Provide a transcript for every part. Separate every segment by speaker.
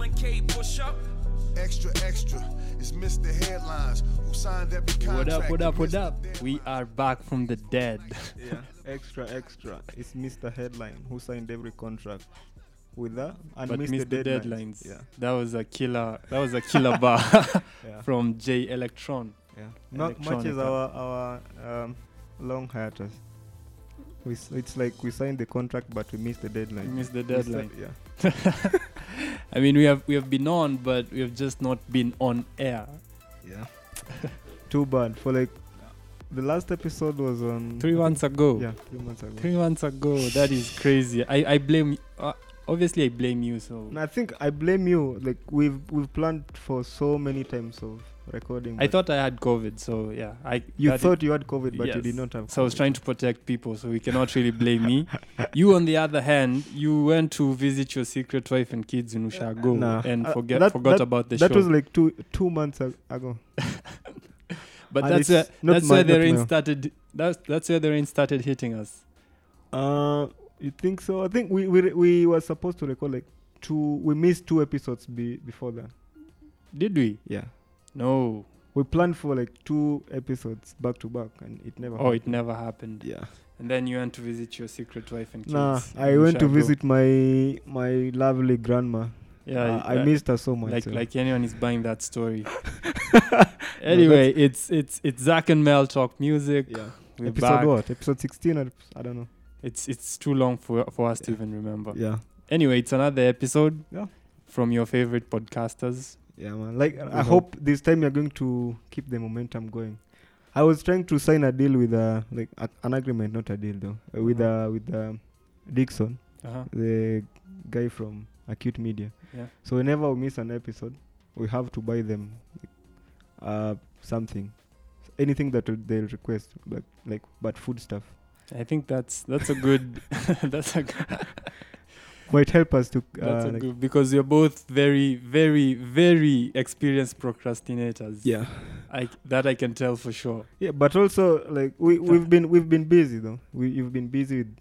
Speaker 1: arcade push up.
Speaker 2: Extra, extra. It's Mr. Headlines who signed every
Speaker 3: What
Speaker 2: contract.
Speaker 3: up, what up, what up? We
Speaker 2: Deadline.
Speaker 3: are back from the dead.
Speaker 4: Yeah, extra, extra. It's Mr. Headline who signed every contract with her and
Speaker 3: but missed the deadlines.
Speaker 4: Yeah,
Speaker 3: That was a killer that was a killer bar
Speaker 4: yeah,
Speaker 3: from J Electron.
Speaker 4: yeah. Not much is
Speaker 3: Electronica.
Speaker 4: our our um, long hiatus. We s- it's like we signed the contract but we missed the
Speaker 3: We
Speaker 4: deadline.
Speaker 3: missed the
Speaker 4: We
Speaker 3: deadline.
Speaker 4: si- yeah,
Speaker 3: I mean we have we have been on but we have just not been on air.
Speaker 4: yeah. Too bad for like the last episode was on
Speaker 3: Three months ago.
Speaker 4: Yeah, three months ago.
Speaker 3: Three months ago. That is crazy. I, I blame uh, obviously I blame you so
Speaker 4: And I think I blame you. Like we've we've planned for so many times of recording.
Speaker 3: I
Speaker 4: but
Speaker 3: thought I had COVID, so yeah. I
Speaker 4: you
Speaker 3: that-
Speaker 4: thought you had COVID, but you
Speaker 3: Yes.
Speaker 4: did not have.
Speaker 3: So I was
Speaker 4: COVID.
Speaker 3: trying to protect people, so we cannot really blame me. you, on the other hand, you went to visit your secret wife and kids in Ushago
Speaker 4: Nah.
Speaker 3: and
Speaker 4: Uh,
Speaker 3: forget,
Speaker 4: that-
Speaker 3: forgot about the
Speaker 4: that
Speaker 3: show.
Speaker 4: was like two two months ag- ago.
Speaker 3: but
Speaker 4: and
Speaker 3: that's where,
Speaker 4: it's not
Speaker 3: that's where
Speaker 4: mine,
Speaker 3: the
Speaker 4: not
Speaker 3: rain
Speaker 4: mine.
Speaker 3: started. That's that's where the rain started hitting us.
Speaker 4: Uh, you think so? I think we we re- we were supposed to record like two. We missed two episodes be, before that.
Speaker 3: Did we?
Speaker 4: Yeah,
Speaker 3: No.
Speaker 4: we planned for like two episodes back to back, and it never.
Speaker 3: Oh, it never happened.
Speaker 4: yeah.
Speaker 3: And then you went to visit your secret wife and kids.
Speaker 4: Nah, I
Speaker 3: in
Speaker 4: went to
Speaker 3: Ushago.
Speaker 4: visit my my lovely grandma.
Speaker 3: Yeah,
Speaker 4: Uh, I
Speaker 3: uh,
Speaker 4: missed her so much.
Speaker 3: Like
Speaker 4: so.
Speaker 3: like anyone is buying that story. anyway, it's it's it's Zach and Mel talk music.
Speaker 4: yeah.
Speaker 3: We're
Speaker 4: episode
Speaker 3: back.
Speaker 4: what? Episode sixteen? Or, I don't know.
Speaker 3: It's it's too long for for us to
Speaker 4: Yeah.
Speaker 3: even remember.
Speaker 4: Yeah.
Speaker 3: Anyway, it's another episode
Speaker 4: Yeah.
Speaker 3: from your favorite podcasters.
Speaker 4: Yeah, man. Like, I
Speaker 3: hope-
Speaker 4: hope this time you're going to keep the momentum going. I was trying to sign a deal with a like a, an agreement, not a deal though, uh, with uh with um Dixon,
Speaker 3: Uh-huh.
Speaker 4: the guy from Acute Media.
Speaker 3: Yeah.
Speaker 4: So whenever we miss an episode, we have to buy them uh something, anything that will- they'll request, but like but food stuff
Speaker 3: I think that's that's a good that's a good,
Speaker 4: might help us to. Uh,
Speaker 3: that's a
Speaker 4: like-
Speaker 3: good because you're both very very very experienced procrastinators.
Speaker 4: yeah.
Speaker 3: I that I can tell for sure.
Speaker 4: Yeah, but also like we we've been we've been busy though. We you've been busy with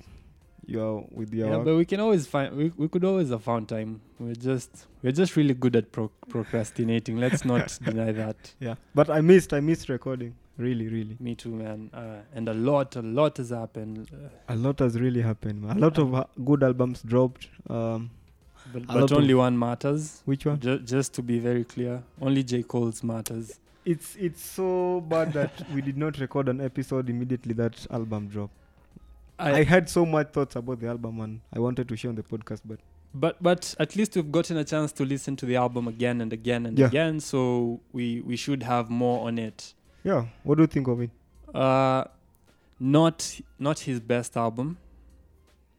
Speaker 4: your with your
Speaker 3: Yeah,
Speaker 4: work.
Speaker 3: but we can always find we, we could always have found time. We're just we're just really good at pro- procrastinating. Let's not deny that.
Speaker 4: Yeah, but I missed. I missed recording. Really, really.
Speaker 3: Me too, man. Uh, and a lot a lot has happened. Uh,
Speaker 4: A lot has really happened. Man. A lot of uh, good albums dropped. Um,
Speaker 3: but
Speaker 4: A lot
Speaker 3: but
Speaker 4: of-
Speaker 3: only one matters.
Speaker 4: which one?
Speaker 3: Ju- just to be very clear, only J Cole's matters.
Speaker 4: It's it's so bad that we did not record an episode immediately that album dropped. I, had so much thoughts about the album and I wanted to share on the podcast, but
Speaker 3: but but at least we've gotten a chance to listen to the album again and again and
Speaker 4: Yeah.
Speaker 3: again. So we we should have more on it.
Speaker 4: yeah. What do you think of it?
Speaker 3: Uh, not not his best album,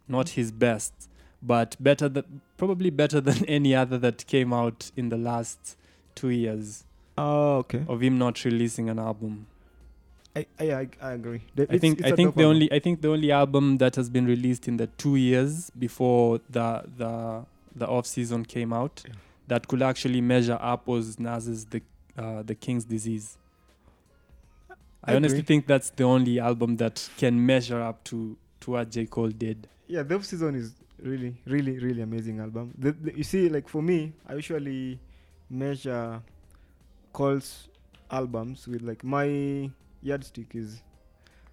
Speaker 3: not his best, but better than probably better than any other that came out in the last two years
Speaker 4: Oh, okay.
Speaker 3: of him not releasing an album.
Speaker 4: I I I, I agree. The-
Speaker 3: I
Speaker 4: it's-
Speaker 3: think
Speaker 4: it's
Speaker 3: I
Speaker 4: a
Speaker 3: think
Speaker 4: dope
Speaker 3: the
Speaker 4: album.
Speaker 3: only I think the only album that has been released in the two years before the the the off season came out
Speaker 4: Yeah.
Speaker 3: that could actually measure up was Nas's the uh, the King's Disease. I,
Speaker 4: I
Speaker 3: honestly
Speaker 4: agree.
Speaker 3: think that's the only album that can measure up to to what J Cole did.
Speaker 4: yeah the off season is really really really amazing album the, the, you see like for me i usually measure cole's albums with like my yardstick is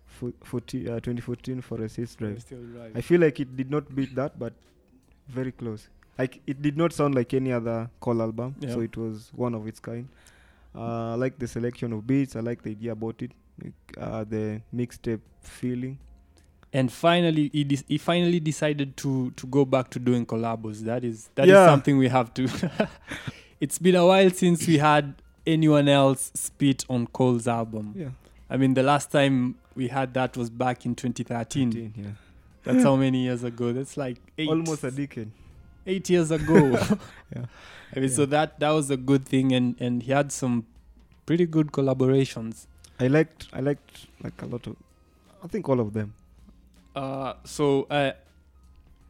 Speaker 4: fo- 40, uh, 2014 forest hills drive i feel like it did not beat that but very close like it did not sound like any other cole album
Speaker 3: Yeah.
Speaker 4: so it was one of its kind uh, i like the selection of beats i like the idea about it like, uh, the mixtape feeling
Speaker 3: and finally, he, de- he finally decided to to go back to doing collabos. That is that is
Speaker 4: Yeah.
Speaker 3: something we have to. it's been a while since we had anyone else spit on Cole's album.
Speaker 4: yeah
Speaker 3: I mean, the last time we had that was back in 2013.
Speaker 4: 13, yeah
Speaker 3: That's how many years ago? That's like eight,
Speaker 4: almost a decade
Speaker 3: eight years ago.
Speaker 4: Yeah.
Speaker 3: I mean, so
Speaker 4: Yeah.
Speaker 3: that that was a good thing, and and he had some pretty good collaborations.
Speaker 4: I liked I liked like a lot of I think all of them.
Speaker 3: Uh, so I,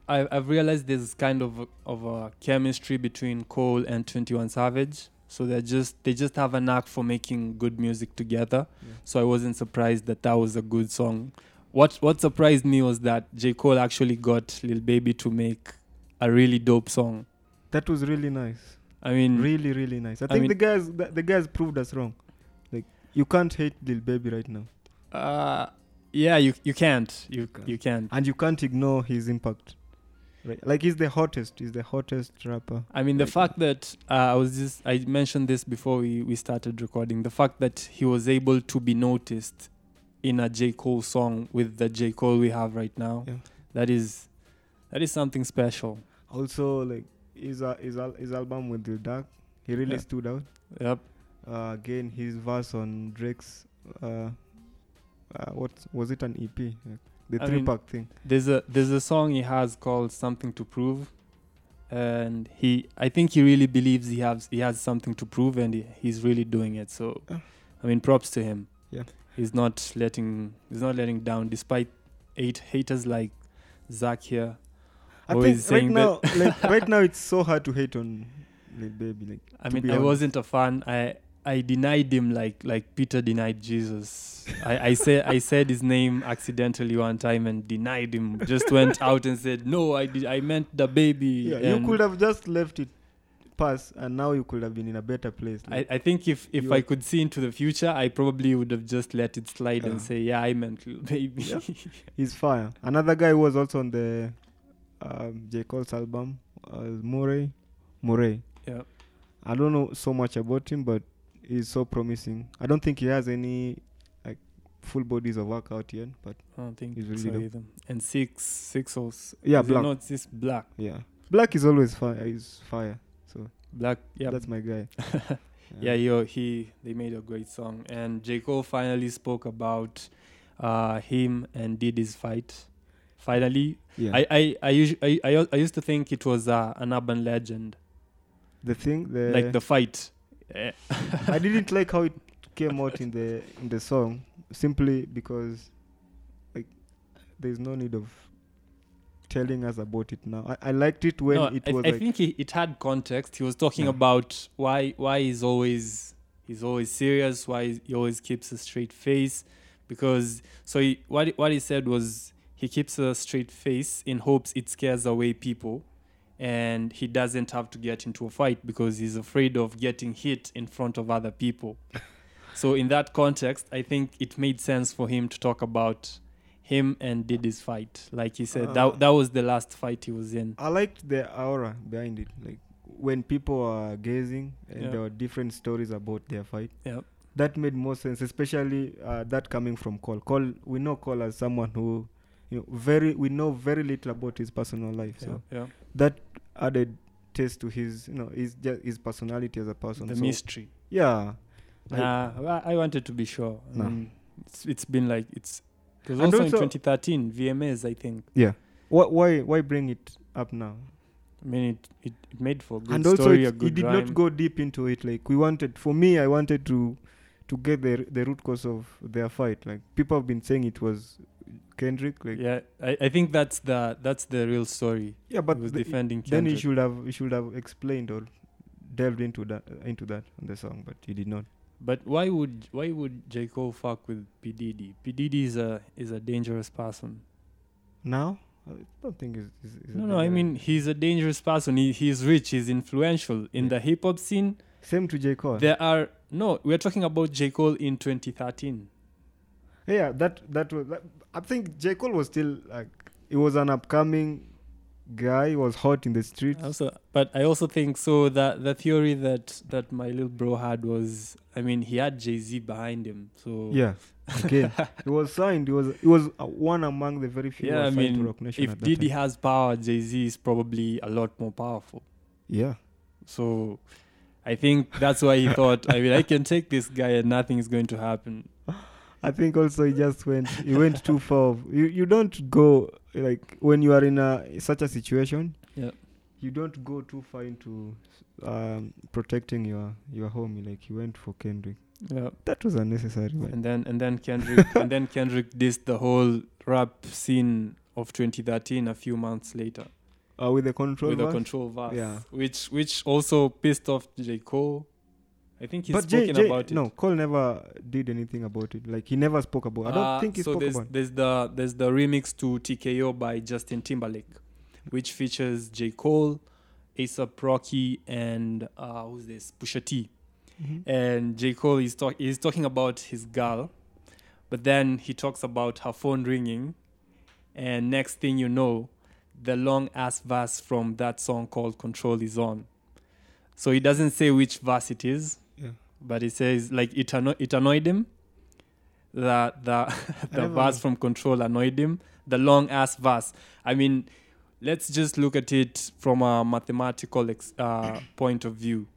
Speaker 3: I I've realized there's kind of a, of a chemistry between Cole and Twenty One Savage. So they are just they just have a knack for making good music together.
Speaker 4: Yeah.
Speaker 3: So I wasn't surprised that that was a good song. What what surprised me was that J Cole actually got Lil Baby to make a really dope song.
Speaker 4: That was really nice.
Speaker 3: I mean,
Speaker 4: really really nice i think
Speaker 3: mean-
Speaker 4: the guys the, the guys proved us wrong like you can't hate lil baby right now
Speaker 3: uh, yeah, you you can't, you
Speaker 4: Can't.
Speaker 3: you can't.
Speaker 4: and you can't ignore his impact right like he's the hottest he's the hottest rapper
Speaker 3: I mean, the
Speaker 4: Like-
Speaker 3: fact that uh, I was just I mentioned this before we we started recording. The fact that he was able to be noticed in a J Cole song with the J Cole we have right now,
Speaker 4: Yeah.
Speaker 3: that is that is something special.
Speaker 4: also like his uh, his, al- his album with the dark he really
Speaker 3: Yeah.
Speaker 4: stood out
Speaker 3: Yep.
Speaker 4: uh, again his verse on drake's uh, uh what was it an ep like, the
Speaker 3: I
Speaker 4: three
Speaker 3: mean-
Speaker 4: pack thing
Speaker 3: There's a there's a song he has called Something to Prove, and he I think he really believes he has he has something to prove, and he, he's really doing it. So,
Speaker 4: Yeah.
Speaker 3: I mean, props to him.
Speaker 4: Yeah.
Speaker 3: he's not letting he's not letting down despite eight haters like Zach here.
Speaker 4: i
Speaker 3: Oh,
Speaker 4: think
Speaker 3: he's
Speaker 4: right
Speaker 3: saying
Speaker 4: now
Speaker 3: that-
Speaker 4: like right now it's so hard to hate on lil baby like
Speaker 3: I
Speaker 4: To
Speaker 3: mean,
Speaker 4: be
Speaker 3: I
Speaker 4: honest.
Speaker 3: wasn't a fan. I I denied him like like Peter denied Jesus. I I said I said his name accidentally one time and denied him. Just went out and said no. I did. I meant the baby.
Speaker 4: yeah you
Speaker 3: and-
Speaker 4: could have just left it pass and now you could have been in a better place
Speaker 3: I,
Speaker 4: like,
Speaker 3: I think if, if
Speaker 4: You
Speaker 3: I
Speaker 4: are-
Speaker 3: could see into the future, I probably would have just let it slide
Speaker 4: Yeah.
Speaker 3: and say, yeah, I meant little baby.
Speaker 4: Yeah. he's fire another guy who was also on the um, j cole's album was murray murray
Speaker 3: Yeah.
Speaker 4: i don't know so much about him but he's so promising i don't think he has any like full bodies of work out yet but
Speaker 3: I don't think
Speaker 4: He's really
Speaker 3: so
Speaker 4: dope.
Speaker 3: either. And six, six or s-
Speaker 4: Yeah,
Speaker 3: is it
Speaker 4: Black.
Speaker 3: Not this black,
Speaker 4: yeah black is always fire he's fire so
Speaker 3: black. Yeah,
Speaker 4: that's my guy
Speaker 3: yeah. He, he they made a great song, and J Cole finally spoke about uh, him and did his fight. Finally,
Speaker 4: yeah
Speaker 3: I I I, usu- I I I used to think it was uh, an urban legend,
Speaker 4: the thing the
Speaker 3: like the fight. Eh,
Speaker 4: I didn't like how it came out in the in the song simply because like there's no need of telling us about it now. I, I liked it when
Speaker 3: no,
Speaker 4: it
Speaker 3: I,
Speaker 4: was
Speaker 3: I
Speaker 4: like
Speaker 3: think he, it had context. He was talking
Speaker 4: Yeah.
Speaker 3: about why why he's always he's always serious, why he always keeps a straight face, because so he, what he- what he said was he keeps a straight face in hopes it scares away people, and he doesn't have to get into a fight because he's afraid of getting hit in front of other people. so in that context, I think it made sense for him to talk about. Him and did his fight, like he said.
Speaker 4: Ah.
Speaker 3: that that was the last fight he was in.
Speaker 4: I liked the aura behind it. Like when people are gazing and
Speaker 3: Yeah.
Speaker 4: there were different stories about their fight.
Speaker 3: Yep.
Speaker 4: That made more sense, especially uh, that coming from Cole. Cole, we know Cole as someone who, you know, very we know very little about his personal life. So
Speaker 3: yeah.
Speaker 4: that added taste to his you know his just his personality as a person
Speaker 3: the
Speaker 4: so,
Speaker 3: mystery.
Speaker 4: yeah I-
Speaker 3: Nah, I, I wanted to be sure. I
Speaker 4: Nah.
Speaker 3: mean, it's, it's been like it's. It was
Speaker 4: And
Speaker 3: also, in
Speaker 4: also-
Speaker 3: 2013 VMAs, I think.
Speaker 4: Why why why bring it up now
Speaker 3: I mean, it, it, it made for a good
Speaker 4: and also
Speaker 3: story,
Speaker 4: it's-
Speaker 3: a
Speaker 4: he
Speaker 3: good
Speaker 4: did
Speaker 3: rhyme.
Speaker 4: not go deep into it like we wanted for me i wanted to to get the the root cause of their fight like people have been saying it was kendrick like yeah,
Speaker 3: yeah, I, I think that's the that's the real story.
Speaker 4: but
Speaker 3: he was
Speaker 4: the-
Speaker 3: defending
Speaker 4: then he
Speaker 3: Kendrick.
Speaker 4: should have he should have explained or delved into that into that on the song but he did not
Speaker 3: But why would why would J Cole fuck with P Diddy? P Diddy is a is a dangerous person.
Speaker 4: now i don't think it's, it's, it's a
Speaker 3: No,
Speaker 4: big
Speaker 3: no, I
Speaker 4: area.
Speaker 3: mean he's a dangerous person. He, he's rich. He's influential in
Speaker 4: Yeah.
Speaker 3: the hip hop scene.
Speaker 4: same to j cole
Speaker 3: There are no. We're talking about J Cole in 2013.
Speaker 4: Yeah, that that was. That, I think J Cole was still like he was an upcoming guy. He was hot in the streets.
Speaker 3: Also, but I also think so that the theory that that my little bro had was, I mean, he had Jay Z behind him, so
Speaker 4: Yeah, again, he was signed. He was he was uh, one among the very few. who
Speaker 3: yeah.
Speaker 4: were
Speaker 3: I
Speaker 4: signed to
Speaker 3: mean,
Speaker 4: Roc Nation
Speaker 3: if
Speaker 4: at that
Speaker 3: Diddy
Speaker 4: time.
Speaker 3: has power, Jay Z is probably a lot more powerful.
Speaker 4: yeah,
Speaker 3: So, I think that's why he thought, I mean, I can take this guy and nothing is going to happen.
Speaker 4: I think also he just went he went too far. You you don't go like when you are in a such a situation.
Speaker 3: Yeah.
Speaker 4: You don't go too far into um, protecting your your home. Like he went for Kendrick.
Speaker 3: Yeah.
Speaker 4: That was unnecessary. man.
Speaker 3: And then and then Kendrick and then Kendrick dissed the whole rap scene of 2013 a few months later
Speaker 4: Uh, with the control.
Speaker 3: with a
Speaker 4: verse.
Speaker 3: control verse,
Speaker 4: Yeah.
Speaker 3: which which also pissed off J Cole. I think he's
Speaker 4: but Jay,
Speaker 3: spoken
Speaker 4: Jay-
Speaker 3: about it.
Speaker 4: no, Cole never did anything about it. Like he never spoke about. I don't
Speaker 3: Uh,
Speaker 4: think he
Speaker 3: so
Speaker 4: spoke
Speaker 3: there's,
Speaker 4: about. it.
Speaker 3: there's the there's the remix to TKO by Justin Timberlake, which features J Cole, ASAP Rocky and uh, who's this Pusha T, and J Cole is talk is talking about his girl, but then he talks about her phone ringing, and next thing you know, the long ass verse from that song called Control is on. So he doesn't say which verse it is,
Speaker 4: Yeah.
Speaker 3: but he says like it, anno- it annoyed him. That the the
Speaker 4: never
Speaker 3: verse
Speaker 4: knew.
Speaker 3: from Control annoyed him. The long ass verse. I mean, let's just look at it from a mathematical ex- uh, point of view.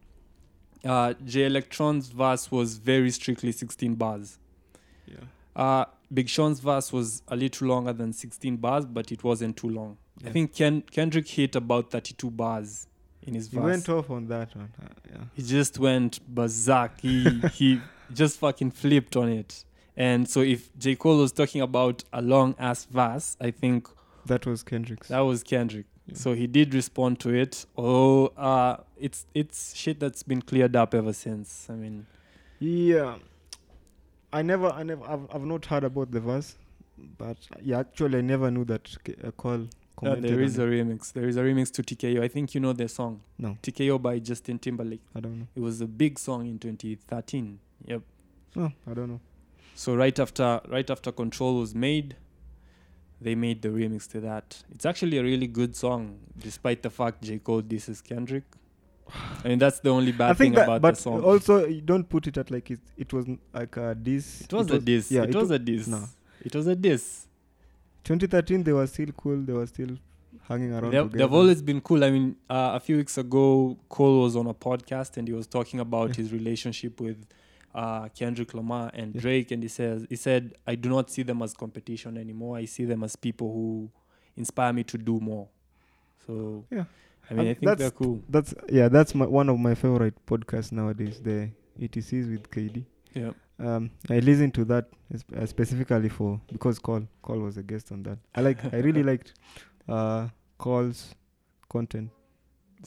Speaker 3: Uh, J Electron's verse was very strictly 16 bars.
Speaker 4: Yeah.
Speaker 3: Uh, Big Sean's verse was a little longer than 16 bars, but it wasn't too long. I
Speaker 4: Yeah.
Speaker 3: think Ken- Kendrick hit about 32 bars in his
Speaker 4: He
Speaker 3: verse.
Speaker 4: went off on that one. Uh, yeah.
Speaker 3: he just went berserk. He he just fucking flipped on it. And so if J Cole was talking about a long ass verse, I think
Speaker 4: That was Kendrick's.
Speaker 3: that was Kendrick.
Speaker 4: Yeah.
Speaker 3: So he did respond to it. Oh, uh, it's it's shit that's been cleared up ever since. I mean,
Speaker 4: Yeah, I never, I never, I've, I've not heard about the verse, but yeah, actually, I never knew that K- uh, Cole
Speaker 3: uh,
Speaker 4: commented.
Speaker 3: there is a
Speaker 4: on it.
Speaker 3: remix. There is a remix to TKO. I think you know the song
Speaker 4: no,
Speaker 3: TKO by Justin Timberlake.
Speaker 4: I don't know.
Speaker 3: It was a big song in 2013. Yep.
Speaker 4: No, I don't know.
Speaker 3: So right after right after Control was made, they made the remix to that. It's actually a really good song, despite the fact J Cole disses Kendrick. I mean that's the only bad
Speaker 4: I
Speaker 3: thing
Speaker 4: think that,
Speaker 3: about
Speaker 4: but
Speaker 3: the song.
Speaker 4: also you don't put it at like it. It was n- like a diss.
Speaker 3: it was a diss.
Speaker 4: Yeah,
Speaker 3: it, was
Speaker 4: wa-
Speaker 3: a diss.
Speaker 4: no.
Speaker 3: It was a diss.
Speaker 4: 2013. They were still cool. They were still hanging around.
Speaker 3: They,
Speaker 4: together.
Speaker 3: they've always been cool. I mean, uh, a few weeks ago, Cole was on a podcast and he was talking about
Speaker 4: Yeah.
Speaker 3: his relationship with uh, Kendrick Lamar and
Speaker 4: Yeah.
Speaker 3: Drake, and he says he said, "I do not see them as competition anymore. I see them as people who inspire me to do more." So
Speaker 4: Yeah.
Speaker 3: I mean,
Speaker 4: And
Speaker 3: I think they're
Speaker 4: that's-
Speaker 3: cool.
Speaker 4: That's yeah. That's my, one of my favorite podcasts nowadays. The ETCs with KD.
Speaker 3: Yeah,
Speaker 4: um, I listened to that es- uh, specifically for because Cole Cole was a guest on that. I like I really liked uh, Cole's content.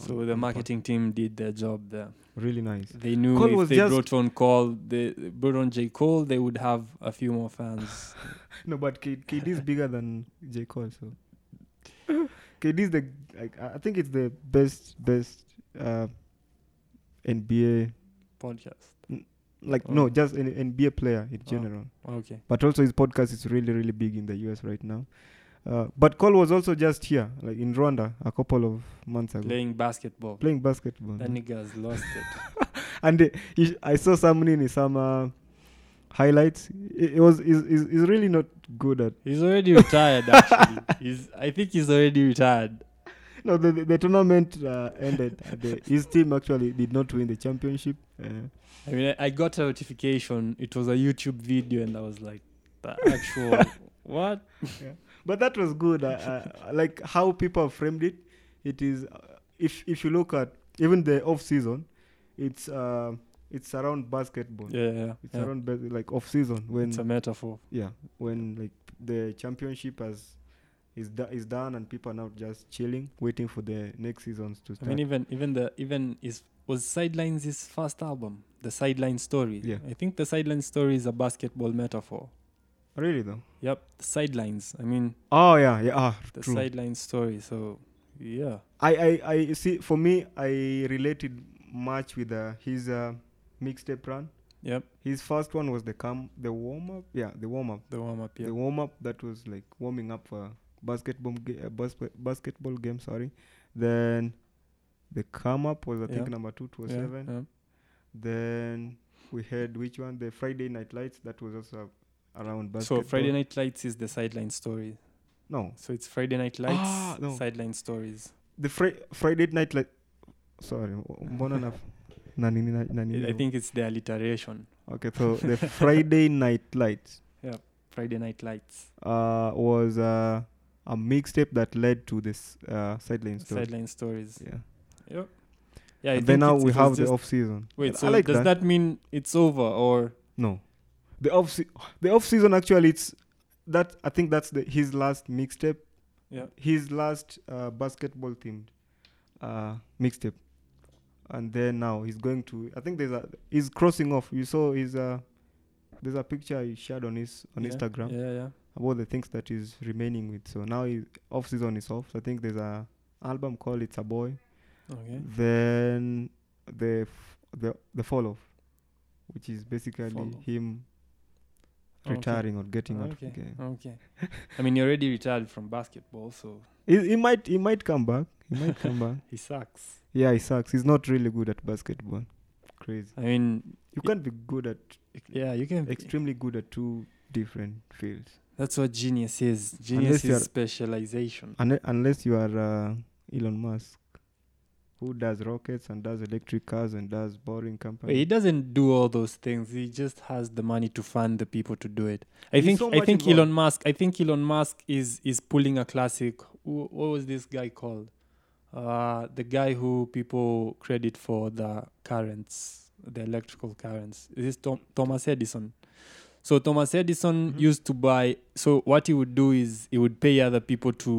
Speaker 3: so the marketing team did their job there.
Speaker 4: really nice.
Speaker 3: They knew
Speaker 4: Cole
Speaker 3: if
Speaker 4: was
Speaker 3: they
Speaker 4: just-
Speaker 3: brought on Cole, they they brought on J Cole, they would have a few more fans.
Speaker 4: No, but K- KD is bigger than J Cole, so KD is the like I I think it's the best best uh, NBA
Speaker 3: Podcast.
Speaker 4: like no
Speaker 3: Oh.
Speaker 4: just an NBA player in
Speaker 3: Oh.
Speaker 4: general.
Speaker 3: Okay.
Speaker 4: but also his podcast is really really big in the US right now. Uh, but Cole was also just here, like in Rwanda, a couple of months ago, playing,
Speaker 3: Playing basketball.
Speaker 4: basketball.
Speaker 3: That nigga's lost it.
Speaker 4: and uh, he- I saw something in some uh, highlights. It, it was is is is really not good at
Speaker 3: He's already retired. Actually, he's. I think he's already retired.
Speaker 4: no the the, the tournament uh, ended. and the, his team actually did not win the championship. Uh,
Speaker 3: I mean, I, I got a notification. It was a YouTube video, and I was like, the actual what?
Speaker 4: but that was good. I, I, I like how people framed it. It is uh, if if you look at even the off season, it's uh, it's around basketball.
Speaker 3: Yeah, yeah.
Speaker 4: It's
Speaker 3: yeah.
Speaker 4: around bas- like off season when
Speaker 3: It's a metaphor.
Speaker 4: yeah when like the championship has is do- is done and people are now just chilling waiting for the next seasons to
Speaker 3: I
Speaker 4: start.
Speaker 3: mean, even even the even is was sidelines his first album, the sideline story.
Speaker 4: Yeah.
Speaker 3: I think the sideline story is a basketball metaphor.
Speaker 4: really though.
Speaker 3: Yep, sidelines. I mean,
Speaker 4: Oh yeah yeah ah,
Speaker 3: the
Speaker 4: true.
Speaker 3: sideline story. So, yeah.
Speaker 4: I, I I see for me I related much with uh, his uh, mixtape run.
Speaker 3: Yep,
Speaker 4: His first one was the come the warm up yeah the warm up.
Speaker 3: the warm up.
Speaker 4: the
Speaker 3: Yep.
Speaker 4: warm up that was like warming up for basketball ga- uh, basket, basketball game sorry then the come up was i think
Speaker 3: Yeah.
Speaker 4: number two to
Speaker 3: yeah,
Speaker 4: seven
Speaker 3: yeah.
Speaker 4: then we had which one the friday night lights that was also around basketball
Speaker 3: So Friday Night Lights is the sideline story.
Speaker 4: no
Speaker 3: So it's Friday Night Lights,
Speaker 4: Ah, no.
Speaker 3: sideline stories.
Speaker 4: the Fri- friday night light sorry w- mbona na na nini na- na nini
Speaker 3: I think it's the alliteration.
Speaker 4: okay so the friday night lights
Speaker 3: Friday Night Lights,
Speaker 4: uh was uh, a mixtape that led to this uh sideline story
Speaker 3: sideline stories.
Speaker 4: yeah
Speaker 3: Yep. Yeah. I
Speaker 4: and
Speaker 3: think
Speaker 4: then now
Speaker 3: it's-
Speaker 4: we
Speaker 3: it was
Speaker 4: have the
Speaker 3: just-
Speaker 4: off season.
Speaker 3: Wait. So does that. mean it's over or
Speaker 4: No, the off se- the off season actually it's that I think that's the his last mixtape.
Speaker 3: Yeah.
Speaker 4: His last uh, basketball themed uh, mixtape, and then now he's going to. I think there's a he's crossing off. You saw his uh, there's a picture he shared on his on
Speaker 3: Yeah,
Speaker 4: Instagram
Speaker 3: Yeah. Yeah.
Speaker 4: about the things that he's remaining with. So now his off season is off. I think there's a album called It's a Boy.
Speaker 3: Okay.
Speaker 4: then the f- the the fall off which is basically
Speaker 3: Fall off. Oh,
Speaker 4: him
Speaker 3: Okay.
Speaker 4: retiring or getting out
Speaker 3: Okay. Oh.
Speaker 4: of the game
Speaker 3: Okay. I mean, he already retired from basketball, so
Speaker 4: he, he might he might come back he might come back
Speaker 3: he sucks.
Speaker 4: yeah he sucks he's not really good at basketball crazy
Speaker 3: I mean, Y-
Speaker 4: you can't be good at
Speaker 3: yeah, you can.
Speaker 4: extremely good at two different fields
Speaker 3: That's what genius is. Genius
Speaker 4: you're-
Speaker 3: is specialization.
Speaker 4: Unle- unless you are uh, Elon Musk, who does rockets and does electric cars and does boring company.
Speaker 3: He doesn't do all those things. He just has the money to fund the people to do it. I
Speaker 4: He's
Speaker 3: think.
Speaker 4: so
Speaker 3: I
Speaker 4: much
Speaker 3: think
Speaker 4: involved.
Speaker 3: Elon Musk. I think Elon Musk is is pulling a classic. Wh- What was this guy called? Uh, the guy who people credit for the currents, the electrical currents. Is this Tom, Thomas Edison? So Thomas Edison
Speaker 4: Mhm.
Speaker 3: used to buy. So what he would do is he would pay other people to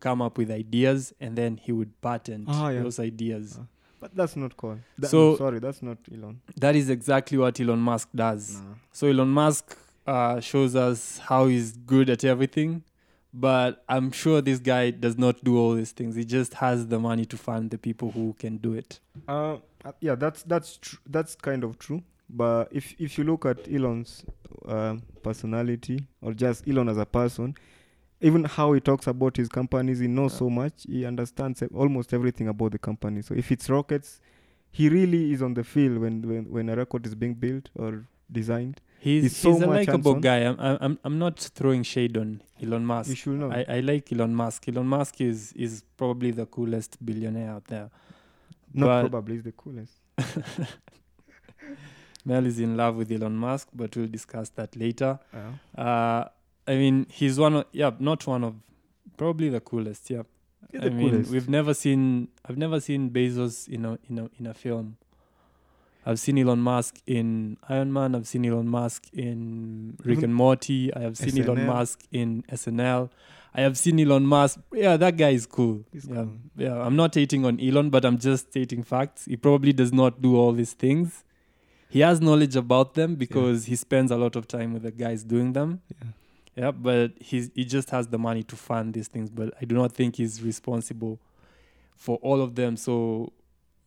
Speaker 3: come up with ideas, and then he would patent
Speaker 4: Ah, yeah.
Speaker 3: those ideas.
Speaker 4: But that's not cool. That,
Speaker 3: So-
Speaker 4: sorry, that's not Elon.
Speaker 3: That is exactly what Elon Musk does. So Elon Musk uh, shows us how he's good at everything, but I'm sure this guy does not do all these things. He just has the money to fund the people who can do it.
Speaker 4: Uh, uh, yeah, that's that's tr- that's kind of true. But if if you look at Elon's uh, personality or just Elon as a person, even how he talks about his companies, he knows
Speaker 3: Yeah.
Speaker 4: so much. He understands e- almost everything about the company. So if it's rockets, he really is on the field when when, when a rocket is being built or designed.
Speaker 3: He's,
Speaker 4: He's so
Speaker 3: he's a
Speaker 4: much
Speaker 3: likable
Speaker 4: hands-on.
Speaker 3: guy. I'm, I'm- I'm, I'm not throwing shade on Elon
Speaker 4: You
Speaker 3: Musk.
Speaker 4: should know.
Speaker 3: I, I like Elon Musk. Elon Musk is, is probably the coolest billionaire out there.
Speaker 4: Not
Speaker 3: But-
Speaker 4: probably is the coolest.
Speaker 3: Mel is in love with Elon Musk, but we'll discuss that later.
Speaker 4: Yeah.
Speaker 3: Uh, I mean, he's one of, yeah, not one of, probably the coolest, yeah.
Speaker 4: He's
Speaker 3: I
Speaker 4: the
Speaker 3: mean,
Speaker 4: coolest.
Speaker 3: we've never seen. I've never seen Bezos in a in a in a film. I've seen Elon Musk in Iron Man. I've seen Elon Musk in Rick
Speaker 4: Even-
Speaker 3: and Morty. I have seen Elon
Speaker 4: SNL.
Speaker 3: Musk in SNL. I have seen Elon Musk. Yeah, that guy is cool.
Speaker 4: He's
Speaker 3: yeah,
Speaker 4: cool.
Speaker 3: yeah. I'm not hating on Elon, but I'm just stating facts. He probably does not do all these things. He has knowledge about them because he spends a lot of time with the guys doing them.
Speaker 4: Yeah.
Speaker 3: Yeah, but he's he just has the money to fund these things. But I do not think he's responsible for all of them. So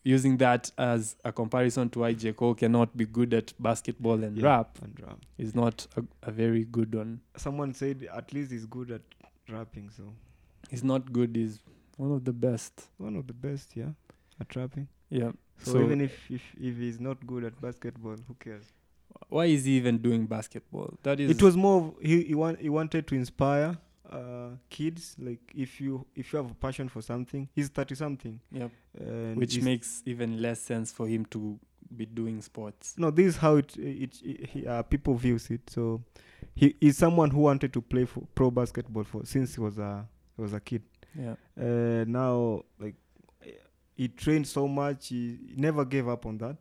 Speaker 3: using that as a comparison to why J. Cole cannot be good at basketball and
Speaker 4: Yeah.
Speaker 3: rap
Speaker 4: And rap.
Speaker 3: is not a, a very good one.
Speaker 4: Someone said at least he's good at rapping, so
Speaker 3: He's not good, he's one of the best.
Speaker 4: one of the best, yeah, at rapping.
Speaker 3: Yeah.
Speaker 4: So,
Speaker 3: So-
Speaker 4: even if, if if he's not good at basketball, who cares?
Speaker 3: Why is he even doing basketball? That is
Speaker 4: It was more of he he, want, he wanted to inspire uh, kids. Like if you if you have a passion for something, he's thirty something,
Speaker 3: Yep.
Speaker 4: and
Speaker 3: which
Speaker 4: he's-
Speaker 3: makes even less sense for him to be doing sports.
Speaker 4: no. This is how it it, it he, uh, people views it. So he is someone who wanted to play for pro basketball for since he was a he was a kid.
Speaker 3: Yeah.
Speaker 4: uh, now like eh, he trained so much he he never gave up on that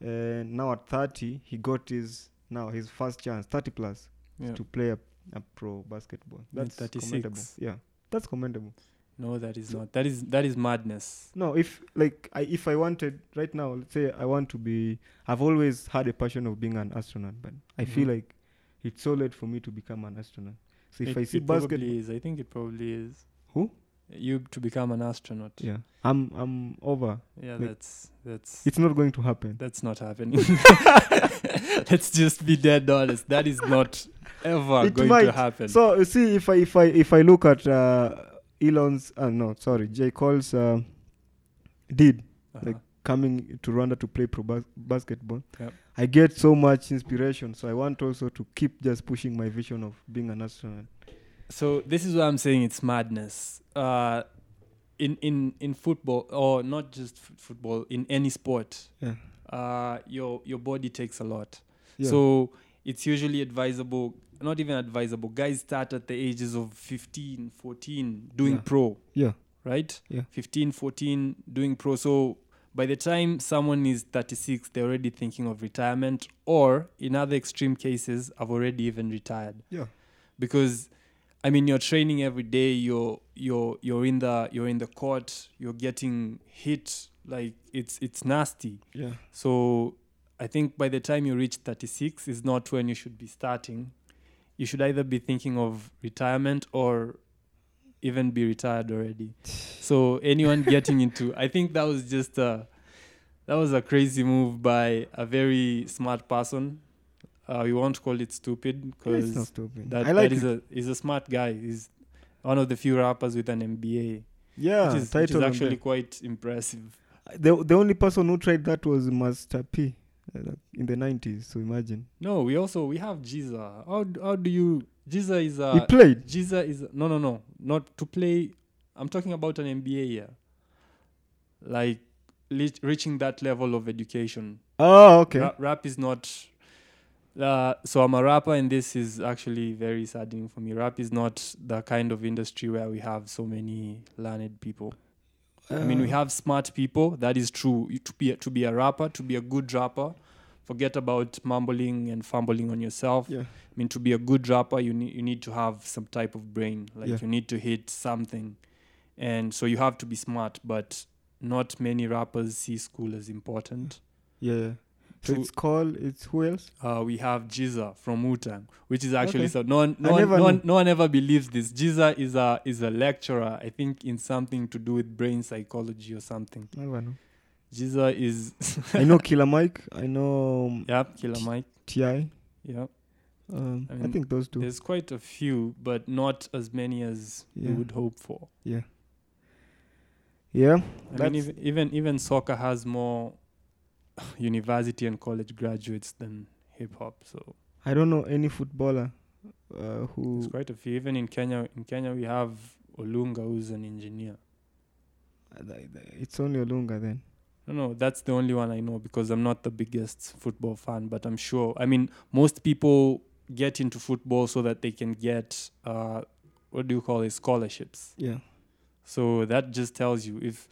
Speaker 4: and now at 30 he got his now his first chance 30 plus
Speaker 3: Yeah.
Speaker 4: to play a, a pro basketball
Speaker 3: Yeah,
Speaker 4: that's commendable
Speaker 3: 36.
Speaker 4: yeah that's commendable
Speaker 3: No, that is not. That is that is madness.
Speaker 4: no if like I, if i wanted right now let's say i want to be i've always had a passion of being an astronaut but i feel
Speaker 3: Mhm.
Speaker 4: like it's so late for me to become an astronaut so if
Speaker 3: it,
Speaker 4: i see
Speaker 3: it probably
Speaker 4: basketball
Speaker 3: is. I think it probably is.
Speaker 4: Who?
Speaker 3: You to become an astronaut.
Speaker 4: yeah i'm i'm over
Speaker 3: Yeah,
Speaker 4: Like-
Speaker 3: that's that's
Speaker 4: it's not going to happen
Speaker 3: that's not happening. Let's just be dead honest. That is not ever
Speaker 4: It
Speaker 3: going to
Speaker 4: might.
Speaker 3: happen.
Speaker 4: So you see, if I if I if I look at uh, Elon's, uh, no, sorry, J Cole's uh, did
Speaker 3: Uh-huh.
Speaker 4: like- coming to Rwanda to play pro bas- basketball,
Speaker 3: Yep.
Speaker 4: I get so much inspiration. So I want also to keep just pushing my vision of being an astronaut.
Speaker 3: So this is why I'm saying it's madness. Uh, in in in football, or not just f- football, in any sport,
Speaker 4: Yeah.
Speaker 3: uh, your your body takes a lot.
Speaker 4: Yeah.
Speaker 3: So it's usually advisable, not even advisable. Guys start at the ages of 15, 14 doing
Speaker 4: Yeah.
Speaker 3: pro,
Speaker 4: yeah,
Speaker 3: right?
Speaker 4: Yeah.
Speaker 3: 15, 14 doing pro. So by the time someone is 36, they're already thinking of retirement, or in other extreme cases, I've already even retired
Speaker 4: yeah,
Speaker 3: because I mean you're training every day. You're you're you're in the you're in the court. You're getting hit like it's it's nasty.
Speaker 4: yeah.
Speaker 3: So I think by the time you reach 36 is not when you should be starting. You should either be thinking of retirement or even be retired already. so anyone getting into, I think that was just a, that was a crazy move by a very smart person. Uh, we won't call it stupid
Speaker 4: It's not
Speaker 3: because
Speaker 4: stupid.
Speaker 3: that,
Speaker 4: I like
Speaker 3: that is
Speaker 4: it.
Speaker 3: a is a smart guy. He's one of the few rappers with an MBA,
Speaker 4: yeah,
Speaker 3: which, is, which
Speaker 4: title
Speaker 3: is
Speaker 4: on
Speaker 3: actually quite impressive.
Speaker 4: there. the the only person who tried that was Master P uh, in the 90s. So imagine
Speaker 3: No, we also we have Jiza. How d- how do you Jiza is a
Speaker 4: he played.
Speaker 3: Jiza is no no no not to play. I'm talking about an MBA here, like lit- reaching that level of education.
Speaker 4: Oh, okay.
Speaker 3: Ra- rap is not. Uh, so I'm a rapper, and this is actually very saddening for me. Rap is not the kind of industry where we have so many learned people. I mean, we
Speaker 4: Uh,
Speaker 3: have smart people. That is true. You- To be a, to be a rapper, to be a good rapper, forget about mumbling and fumbling on yourself.
Speaker 4: Yeah.
Speaker 3: I mean, to be a good rapper, you need you need to have some type of brain. Like
Speaker 4: Yeah.
Speaker 3: you need to hit something, and so you have to be smart. But not many rappers see school as important.
Speaker 4: Yeah. yeah. So
Speaker 3: To-
Speaker 4: it's called. It's who else?
Speaker 3: Uh, we have Jiza from Wu Tang, which is actually so
Speaker 4: Okay.
Speaker 3: no one, no
Speaker 4: I
Speaker 3: one,
Speaker 4: never
Speaker 3: no, one,
Speaker 4: knew.
Speaker 3: no one ever believes this. Jiza is a is a lecturer, I think, in something to do with brain psychology or something.
Speaker 4: I don't know.
Speaker 3: Jiza is
Speaker 4: I know Killer Mike. I know um,
Speaker 3: Yep, Killer Mike.
Speaker 4: Ti.
Speaker 3: Yep.
Speaker 4: Um,
Speaker 3: I
Speaker 4: I,
Speaker 3: mean,
Speaker 4: think those two.
Speaker 3: There's quite a few, but not as many as we
Speaker 4: Yeah.
Speaker 3: would hope for.
Speaker 4: Yeah.
Speaker 3: I mean,
Speaker 4: That's-
Speaker 3: even, even even soccer has more university and college graduates than hip hop. So
Speaker 4: I don't know any footballer uh,
Speaker 3: there's
Speaker 4: who.
Speaker 3: quite a few. Even in Kenya, in Kenya we have Olunga, who's an engineer.
Speaker 4: uh, It's only Olunga then.
Speaker 3: No, no, that's the only one I know because I'm not the biggest football fan, but I'm sure. I mean, most people get into football so that they can get uh, what do you call it, scholarships.
Speaker 4: Yeah.
Speaker 3: So that just tells you if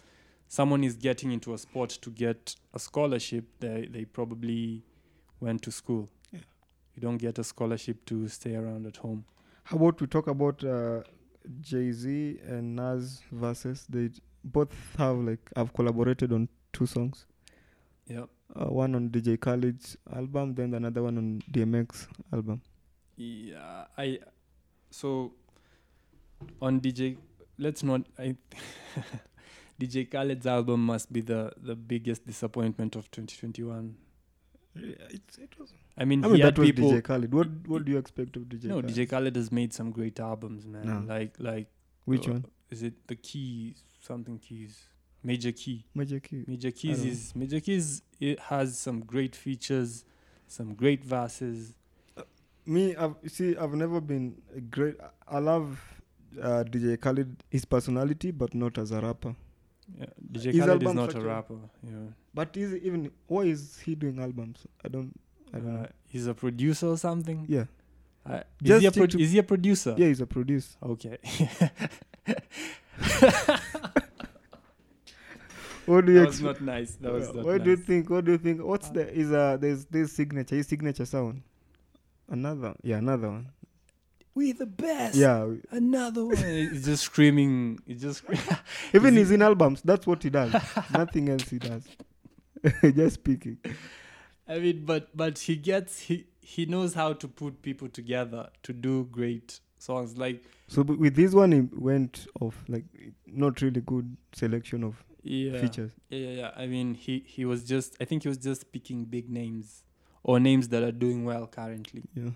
Speaker 3: someone is getting into a sport to get a scholarship, they they probably went to school.
Speaker 4: Yeah.
Speaker 3: You don't get a scholarship to stay around at home.
Speaker 4: How about we talk about uh, Jay Z and Nas versus? They both have like have collaborated on two songs.
Speaker 3: Yep.
Speaker 4: Uh, one on DJ Khaled's album, then another one on DMX album.
Speaker 3: Yeah, I. So on DJ, let's not. I DJ Khaled's album must be the the biggest disappointment of 2021.
Speaker 4: It's, it was,
Speaker 3: I mean,
Speaker 4: I
Speaker 3: he
Speaker 4: mean
Speaker 3: had
Speaker 4: that was
Speaker 3: people.
Speaker 4: DJ Khaled. What what do you expect of DJ?
Speaker 3: no,
Speaker 4: Khaled?
Speaker 3: DJ Khaled has made some great albums, man.
Speaker 4: No.
Speaker 3: Like like
Speaker 4: Which
Speaker 3: uh,
Speaker 4: one?
Speaker 3: Is it the Keys? Something Keys. Major Key.
Speaker 4: Major Key.
Speaker 3: Major Keys
Speaker 4: don't know.
Speaker 3: is Major Keys. It has some great features, some great verses.
Speaker 4: me i've you see i've never been a great I- i love uh, dj khaled his personality but not as a rapper
Speaker 3: Yeah, DJ
Speaker 4: His
Speaker 3: Khaled is
Speaker 4: albums
Speaker 3: not a
Speaker 4: actually-
Speaker 3: rapper. Yeah.
Speaker 4: but is he even why is he doing albums i don't i don't
Speaker 3: Uh,
Speaker 4: know
Speaker 3: he's a producer or something.
Speaker 4: yeah
Speaker 3: Uh, is,
Speaker 4: Just
Speaker 3: he a
Speaker 4: stick
Speaker 3: pro-
Speaker 4: to-
Speaker 3: is he a producer?
Speaker 4: yeah he's a producer
Speaker 3: Okay.
Speaker 4: what do you
Speaker 3: that was
Speaker 4: expect
Speaker 3: not nice. That was
Speaker 4: Uh,
Speaker 3: not
Speaker 4: what
Speaker 3: nice.
Speaker 4: do you think what do you think what's
Speaker 3: Uh,
Speaker 4: the is uh there's this signature his signature sound another yeah another one
Speaker 3: We the best.
Speaker 4: yeah
Speaker 3: Another one. He's just screaming. He's just. scre-
Speaker 4: even
Speaker 3: he-
Speaker 4: he's in albums that's what he does nothing else he does just speaking
Speaker 3: I mean, but but he gets he he knows how to put people together to do great songs. Like
Speaker 4: so but with this one he went off like not really good selection of
Speaker 3: yeah,
Speaker 4: features
Speaker 3: yeah, yeah, yeah. I mean, he he was just. I think he was just picking big names or names that are doing well currently.
Speaker 4: Yeah.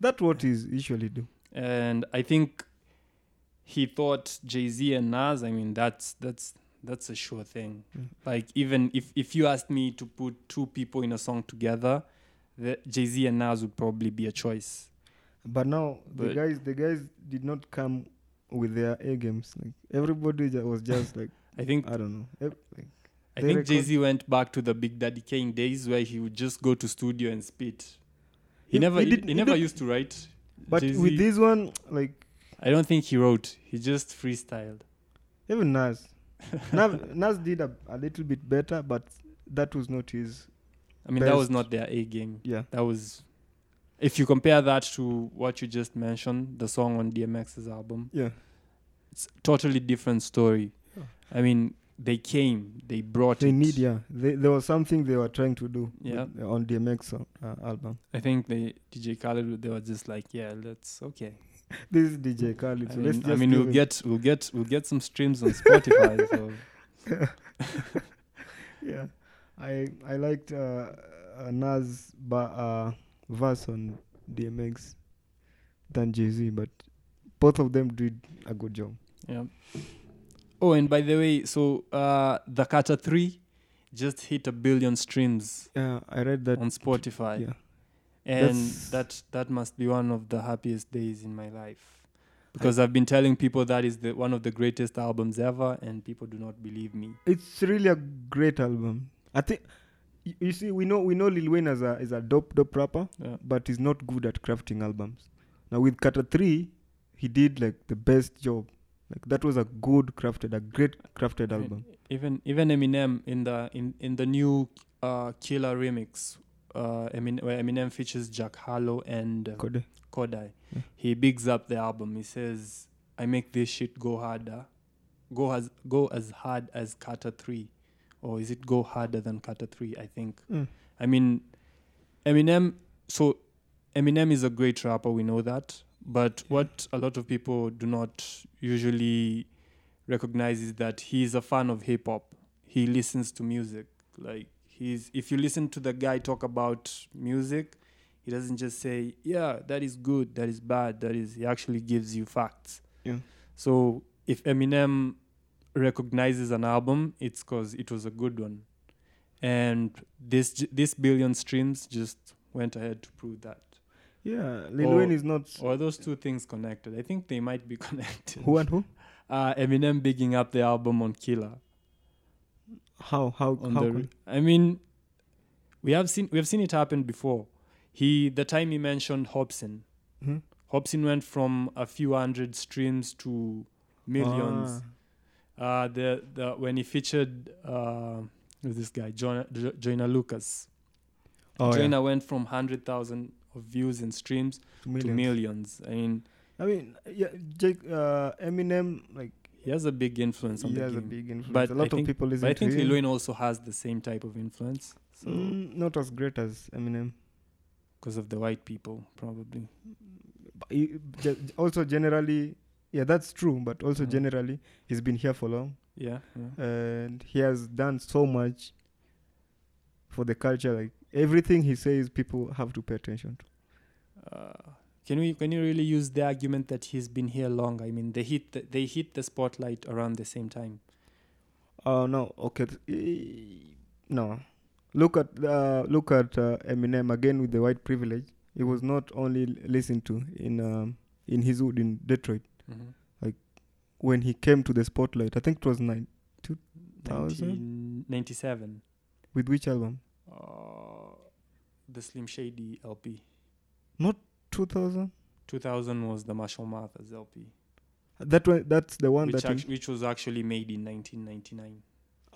Speaker 4: That's what he's usually do.
Speaker 3: and I think he thought Jay Z and Nas. I mean, that's that's that's a sure thing.
Speaker 4: Mm.
Speaker 3: Like even if if you asked me to put two people in a song together, the Jay Z and Nas would probably be a choice.
Speaker 4: But now
Speaker 3: But-
Speaker 4: the guys the guys did not come with their A games. Like everybody ju- was just like
Speaker 3: I think
Speaker 4: I don't know. ev- like,
Speaker 3: I
Speaker 4: they
Speaker 3: think
Speaker 4: record-
Speaker 3: Jay Z went back to the Big Daddy Kane days where he would just go to studio and spit. He
Speaker 4: He-
Speaker 3: never
Speaker 4: he
Speaker 3: he,
Speaker 4: didn't-
Speaker 3: he
Speaker 4: he
Speaker 3: never
Speaker 4: don't-
Speaker 3: used to write.
Speaker 4: But
Speaker 3: Jay-Z-
Speaker 4: with this one, like
Speaker 3: I don't think he wrote. He just freestyled.
Speaker 4: even Nas, Nas, Nas did a, a little bit better, but that was not his.
Speaker 3: I mean, that was
Speaker 4: Best.
Speaker 3: not their A game.
Speaker 4: Yeah,
Speaker 3: that was if you compare that to what you just mentioned the song on dmx's album
Speaker 4: yeah.
Speaker 3: it's totally different story
Speaker 4: Yeah.
Speaker 3: i mean they came they brought
Speaker 4: They
Speaker 3: it
Speaker 4: need yeah. They, there was something they were trying to do.
Speaker 3: Yeah.
Speaker 4: with- on DMX uh, album.
Speaker 3: i think they dj khaled they were just like yeah let's okay
Speaker 4: this is DJ Khaled.
Speaker 3: I
Speaker 4: So let's
Speaker 3: mean,
Speaker 4: just
Speaker 3: I mean
Speaker 4: give
Speaker 3: we'll
Speaker 4: him-
Speaker 3: get we'll get we'll get some streams on Spotify. so
Speaker 4: yeah. I I liked uh, uh, Nas ba- uh, verse on DMX than Jay Z, but both of them did a good job.
Speaker 3: yeah. Oh, and by the way, so uh, the Carter Three just hit a billion streams
Speaker 4: Yeah, I read that.
Speaker 3: on Spotify.
Speaker 4: yeah.
Speaker 3: And
Speaker 4: That's-
Speaker 3: that that must be one of the happiest days in my life. Because I've been telling people that is the one of the greatest albums ever and people do not believe me.
Speaker 4: It's really a great album. I think you, you see, we know we know Lil Wayne as a is a dope dope rapper,
Speaker 3: Yeah.
Speaker 4: but he's not good at crafting albums. Now with Kata Three, he did like the best job. Like that was a good crafted, a great crafted
Speaker 3: I mean,
Speaker 4: album.
Speaker 3: Even even Eminem in the in, in the new uh, Killer remix, uh, Emin- where Eminem features Jack Harlow and uh,
Speaker 4: Kode.
Speaker 3: Kodai,
Speaker 4: Yeah.
Speaker 3: he bigs up the album. He says, "I make this shit go harder, go as go as hard as Carter Three, or is it go harder than Carter Three? I think.
Speaker 4: Mm.
Speaker 3: I mean, Eminem. So Eminem is a great rapper. We know that. But what a lot of people do not usually recognize is that he is a fan of hip hop. He listens to music. Like he's if you listen to the guy talk about music, he doesn't just say, "Yeah, that is good, that is bad, that is." He actually gives you facts.
Speaker 4: Yeah.
Speaker 3: So if Eminem recognizes an album, it's because it was a good one, and this j- this billion streams just went ahead to prove that.
Speaker 4: Yeah, Lil
Speaker 3: Or-
Speaker 4: Wayne is not
Speaker 3: Or are those two things connected? I think they might be connected.
Speaker 4: who and who.
Speaker 3: Uh, Eminem bigging up the album on Killer.
Speaker 4: How how
Speaker 3: on
Speaker 4: how
Speaker 3: the
Speaker 4: could-
Speaker 3: I mean, we have seen we have seen it happen before. He the time he mentioned Hobson,
Speaker 4: Hmm?
Speaker 3: Hobson went from a few hundred streams to millions.
Speaker 4: Ah,
Speaker 3: Uh, the the when he featured uh, who's this guy Jonah Jo- Joyner Lucas,
Speaker 4: oh, yeah.
Speaker 3: Joyner went from hundred thousand of views and streams to
Speaker 4: Millions.
Speaker 3: millions. I mean,
Speaker 4: I mean, yeah, Jake, uh, Eminem, like
Speaker 3: he has a big influence on
Speaker 4: he
Speaker 3: the
Speaker 4: has
Speaker 3: game.
Speaker 4: a big influence.
Speaker 3: But
Speaker 4: a
Speaker 3: I
Speaker 4: lot
Speaker 3: think-
Speaker 4: of people listen
Speaker 3: but I think
Speaker 4: to him.
Speaker 3: Lil Wayne also has the same type of influence. So
Speaker 4: Mm, not as great as Eminem.
Speaker 3: because of the white people, probably.
Speaker 4: But he, ge- also generally, yeah, that's true. But also
Speaker 3: Mm.
Speaker 4: generally, he's been here for long,
Speaker 3: Yeah. yeah.
Speaker 4: Uh, and he has done so much for the culture. Like everything he says, people have to pay attention to.
Speaker 3: Uh, can we can you really use the argument that he's been here long? I mean, they hit the, they hit the spotlight around the same time.
Speaker 4: Oh no, okay, th- eh, no. Look at uh, look at uh, Eminem again with the white privilege. He was not only l- listened to in um, in his hood in Detroit when he came to the spotlight. I think it was nine Thousand?
Speaker 3: 1997,
Speaker 4: with which album?
Speaker 3: uh, the Slim Shady LP.
Speaker 4: Two thousand.
Speaker 3: 2000 was the Marshall Mathers LP,
Speaker 4: That one. That's the one
Speaker 3: which
Speaker 4: that.
Speaker 3: act- which was actually made in 1999.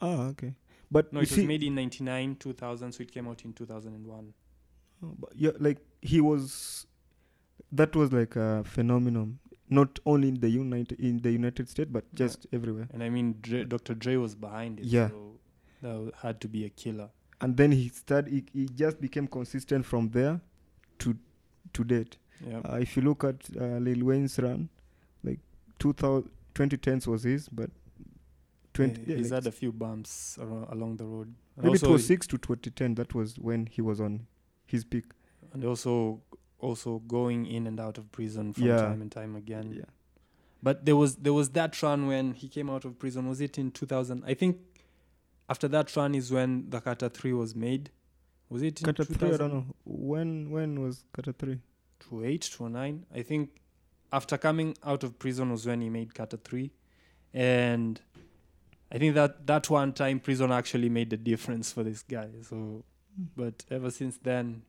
Speaker 4: ah, okay. But
Speaker 3: No,
Speaker 4: you
Speaker 3: it was
Speaker 4: see,
Speaker 3: made in 99, 2000, so it came out in 2001.
Speaker 4: oh, but yeah, like he was. That was like a phenomenon, not only in the United in the United States, but
Speaker 3: Yeah.
Speaker 4: just everywhere.
Speaker 3: And I mean, Dre, Dr. Dre was behind it.
Speaker 4: Yeah.
Speaker 3: So that w- had to be a killer.
Speaker 4: And then he started. He, he just became consistent from there, to, to date.
Speaker 3: Yeah.
Speaker 4: Uh, if you look at uh, Lil Wayne's run, like 2000, 2010s was his, but. 20,
Speaker 3: Yeah,
Speaker 4: yeah,
Speaker 3: he's
Speaker 4: like
Speaker 3: had a few bumps aro- along the road. And
Speaker 4: Maybe it
Speaker 3: also-
Speaker 4: was six to twenty ten. That was when he was on his peak.
Speaker 3: and also also going in and out of prison from
Speaker 4: Yeah.
Speaker 3: time and time again. But there was there was that run when he came out of prison. Was it in 2000? I think after that run is when the Carter Three was made. Was it in
Speaker 4: Kata three. I don't
Speaker 3: 2008,
Speaker 4: know when. When was Kata three?
Speaker 3: 2009? I think after coming out of prison was when he made Carter Three, and I think that that one time prison actually made the difference for this guy. So,
Speaker 4: Hmm.
Speaker 3: but ever since then,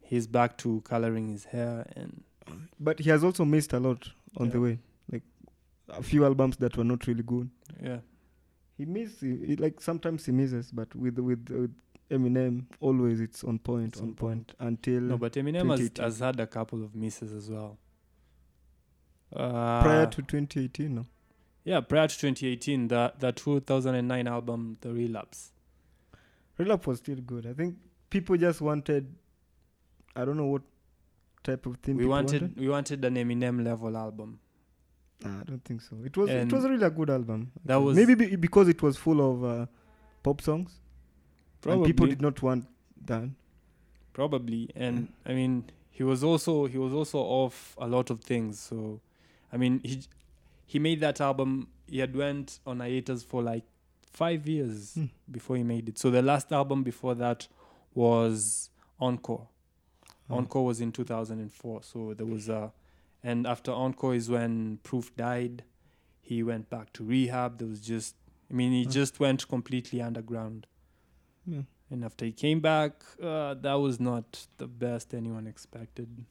Speaker 3: he's back to coloring his hair and
Speaker 4: But he has also missed a lot on the
Speaker 3: Yeah.
Speaker 4: way. Like a few albums that were not really good.
Speaker 3: yeah.
Speaker 4: He misses. He, he- like sometimes he misses, but with with, with Eminem, always it's on point,
Speaker 3: It's
Speaker 4: on
Speaker 3: on point.
Speaker 4: point until
Speaker 3: No, but Eminem has,
Speaker 4: 2018.
Speaker 3: has had a couple of misses as well. Uh,
Speaker 4: prior to 2018. No,
Speaker 3: yeah, prior to 2018, the the 2009 album, The Relapse.
Speaker 4: Relap was still good. I think people just wanted. I don't know what type of thing
Speaker 3: we
Speaker 4: people
Speaker 3: wanted, we wanted an Eminem level album.
Speaker 4: Nah, I don't think so. It was
Speaker 3: And
Speaker 4: it was really a good album.
Speaker 3: that
Speaker 4: actually.
Speaker 3: was-
Speaker 4: maybe be, because it was full of uh, pop songs
Speaker 3: Probably,
Speaker 4: and people did not want that.
Speaker 3: probably, and I mean he was also he was also off a lot of things. So, I mean he j- he made that album. He had went on hiatus for like five years
Speaker 4: Hmm.
Speaker 3: before he made it. So the last album before that was Encore. Encore was in 2004, so there was a, and after Encore is when Proof died. He went back to rehab. There was just, I mean, he
Speaker 4: Huh.
Speaker 3: just went completely underground.
Speaker 4: Yeah.
Speaker 3: And after he came back, uh, that was not the best anyone expected.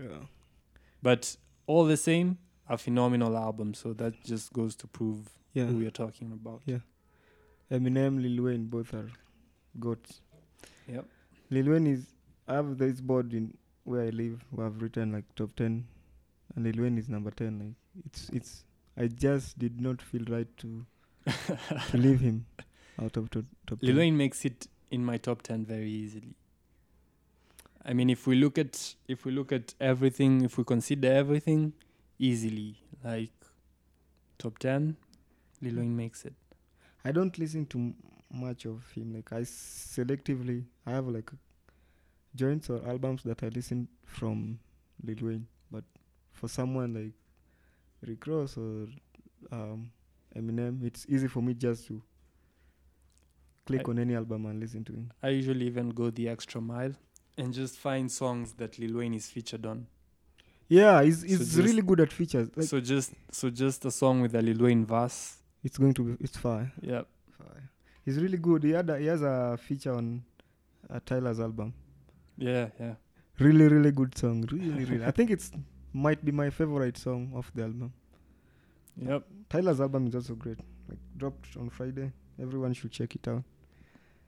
Speaker 4: Yeah.
Speaker 3: But all the same, a phenomenal album. So that just goes to prove
Speaker 4: Yeah.
Speaker 3: who we are talking about.
Speaker 4: Yeah. Eminem, Lil Wayne, both are goats.
Speaker 3: Yep.
Speaker 4: Lil Wayne is I have this board in where I live where I've written like top ten, and Lil Wayne is number ten. Like it's it's I just did not feel right to to leave him out of top, top
Speaker 3: Lil
Speaker 4: 10.
Speaker 3: Wayne makes it in my top ten very easily. I mean, if we look at if we look at everything, if we consider everything, easily like top ten, Lil Wayne makes it.
Speaker 4: I don't listen to m- much of him. Like I selectively, I have like joints or albums that I listen from Lil Wayne. But for someone like Rick Ross or um, Eminem, it's easy for me just to click
Speaker 3: I-
Speaker 4: on any album and listen to him.
Speaker 3: I usually even go the extra mile and just find songs that Lil Wayne is featured on.
Speaker 4: Yeah, he's
Speaker 3: So
Speaker 4: he's
Speaker 3: just-
Speaker 4: really good at features. Like
Speaker 3: so just so just a song with a Lil Wayne verse.
Speaker 4: it's going to be it's fire.
Speaker 3: Yeah,
Speaker 4: Fire. He's really good. He had a, he has a feature on uh, Tyler's album.
Speaker 3: yeah, yeah.
Speaker 4: really really good song really really i think it's might be my favorite song of the album
Speaker 3: Yep.
Speaker 4: tyler's album is also great like dropped on friday everyone should check it out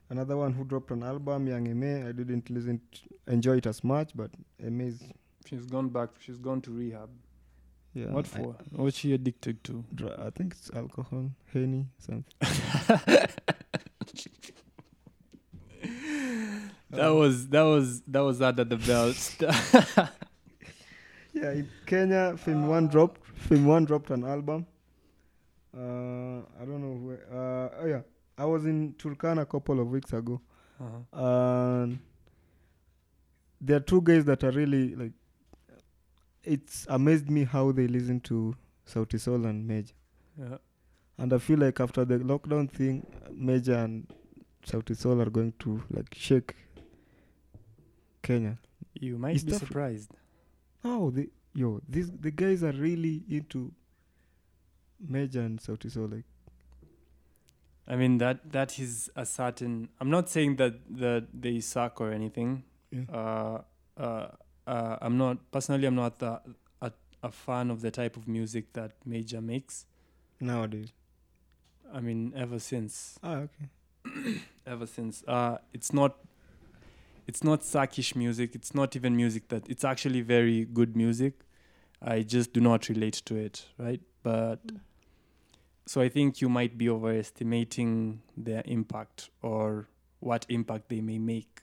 Speaker 4: another one who dropped an album young ma i didn't listen t- enjoy it as much but ma is
Speaker 3: She's gone back. She's gone to rehab.
Speaker 4: yeah
Speaker 3: what
Speaker 4: I,
Speaker 3: for? What's she addicted to?
Speaker 4: dr- I think it's alcohol henny something
Speaker 3: That was that was that was under the belt.
Speaker 4: yeah in kenya fame one dropped fame one dropped an album uh i don't know where uh oh yeah i was in turkana a couple of weeks ago
Speaker 3: uh
Speaker 4: and there are two guys that are really like it's amazed me how they listen to Sauti Sol and Major
Speaker 3: yeah.
Speaker 4: and I feel like after the lockdown thing Major and Sauti Sol are going to like shake Kenya
Speaker 3: You might
Speaker 4: It's
Speaker 3: be
Speaker 4: tough.
Speaker 3: surprised.
Speaker 4: oh the yo these the guys are really into Major and Sauti Sol like
Speaker 3: I mean that that is a certain. I'm not saying that that they suck or anything.
Speaker 4: Yeah.
Speaker 3: Uh, uh, uh, I'm not personally. I'm not a, a a fan of the type of music that Major makes.
Speaker 4: nowadays
Speaker 3: I mean, ever since,
Speaker 4: ah okay
Speaker 3: ever since, uh, it's not. It's not suckish music. It's not even music that. It's actually very good music. I just do not relate to it, right? But so I think you might be overestimating their impact or what impact they may make.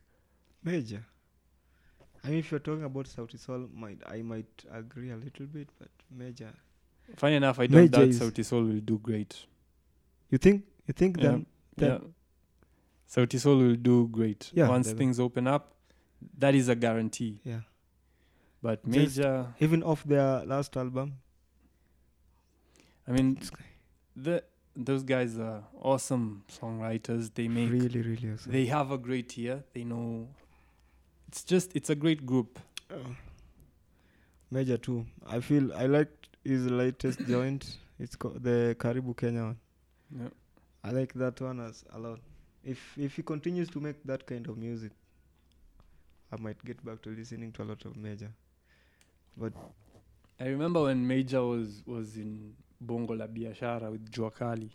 Speaker 4: Major I mean if you're talking about Sauti Sol might I might agree a little bit but Major
Speaker 3: Funny enough, I don't
Speaker 4: Major
Speaker 3: doubt
Speaker 4: is-
Speaker 3: Sauti Sol will do great.
Speaker 4: You think you think
Speaker 3: Yeah,
Speaker 4: them then-
Speaker 3: yeah. Sauti Sol will do great
Speaker 4: Yeah,
Speaker 3: once
Speaker 4: they will.
Speaker 3: things open up. That is a guarantee.
Speaker 4: yeah.
Speaker 3: But
Speaker 4: Just-
Speaker 3: major,
Speaker 4: Even off their last album.
Speaker 3: I mean, the those guys are awesome songwriters. They make
Speaker 4: really, really awesome.
Speaker 3: they have a great year. They know. It's just it's a great group.
Speaker 4: Oh. Major too. I feel I liked his latest joint. It's called the Karibu Kenya one.
Speaker 3: Yeah.
Speaker 4: I like that one as a lot. If if he continues to make that kind of music, I might get back to listening to a lot of Major.
Speaker 3: I remember when Major was was in Bongo La Biashara with Juakali.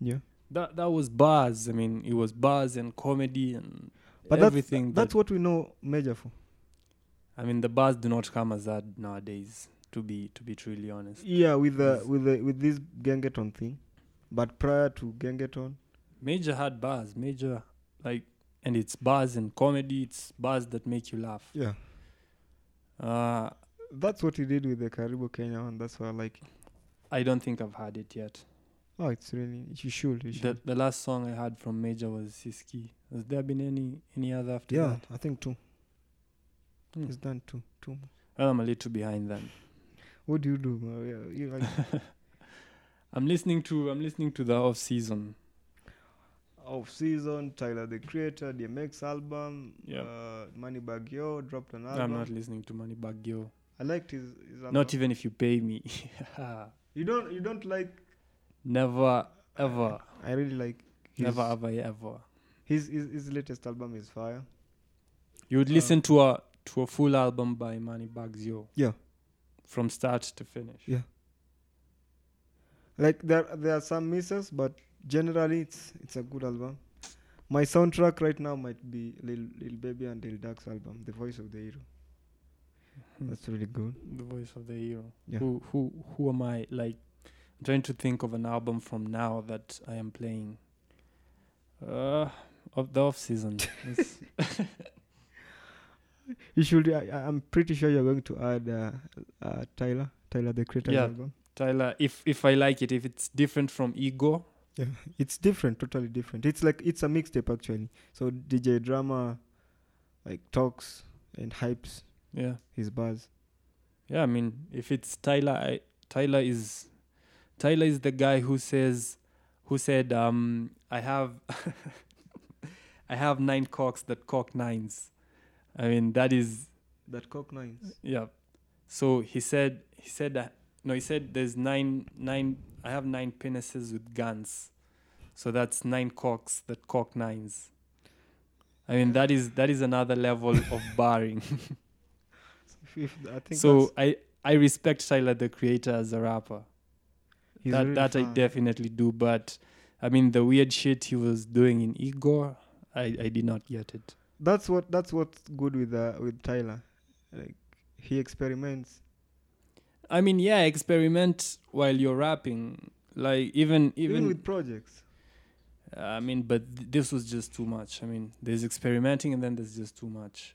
Speaker 4: Yeah.
Speaker 3: That that was bars. I mean, it was bars and comedy and
Speaker 4: But that's-
Speaker 3: everything.
Speaker 4: That's
Speaker 3: that-
Speaker 4: what we know Major for.
Speaker 3: I mean, the bars do not come as that nowadays. To be to be truly honest,
Speaker 4: Yeah, with the
Speaker 3: Yes.
Speaker 4: with the with this Gengeton thing. But prior to Gengeton,
Speaker 3: Major had bars. Major like, and it's bars and comedy. It's bars that make you laugh.
Speaker 4: yeah.
Speaker 3: Uh,
Speaker 4: That's what he did with the Karibu Kenya one. That's why I like. it.
Speaker 3: I don't think I've had it yet.
Speaker 4: Oh, it's really you should. You
Speaker 3: The,
Speaker 4: should.
Speaker 3: the last song I had from Major was Siski. Has there been any any other after
Speaker 4: yeah,
Speaker 3: that?
Speaker 4: I think two.
Speaker 3: Hmm.
Speaker 4: He's done two. Two.
Speaker 3: I'm a little behind then.
Speaker 4: What do you do? Mario? You like
Speaker 3: I'm listening to I'm listening to the off season.
Speaker 4: off season Tyler the Creator, DMX album.
Speaker 3: Yeah.
Speaker 4: Uh, Moneybag Yo dropped an
Speaker 3: I'm
Speaker 4: album.
Speaker 3: not listening to Moneybag Yo.
Speaker 4: I liked his, his album.
Speaker 3: Not even if you pay me.
Speaker 4: You don't. You don't like.
Speaker 3: Never ever.
Speaker 4: I really like. His,
Speaker 3: Never ever ever.
Speaker 4: His, his his latest album is fire.
Speaker 3: You would
Speaker 4: Uh,
Speaker 3: listen to a to a full album by Moneybags Yo.
Speaker 4: Yeah.
Speaker 3: From start to finish.
Speaker 4: Yeah. Like there there are some misses, but generally it's it's a good album. My soundtrack right now might be Lil, Lil Baby and Lil Duck's album, The Voice of the Hero.
Speaker 3: Hmm.
Speaker 4: That's really good.
Speaker 3: The voice of the hero.
Speaker 4: Yeah.
Speaker 3: Who who who am I? Like I'm trying to think of an album from now that I am playing. Uh of the off season. It's-
Speaker 4: You should. I, I- I'm pretty sure you're going to add uh, uh, Tyler, Tyler the Creator's
Speaker 3: Yeah.
Speaker 4: album.
Speaker 3: Tyler, if if I like it, if it's different from Ego,
Speaker 4: It's different, totally different. It's like it's a mixtape actually. So DJ Drama, like talks and hypes
Speaker 3: yeah.
Speaker 4: his bars.
Speaker 3: Yeah, I mean, if it's Tyler, I, Tyler is Tyler is the guy who says, who said, um, I have, I have nine cocks that cock nines. I mean, that is
Speaker 4: That cock nines.
Speaker 3: yeah. So he said, he said that no, he said there's nine nine. I have nine penises with guns, so that's nine cocks that cock nines. I mean, that is that is another level of barring.
Speaker 4: If- if- I think
Speaker 3: so
Speaker 4: that's-
Speaker 3: I I respect Tyler the Creator as a rapper.
Speaker 4: he's
Speaker 3: that
Speaker 4: really
Speaker 3: that I
Speaker 4: fun.
Speaker 3: definitely do, but I mean the weird shit he was doing in Igor, I I did not get it.
Speaker 4: That's what that's what's good with uh, with Tyler, like he experiments.
Speaker 3: I mean, yeah, experiment while you're rapping, like even
Speaker 4: Even,
Speaker 3: even.
Speaker 4: with projects,
Speaker 3: Uh, I mean, but th- this was just too much. I mean, there's experimenting and then there's just too much.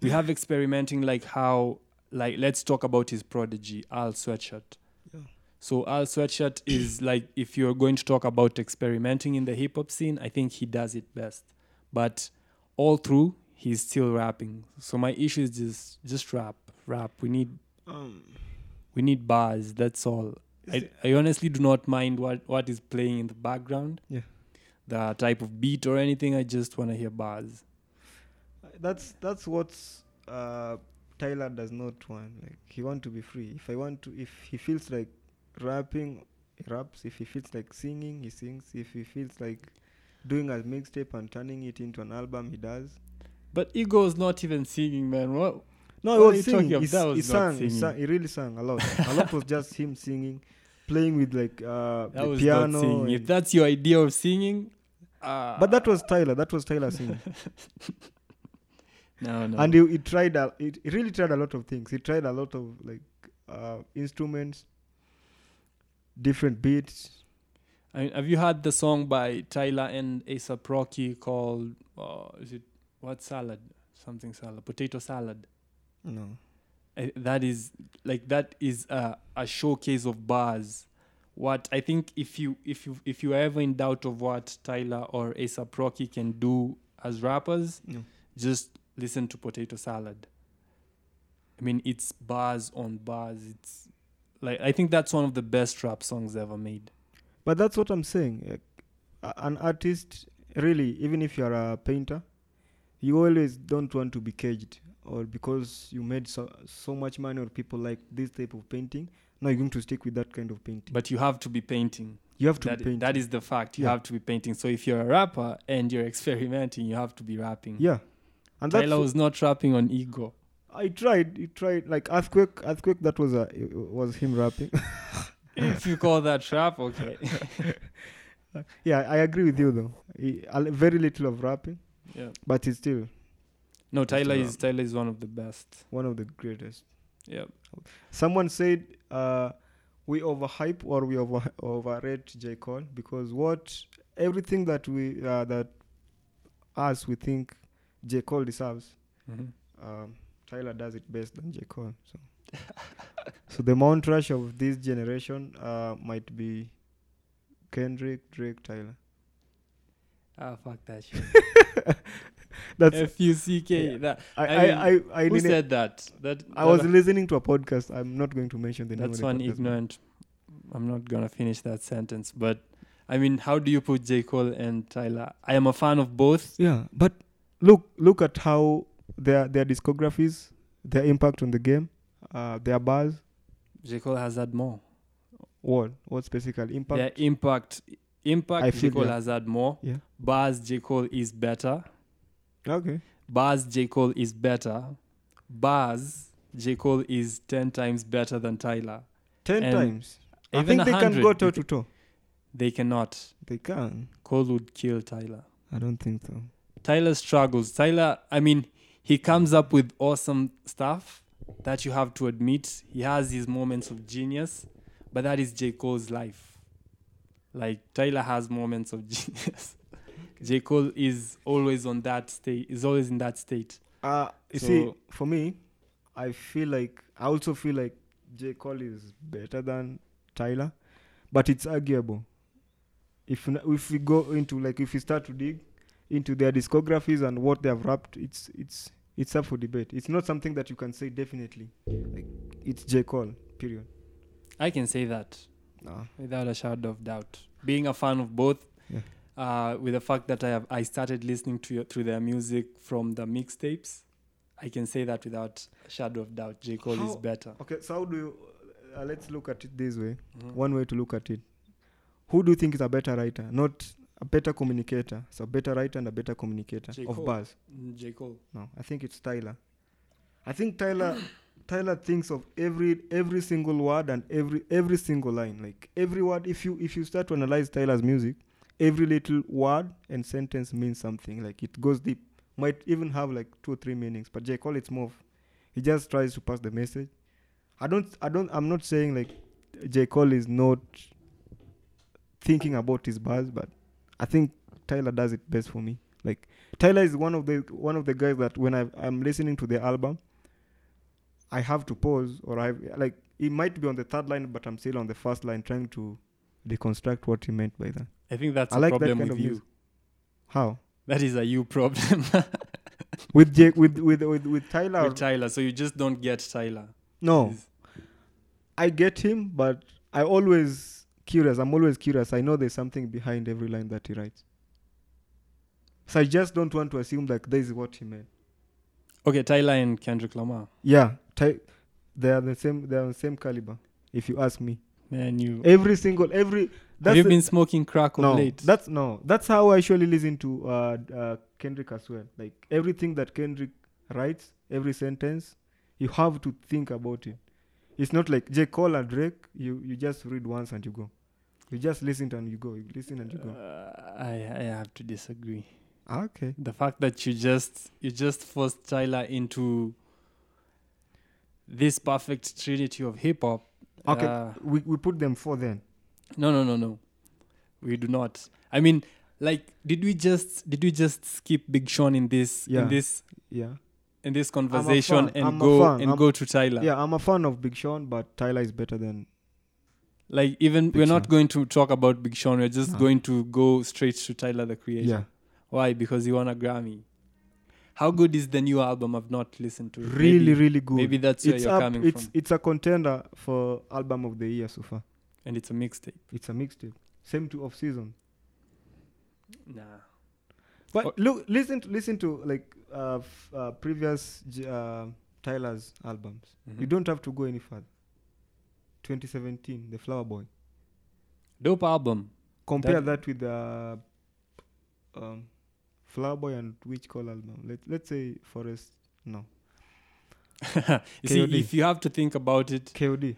Speaker 3: We have experimenting like how like let's talk about his prodigy Al Sweatshirt.
Speaker 4: Yeah.
Speaker 3: So Al Sweatshirt is like if you're going to talk about experimenting in the hip hop scene, I think he does it best. But all through, he's still rapping. So my issue is just just rap, rap. We need
Speaker 4: um,
Speaker 3: we
Speaker 4: we,
Speaker 3: need bars. That's all. I, I honestly do not mind what, what is playing in the background.
Speaker 4: Yeah.
Speaker 3: The type of beat or anything. I just want to hear bars.
Speaker 4: that's that's what's uh, Tyler does not want. Like he want to be free. If I want to, if he feels like rapping, he raps. If he feels like singing, he sings. If he feels like doing a mixtape and turning it into an album, he does.
Speaker 3: But Ego's not even singing, man. What?
Speaker 4: No,
Speaker 3: What
Speaker 4: he
Speaker 3: are you
Speaker 4: was
Speaker 3: talking
Speaker 4: singing.
Speaker 3: of?
Speaker 4: He,
Speaker 3: That
Speaker 4: s- he
Speaker 3: was not
Speaker 4: sang, he
Speaker 3: singing.
Speaker 4: sang. He really sang a lot. a lot was just him singing, playing with like uh,
Speaker 3: That
Speaker 4: the
Speaker 3: was
Speaker 4: piano.
Speaker 3: not singing. If
Speaker 4: and-
Speaker 3: that's your idea of singing, uh,
Speaker 4: but that was Tyler. That was Tyler singing,
Speaker 3: no, no.
Speaker 4: and he, he tried. A, he, he really tried a lot of things. He tried a lot of like uh, instruments, different beats.
Speaker 3: I mean, have you heard the song by Tyler and Asa Rocky called uh, is it what salad? Something salad, potato salad.
Speaker 4: No,
Speaker 3: I- Eh, that is like that is a, a showcase of bars what i think if you if you if you are ever in doubt of what tyler or asap rocky can do as rappers
Speaker 4: no.
Speaker 3: just listen to potato salad i mean it's bars on bars it's like i think that's one of the best rap songs ever made
Speaker 4: But that's what I'm saying. Like, a- an artist, really, even if you're a painter, you always don't want to be caged or because you made so, so much money or people like this type of painting. No, you're going to stick with that kind of painting.
Speaker 3: but you have to be painting
Speaker 4: you have to
Speaker 3: that,
Speaker 4: be painting.
Speaker 3: that is the fact you
Speaker 4: Yeah.
Speaker 3: have to be painting so if you're a rapper and you're experimenting you have to be rapping
Speaker 4: yeah. And that's
Speaker 3: tyler was not rapping on ego
Speaker 4: I tried, you tried like earthquake, earthquake. That was a it was him rapping.
Speaker 3: if you call that trap, okay.
Speaker 4: yeah, I agree with you though. He, a li- very little of rapping,
Speaker 3: yeah.
Speaker 4: but he's still
Speaker 3: No, Tyler
Speaker 4: Tyler.
Speaker 3: is Tyler is one of the best.
Speaker 4: one of the greatest.
Speaker 3: Yeah.
Speaker 4: Someone said uh, we overhype or we over overrate J Cole because what everything that we
Speaker 3: Mm-hmm.
Speaker 4: uh, that us we think J Cole deserves, um, Tyler does it best than J. Cole. So, so the Mount Rush of this generation uh, might be Kendrick, Drake, Tyler.
Speaker 3: Ah, fuck that shit.
Speaker 4: That's
Speaker 3: F U C K.
Speaker 4: Yeah.
Speaker 3: That
Speaker 4: I
Speaker 3: I
Speaker 4: I I, I,
Speaker 3: who
Speaker 4: didn't-
Speaker 3: said that? That
Speaker 4: I
Speaker 3: that-
Speaker 4: was listening to a podcast. I'm not going to mention the name.
Speaker 3: That's
Speaker 4: of the
Speaker 3: one
Speaker 4: podcast, but-
Speaker 3: ignorant. I'm not gonna finish that sentence, but I mean, how do you put J Cole and Tyler? I am a fan of both.
Speaker 4: Yeah, but look look at how their their discographies, their impact on the game, uh, their bars.
Speaker 3: J Cole has had more.
Speaker 4: What what specifically impact?
Speaker 3: Their impact,
Speaker 4: I
Speaker 3: impact. J
Speaker 4: feel
Speaker 3: Cole
Speaker 4: that.
Speaker 3: has had more.
Speaker 4: Yeah.
Speaker 3: Bars J Cole is better.
Speaker 4: Okay.
Speaker 3: Bars J Cole is better. Bars J Cole is ten times better than Tyler.
Speaker 4: Ten
Speaker 3: And
Speaker 4: times. I
Speaker 3: even
Speaker 4: think they can
Speaker 3: 100,
Speaker 4: go
Speaker 3: you
Speaker 4: toe
Speaker 3: ca-
Speaker 4: to toe.
Speaker 3: They cannot.
Speaker 4: They can.
Speaker 3: Cole would kill Tyler.
Speaker 4: I don't think so.
Speaker 3: Tyler struggles. Tyler, I mean, he comes up with awesome stuff that you have to admit. He has his moments of genius, but that is J. Cole's life. Like Tyler has moments of genius. J. Cole is always on that state is always in that state.
Speaker 4: Uh you see,
Speaker 3: So-
Speaker 4: for me, I feel like I also feel like J. Cole is better than Tyler, but it's arguable. If n- if we go into like if we start to dig into their discographies and what they have rapped, it's it's it's up for debate. It's not something that you can say definitely. Like it's J. Cole, period.
Speaker 3: I can say that
Speaker 4: Nah.
Speaker 3: without a shadow of doubt. Being a fan of both,
Speaker 4: Yeah.
Speaker 3: uh, with the fact that I have I started listening to your, to their music from the mixtapes, I can say that without a shadow of doubt. J. Cole
Speaker 4: How-
Speaker 3: is better.
Speaker 4: Okay, so how do you, uh, let's look at it this way.
Speaker 3: Mhm.
Speaker 4: One way to look at it. Who do you think is a better writer? Not a better communicator. So a better writer and a better communicator
Speaker 3: J.
Speaker 4: of
Speaker 3: Cole.
Speaker 4: bars.
Speaker 3: Mm, J. Cole.
Speaker 4: No, I think it's Tyler. I think Tyler Tyler thinks of every every single word and every every single line. Like every word if you if you start to analyze Tyler's music, every little word and sentence means something. Like it goes deep. Might even have like two or three meanings. But J. Cole it's more of- he just tries to pass the message. I don't I don't I'm not saying like J. Cole is not thinking about his bars, but I think Tyler does it best for me. Like Tyler is one of the one of the guys that when I, I'm listening to the album, I have to pause or I like it might be on the third line, but I'm still on the first line trying to deconstruct what he meant by that.
Speaker 3: I think that's
Speaker 4: I
Speaker 3: a
Speaker 4: like that
Speaker 3: problem
Speaker 4: kind
Speaker 3: with
Speaker 4: of
Speaker 3: you.
Speaker 4: music. How
Speaker 3: That is a you problem
Speaker 4: with Jake with with with, with Tyler?
Speaker 3: with Tyler. So you just don't get Tyler.
Speaker 4: no,
Speaker 3: He's-
Speaker 4: I get him, but I always curious. I'm always curious. I know there's something behind every line that he writes. So I just don't want to assume like this is what he meant.
Speaker 3: Okay, Tyler and Kendrick Lamar.
Speaker 4: Yeah, ty- they are the same. They are the same caliber. If you ask me,
Speaker 3: Man, you
Speaker 4: every single every.
Speaker 3: have you
Speaker 4: the-
Speaker 3: been smoking crack of
Speaker 4: no,
Speaker 3: late?
Speaker 4: that's no. That's how I usually listen to uh, uh, Kendrick as well. Like everything that Kendrick writes, every sentence, you have to think about it. It's not like J Cole and Drake. You you just read once and you go. You just listen and you go. You listen and you go.
Speaker 3: Uh, I I have to disagree.
Speaker 4: Ah, okay.
Speaker 3: The fact that you just you just forced Tyler into this perfect trinity of hip hop.
Speaker 4: Okay.
Speaker 3: uh,
Speaker 4: we we put them four then.
Speaker 3: No, no, no, no. We do not. I mean, like, did we just did we just skip Big Sean in this
Speaker 4: Yeah.
Speaker 3: in this
Speaker 4: Yeah.
Speaker 3: in this
Speaker 4: a
Speaker 3: conversation
Speaker 4: fan,
Speaker 3: and
Speaker 4: I'm a
Speaker 3: go
Speaker 4: fan,
Speaker 3: and
Speaker 4: I'm-
Speaker 3: go to Tyler?
Speaker 4: Yeah. I'm a fan of Big Sean, but Tyler is better than
Speaker 3: Like even
Speaker 4: Big
Speaker 3: we're not
Speaker 4: Sean.
Speaker 3: going to talk about Big Sean. We're just
Speaker 4: No.
Speaker 3: going to go straight to Tyler the Creator.
Speaker 4: yeah.
Speaker 3: Why? Because he won a Grammy. How good is the new album? I've not listened to. it.
Speaker 4: Really,
Speaker 3: maybe,
Speaker 4: really good.
Speaker 3: Maybe that's where
Speaker 4: it's
Speaker 3: you're
Speaker 4: up,
Speaker 3: coming
Speaker 4: it's
Speaker 3: from.
Speaker 4: it's a contender for album of the year so far.
Speaker 3: And it's a mixtape.
Speaker 4: It's a mixtape. Same to off season.
Speaker 3: Nah.
Speaker 4: But
Speaker 3: Oh.
Speaker 4: look, listen, to, listen to like uh, f- uh, previous J- uh, Tyler's albums. You
Speaker 3: Mhm.
Speaker 4: don't have to go any further. 2017, The Flower Boy.
Speaker 3: Dope album.
Speaker 4: Compare
Speaker 3: That-
Speaker 4: that, with the um, Flower Boy and which call album? Let Let's say Forest. No,
Speaker 3: you see,
Speaker 4: KOD.
Speaker 3: if you have to think about it,
Speaker 4: KOD.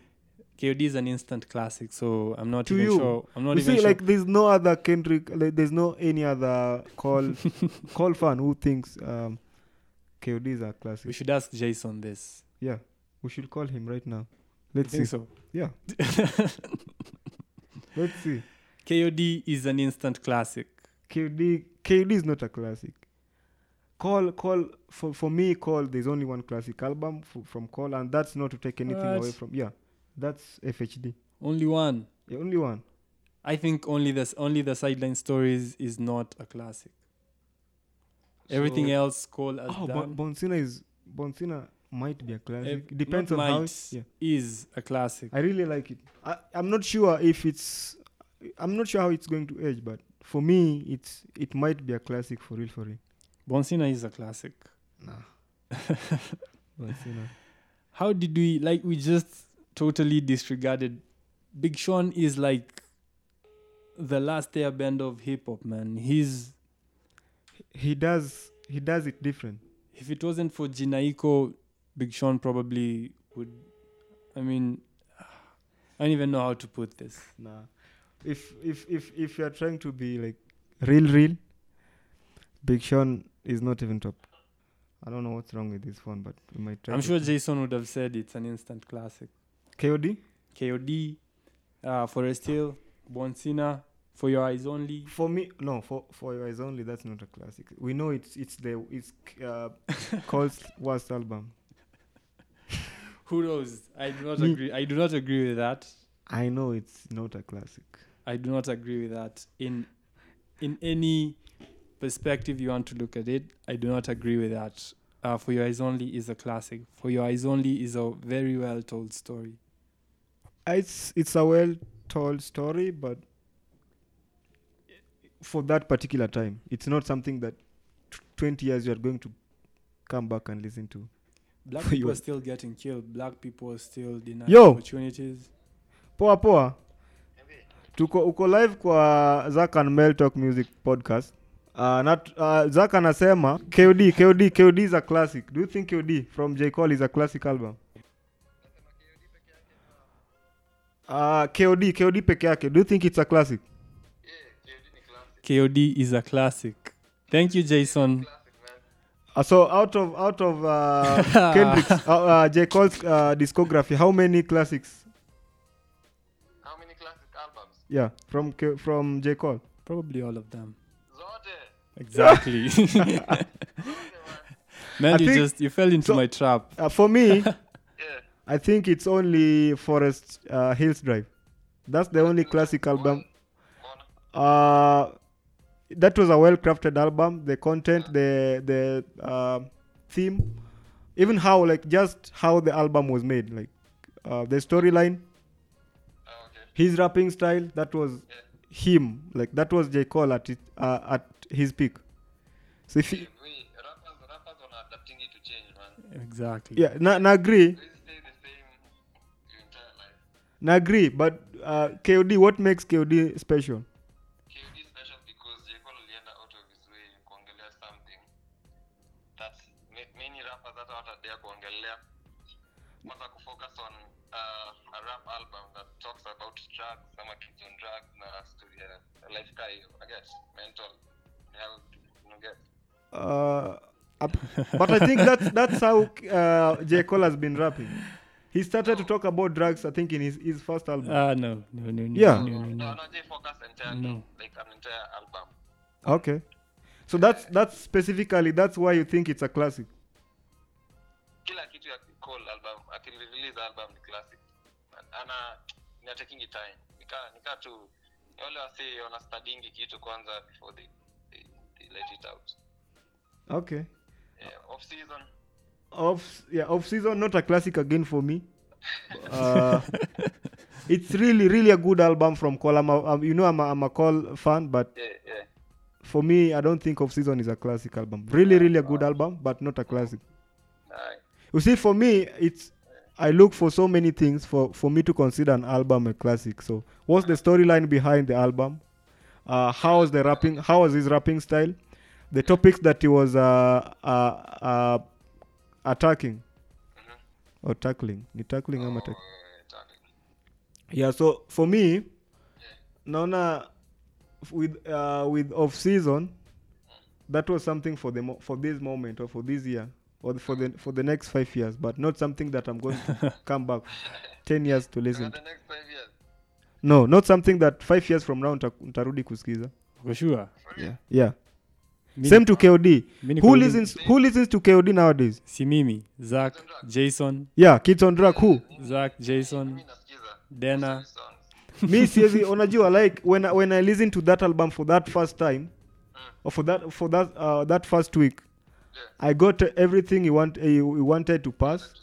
Speaker 3: KOD is an instant classic, so I'm not
Speaker 4: To
Speaker 3: even
Speaker 4: you.
Speaker 3: sure. I'm not
Speaker 4: you
Speaker 3: even
Speaker 4: see,
Speaker 3: sure.
Speaker 4: like there's no other Kendrick. Like, there's no any other call call fan who thinks um, KOD is a classic.
Speaker 3: we should ask Jason this.
Speaker 4: Yeah, we should call him right now.
Speaker 3: I
Speaker 4: Let's see.
Speaker 3: think so.
Speaker 4: Yeah, let's see.
Speaker 3: KOD is an instant classic.
Speaker 4: KD KD is not a classic. Call, call for for me. Call. There's only one classic album f- from Call, and that's not to take anything
Speaker 3: What?
Speaker 4: away from. Yeah, that's FHD.
Speaker 3: Only one.
Speaker 4: The only one.
Speaker 3: I think only the only the sideline stories is not a classic. Everything
Speaker 4: So-
Speaker 3: else, Cole has
Speaker 4: Oh,
Speaker 3: done
Speaker 4: bon- Bonsina is Bonsina might be a classic.
Speaker 3: Eh,
Speaker 4: Depends on
Speaker 3: not
Speaker 4: how.
Speaker 3: might,
Speaker 4: it's- Yeah.
Speaker 3: is a classic.
Speaker 4: I really like it. I, I'm not sure if it's. I'm not sure how it's going to age, but for me, it's it might be a classic for real. For real.
Speaker 3: Bonsina is a classic.
Speaker 4: Bonsina.
Speaker 3: How did we like? We just totally disregarded. Big Sean is like the last airband of hip hop, man. He's
Speaker 4: he does. He does it different.
Speaker 3: if it wasn't for Jinaiko, Big Sean probably would. I mean, I don't even know how to put this.
Speaker 4: Nah. If if if if you're trying to be like real real, Big Sean is not even top. I don't know what's wrong with this phone, but we might try.
Speaker 3: I'm
Speaker 4: to-
Speaker 3: sure Jason would have said it's an instant classic.
Speaker 4: KOD
Speaker 3: KOD, uh, Forest Hill, Bonsina, For Your Eyes Only.
Speaker 4: for me no for for your eyes only that's not a classic. We know it's it's the it's uh, Cole's worst album.
Speaker 3: Who knows? I do not
Speaker 4: Me-
Speaker 3: agree. I do not agree with that.
Speaker 4: I know it's not a classic.
Speaker 3: I do not agree with that. In in any perspective you want to look at it, I do not agree with that. Uh, For Your Eyes Only is a classic. For Your Eyes Only is a very well told story.
Speaker 4: It's it's a well told story, but for that particular time, it's not something that tw- twenty years you are going to come back and listen to.
Speaker 3: Black
Speaker 4: For
Speaker 3: people
Speaker 4: your-
Speaker 3: are still getting killed. Black people are still denied
Speaker 4: Yo!
Speaker 3: opportunities.
Speaker 4: poa poa tuko uko live kwa zak and mel talk music podcast uh, na uh, zak anasema kod kod kod is a classic do you think kod from j cole is a classic album Uh, kod kod peke yake do you think it's a classic
Speaker 3: KOD is a classic. Thank you, Jason.
Speaker 4: uh, so out of out of uh, kendrick's uh, uh, j cole's uh, discography how many classics
Speaker 1: How many classic albums?
Speaker 4: yeah from K- from j cole
Speaker 3: Probably all of them.
Speaker 1: Zote.
Speaker 3: Exactly. Man,
Speaker 4: I
Speaker 3: you
Speaker 4: think-
Speaker 3: just you fell into
Speaker 4: so-
Speaker 3: my trap.
Speaker 4: uh, for me
Speaker 1: Yeah.
Speaker 4: I think it's only Forest uh, Hills Drive. That's the only classic album.
Speaker 1: Mona.
Speaker 4: Uh, that was a well-crafted album. The content, the the uh, theme, even how like just how the album was made, like uh, the storyline,
Speaker 1: Ah, okay.
Speaker 4: his rapping style. That was him. Like that was J Cole at it, uh, at his peak. So if he,
Speaker 1: We rappers, rappers are adapting it to change, man.
Speaker 3: Exactly.
Speaker 4: yeah, na, na agree,
Speaker 1: We stay the same your entire life.
Speaker 4: na agree. But uh, KOD, what makes KOD special?
Speaker 1: KOD is special because Jekol alienda out of his way kuongelea something that ma- many rappers hata watadea kuongelea kwanza kufocus on uh, a rap album that talks about drugs ama kids on drugs na story ya life ka hiyo I guess mental health you get
Speaker 4: uh, ap- but I think that's that's how uh, J Cole has been rapping. He started to talk about drugs, I think, in his, his first album.
Speaker 3: Ah no, no, no, no,
Speaker 4: Yeah.
Speaker 3: no, no, no.
Speaker 1: no, no, they focus entirely
Speaker 3: No.
Speaker 1: like an entire album.
Speaker 4: okay, so that's that's specifically that's why you think it's a classic.
Speaker 1: Kila kitu ya Cole album, akirelease album ni classic. Ana they are taking it time. Nika nika tu ni wale wasi wana studying kitu kwanza before they, they, they let it out.
Speaker 4: Okay,
Speaker 1: Yeah, off season
Speaker 4: off yeah off season not a classic again for me. Uh, it's really really a good album from Cole. I'm a, I'm, you know I'm a, I'm a Cole fan, but
Speaker 1: yeah, yeah.
Speaker 4: for me I don't think off season is a classic album. Really really a good album, but not a classic.
Speaker 1: Aye.
Speaker 4: You see, for me, it's I look for so many things for for me to consider an album a classic. So, what's the storyline behind the album? Uh, how is the rapping? How is his rapping style? The topics that he was uh, uh, uh, attacking or tackling, ni tackling ama tack-
Speaker 1: Eh, tani.
Speaker 4: yeah. So for me, naona with uh, with off season, that was something for the mo- for this moment or for this year or for the for the next five years, but not something that I'm going to come back ten years to listen.
Speaker 1: For
Speaker 4: To.
Speaker 1: the next five years.
Speaker 4: No, not something that five years from now nita- nitarudi kusikiza.
Speaker 3: For sure.
Speaker 4: Yeah,
Speaker 3: Mimi-
Speaker 4: Same to KOD.
Speaker 3: Mimi niko
Speaker 4: Who
Speaker 3: looking-
Speaker 4: listens? Who listens to KOD nowadays?
Speaker 3: si mimi zak jason
Speaker 4: Yeah, kids on drug. Who?
Speaker 3: zak jason
Speaker 1: mi nasikiza
Speaker 3: dena
Speaker 1: songs.
Speaker 4: me siezi unajua like when, I- when i listened to that album for that first time or for that for that uh, that first week i got everything you want you, you wanted to pass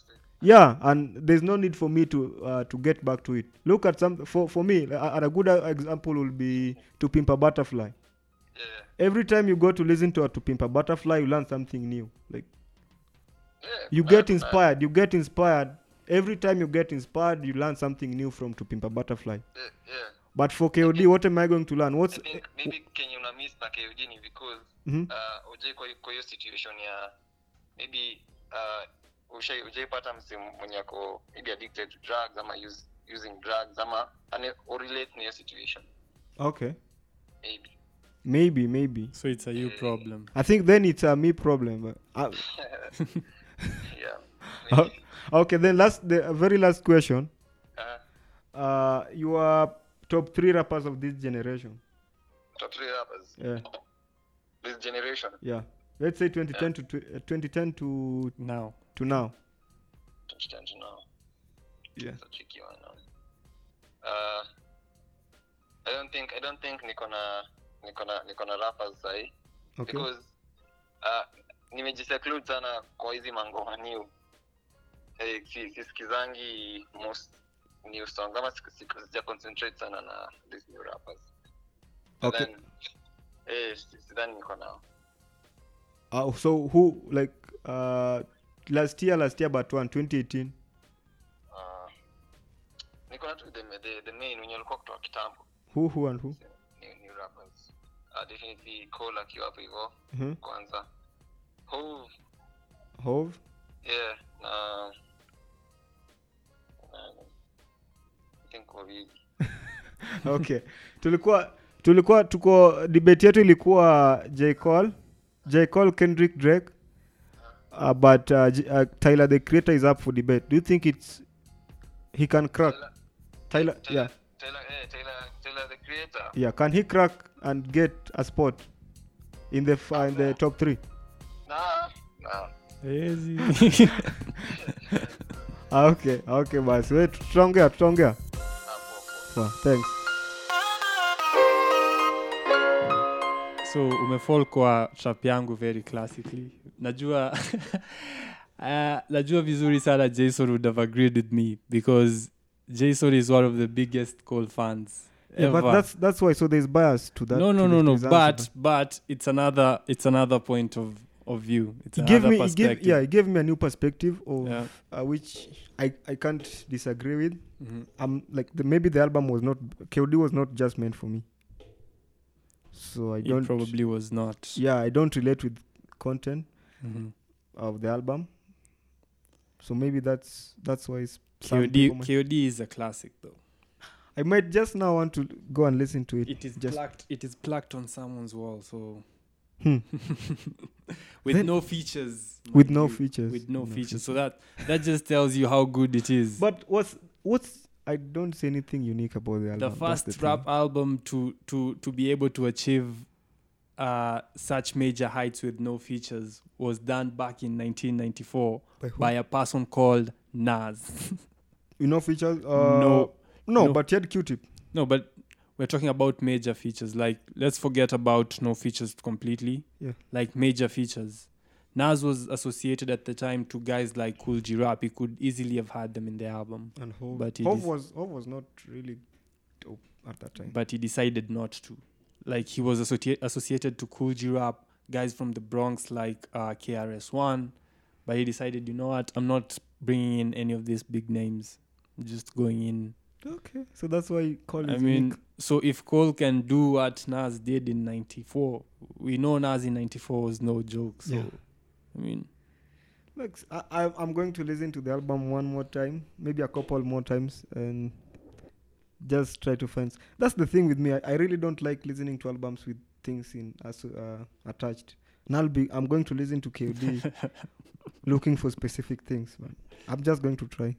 Speaker 4: yeah and there's no need for me to uh, to get back to it look at some for, for me a, a- a good example will be to pimp a butterfly
Speaker 1: Yeah, yeah.
Speaker 4: every time you go to listen to a to pimp a butterfly you learn something new like
Speaker 1: Yeah, uh,
Speaker 4: you
Speaker 1: I-
Speaker 4: get
Speaker 1: I-
Speaker 4: inspired you get inspired every time you get inspired you learn something new from to pimp a butterfly
Speaker 1: yeah, yeah.
Speaker 4: but for kod what am i going to learn
Speaker 1: I
Speaker 4: what's
Speaker 1: think maybe kenye una miss na KOG ni because
Speaker 4: Mhm.
Speaker 1: uh, ujai kwa, kwa hiyo situation ya maybe uh, ushai- ujaipata msimu mwenye ako maybe addicted to drugs ama use, using drugs ama ane, or relate na hiyo situation
Speaker 4: okay
Speaker 1: maybe
Speaker 4: maybe maybe
Speaker 3: so it's a you problem
Speaker 4: i think then it's a me problem but I,
Speaker 1: yeah
Speaker 4: Oh, okay then last the very last question
Speaker 1: uh,
Speaker 4: uh you are top three rappers of this generation
Speaker 1: top three rappers
Speaker 4: yeah
Speaker 1: this generation
Speaker 4: yeah let's say 2010 to tw- uh, 2010 to
Speaker 3: now
Speaker 4: to now
Speaker 1: tunataka to know
Speaker 4: yeah
Speaker 1: It's a tricky one. no? Uh, I don't think I don't think niko na niko na niko na rappers eh. sahi
Speaker 4: okay
Speaker 1: because uh, nimejiseclude sana kwa hizi mangoma new hey, si, sisikizangi most new songs ama siku- siku- sija concentrate sana na these new rappers So
Speaker 4: Okay.
Speaker 1: then, eh, si- sidhani niko nao
Speaker 4: uh, so who like uh last year last year but one 2018
Speaker 1: uh, niko na tu the, the, the main wenye walikuwa kutoka kitambo
Speaker 4: who who and who
Speaker 1: new, new rappers uh, definitely Cole akiwa hapo hivyo
Speaker 4: Mhm.
Speaker 1: kwanza Hov
Speaker 4: hove
Speaker 1: yeah na na- I think Covid
Speaker 4: okay tulikuwa tulikuwa tuko debate yetu ilikuwa j col j col kendrick drake uh, but uh, J- uh, tyler the creator is up for debate do you think it's he can crack
Speaker 1: Tyler-
Speaker 4: tyler yeah
Speaker 1: Taylor, Taylor, eh, Taylor, Taylor the creator
Speaker 4: yeah can he crack and get a spot in the f- in the top three
Speaker 1: nah nah
Speaker 4: ah, okay okay basi we tutaongea tutaongea
Speaker 1: hapo hapo
Speaker 4: Sawa, thanks
Speaker 3: so umefall kwa trap yangu very classically najua uh, najua vizuri sana jason would have agreed with me because jason is one of the biggest call fans
Speaker 4: yeah, but
Speaker 3: ever.
Speaker 4: that's that's why so there's bias to that
Speaker 3: no no
Speaker 4: to
Speaker 3: no
Speaker 4: his- to
Speaker 3: no
Speaker 4: his answer,
Speaker 3: but but it's another it's another point of of view it's
Speaker 4: He
Speaker 3: another
Speaker 4: gave me, he
Speaker 3: perspective
Speaker 4: gave, yeah, he gave me a new perspective of
Speaker 3: Yeah.
Speaker 4: uh, which I, I can't disagree with.
Speaker 3: Mhm.
Speaker 4: Um, like the, maybe the album was not KOD was not just meant for me. So I
Speaker 3: it
Speaker 4: don't.
Speaker 3: probably was not
Speaker 4: Yeah, I don't relate with content
Speaker 3: Mhm.
Speaker 4: of the album. So maybe that's that's why it's. some
Speaker 3: KOD,
Speaker 4: people might-
Speaker 3: KOD is a classic though
Speaker 4: I might just now want to go and listen to it.
Speaker 3: it is
Speaker 4: just
Speaker 3: plucked it is plucked on someone's wall so
Speaker 4: Hmm.
Speaker 3: with
Speaker 4: Then-
Speaker 3: no features
Speaker 4: with
Speaker 3: mind
Speaker 4: no
Speaker 3: you,
Speaker 4: features.
Speaker 3: with no features so that that just tells you how good it is
Speaker 4: But what's what's I don't see anything unique about the album.
Speaker 3: the
Speaker 4: that's
Speaker 3: first
Speaker 4: thing.
Speaker 3: rap album to to to be able to achieve uh, such major heights with no features was done back in 1994
Speaker 4: By who?
Speaker 3: by a person called Nas.
Speaker 4: You know features. Uh,
Speaker 3: No.
Speaker 4: No,
Speaker 3: No.
Speaker 4: but he had Q-Tip.
Speaker 3: no, but we're talking about major features. Like, let's forget about no features completely.
Speaker 4: Yeah.
Speaker 3: Like major features. Nas was associated at the time to guys like Cool G Rap. He could easily have had them in the album,
Speaker 4: And Hove.
Speaker 3: But it
Speaker 4: Hove
Speaker 3: is-
Speaker 4: was Hove was not really dope at that time.
Speaker 3: but he decided not to. Like, he was associ- associated to Cool G Rap, guys from the Bronx like uh, KRS1. But he decided, you know what, I'm not bringing in any of these big names. I'm just going in
Speaker 4: okay, so that's why Cole
Speaker 3: I
Speaker 4: is
Speaker 3: mean,
Speaker 4: unique.
Speaker 3: so if Cole can do what Nas did in '94, we know Nas in '94 was no joke. So,
Speaker 4: Yeah.
Speaker 3: I mean,
Speaker 4: Look, s- I, I, I'm going to listen to the album one more time, maybe a couple more times, and just try to find. s- That's the thing with me. I, I really don't like listening to albums with things in as uh, attached. And I'll be. I'm going to listen to KOD, looking for specific things. Man, I'm just going to try.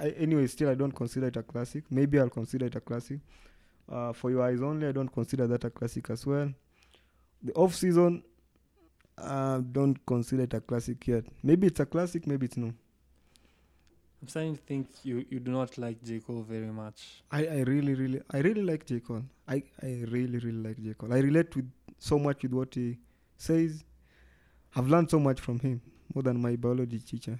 Speaker 4: I, anyway, still I don't consider it a classic. Maybe I'll consider it a classic. Uh, for your eyes only, I don't consider that a classic as well. the off season uh, don't consider it a classic yet maybe it's a classic maybe it's no
Speaker 3: I'm starting to think you, you do not like J. Cole very much.
Speaker 4: i, I really really i really like j cole I, I really really like j cole i relate with so much with what he says i've learned so much from him more than my biology teacher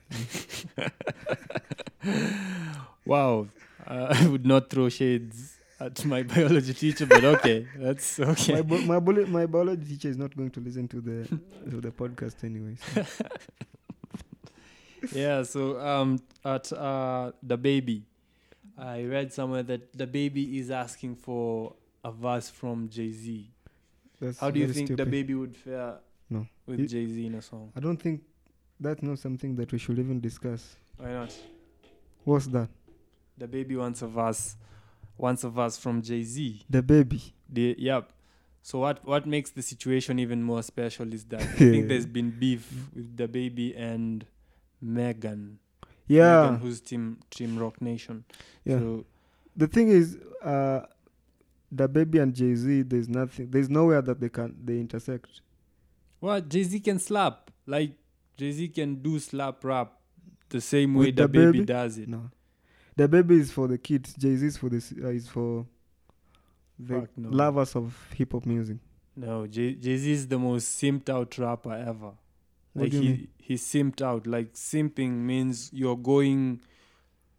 Speaker 3: Wow. Uh, I would not throw shades at my biology teacher, but okay. That's
Speaker 4: my,
Speaker 3: okay.
Speaker 4: bo- my, bolo- my biology teacher is not going to listen to the to the podcast anyway so.
Speaker 3: yeah, so um, at uh, the baby, I read somewhere that the baby is asking for a verse from Jay Z.
Speaker 4: That's
Speaker 3: How do you
Speaker 4: very
Speaker 3: think the
Speaker 4: stupid.
Speaker 3: baby would fare
Speaker 4: No.
Speaker 3: with
Speaker 4: It-
Speaker 3: Jay Z in a song?
Speaker 4: i don't think that's not something that we should even discuss
Speaker 3: Why not?
Speaker 4: what's that
Speaker 3: The baby wants a verse, wants a verse from Jay Z.
Speaker 4: the baby
Speaker 3: The yep. So what what makes the situation even more special is that I
Speaker 4: Yeah.
Speaker 3: think there's been beef with the baby and Megan.
Speaker 4: yeah
Speaker 3: Megan, who's team Team Rock Nation.
Speaker 4: Yeah.
Speaker 3: So
Speaker 4: the thing is uh the baby and jay-z there's nothing there's nowhere that they can they intersect
Speaker 3: what Jay Z can slap like Jay Z can do slap rap the same way
Speaker 4: With
Speaker 3: the,
Speaker 4: the
Speaker 3: baby,
Speaker 4: baby?
Speaker 3: does it.
Speaker 4: no the baby is for the kids jay-z is for this uh, is for the
Speaker 3: Fuck no.
Speaker 4: lovers of hip-hop music
Speaker 3: No, Jay Z is the most simped out rapper ever.
Speaker 4: What
Speaker 3: like
Speaker 4: do you
Speaker 3: he
Speaker 4: mean?
Speaker 3: he simped out. Like simping means you're going,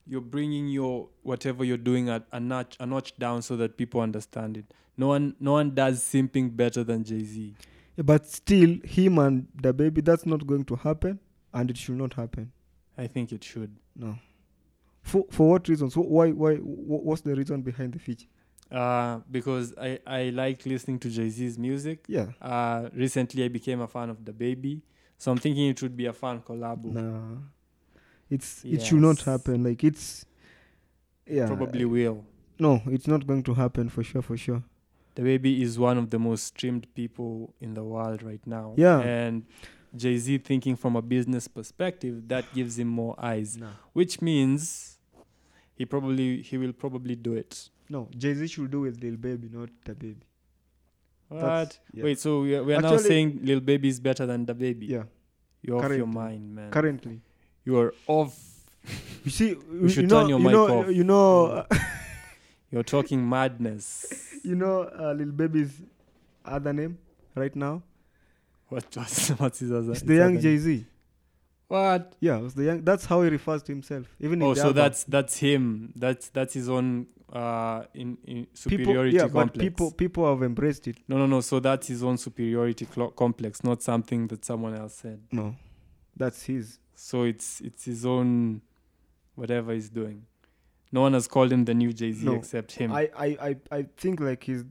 Speaker 3: you're bringing your whatever you're doing at a notch a notch down so that people understand it. No one no one does simping better than Jay Z.
Speaker 4: Yeah, but still him and the baby that's not going to happen and it should not happen
Speaker 3: I think it should.
Speaker 4: no for for what reasons Wh- why why wh- what's the reason behind the feature
Speaker 3: Uh, because I I like listening to Jay Z's music.
Speaker 4: yeah
Speaker 3: Uh, recently I became a fan of the baby, so I'm thinking it would be a fan collab.
Speaker 4: nah it's it should not
Speaker 3: Yes.
Speaker 4: happen like it's yeah
Speaker 3: Probably will.
Speaker 4: no it's not going to happen for sure for sure
Speaker 3: The baby is one of the most streamed people in the world right now.
Speaker 4: Yeah.
Speaker 3: And Jay Z thinking from a business perspective, that gives him more eyes. Which means he probably he will probably do it.
Speaker 4: No, Jay Z should do with Lil Baby, not the baby.
Speaker 3: What?
Speaker 4: yeah.
Speaker 3: Wait, so we are, we are now
Speaker 4: Actually-
Speaker 3: saying Lil Baby is better than the baby.
Speaker 4: Yeah,
Speaker 3: You're off your
Speaker 4: currently.
Speaker 3: mind, man.
Speaker 4: currently.
Speaker 3: you are off
Speaker 4: You see, we
Speaker 3: should
Speaker 4: you know,
Speaker 3: turn your
Speaker 4: you
Speaker 3: mic
Speaker 4: know,
Speaker 3: off.
Speaker 4: You know,
Speaker 3: you're talking madness.
Speaker 4: you know, uh, Lil Baby's other name right now.
Speaker 3: What what's what's his other?
Speaker 4: It's
Speaker 3: his
Speaker 4: the young
Speaker 3: other-
Speaker 4: Jay Z.
Speaker 3: What?
Speaker 4: Yeah, it's the young. That's how he refers to himself. Even
Speaker 3: Oh,
Speaker 4: in the
Speaker 3: so
Speaker 4: album.
Speaker 3: that's that's him. That's that's his own uh in, in
Speaker 4: people.
Speaker 3: superiority
Speaker 4: yeah,
Speaker 3: complex.
Speaker 4: but people people have embraced it.
Speaker 3: No, no, no. So that's his own superiority clo- complex, not something that someone else said.
Speaker 4: No, that's his.
Speaker 3: So it's it's his own whatever he's doing. No one has called him the new Jay Z
Speaker 4: No,
Speaker 3: except him
Speaker 4: I, I I I think like he's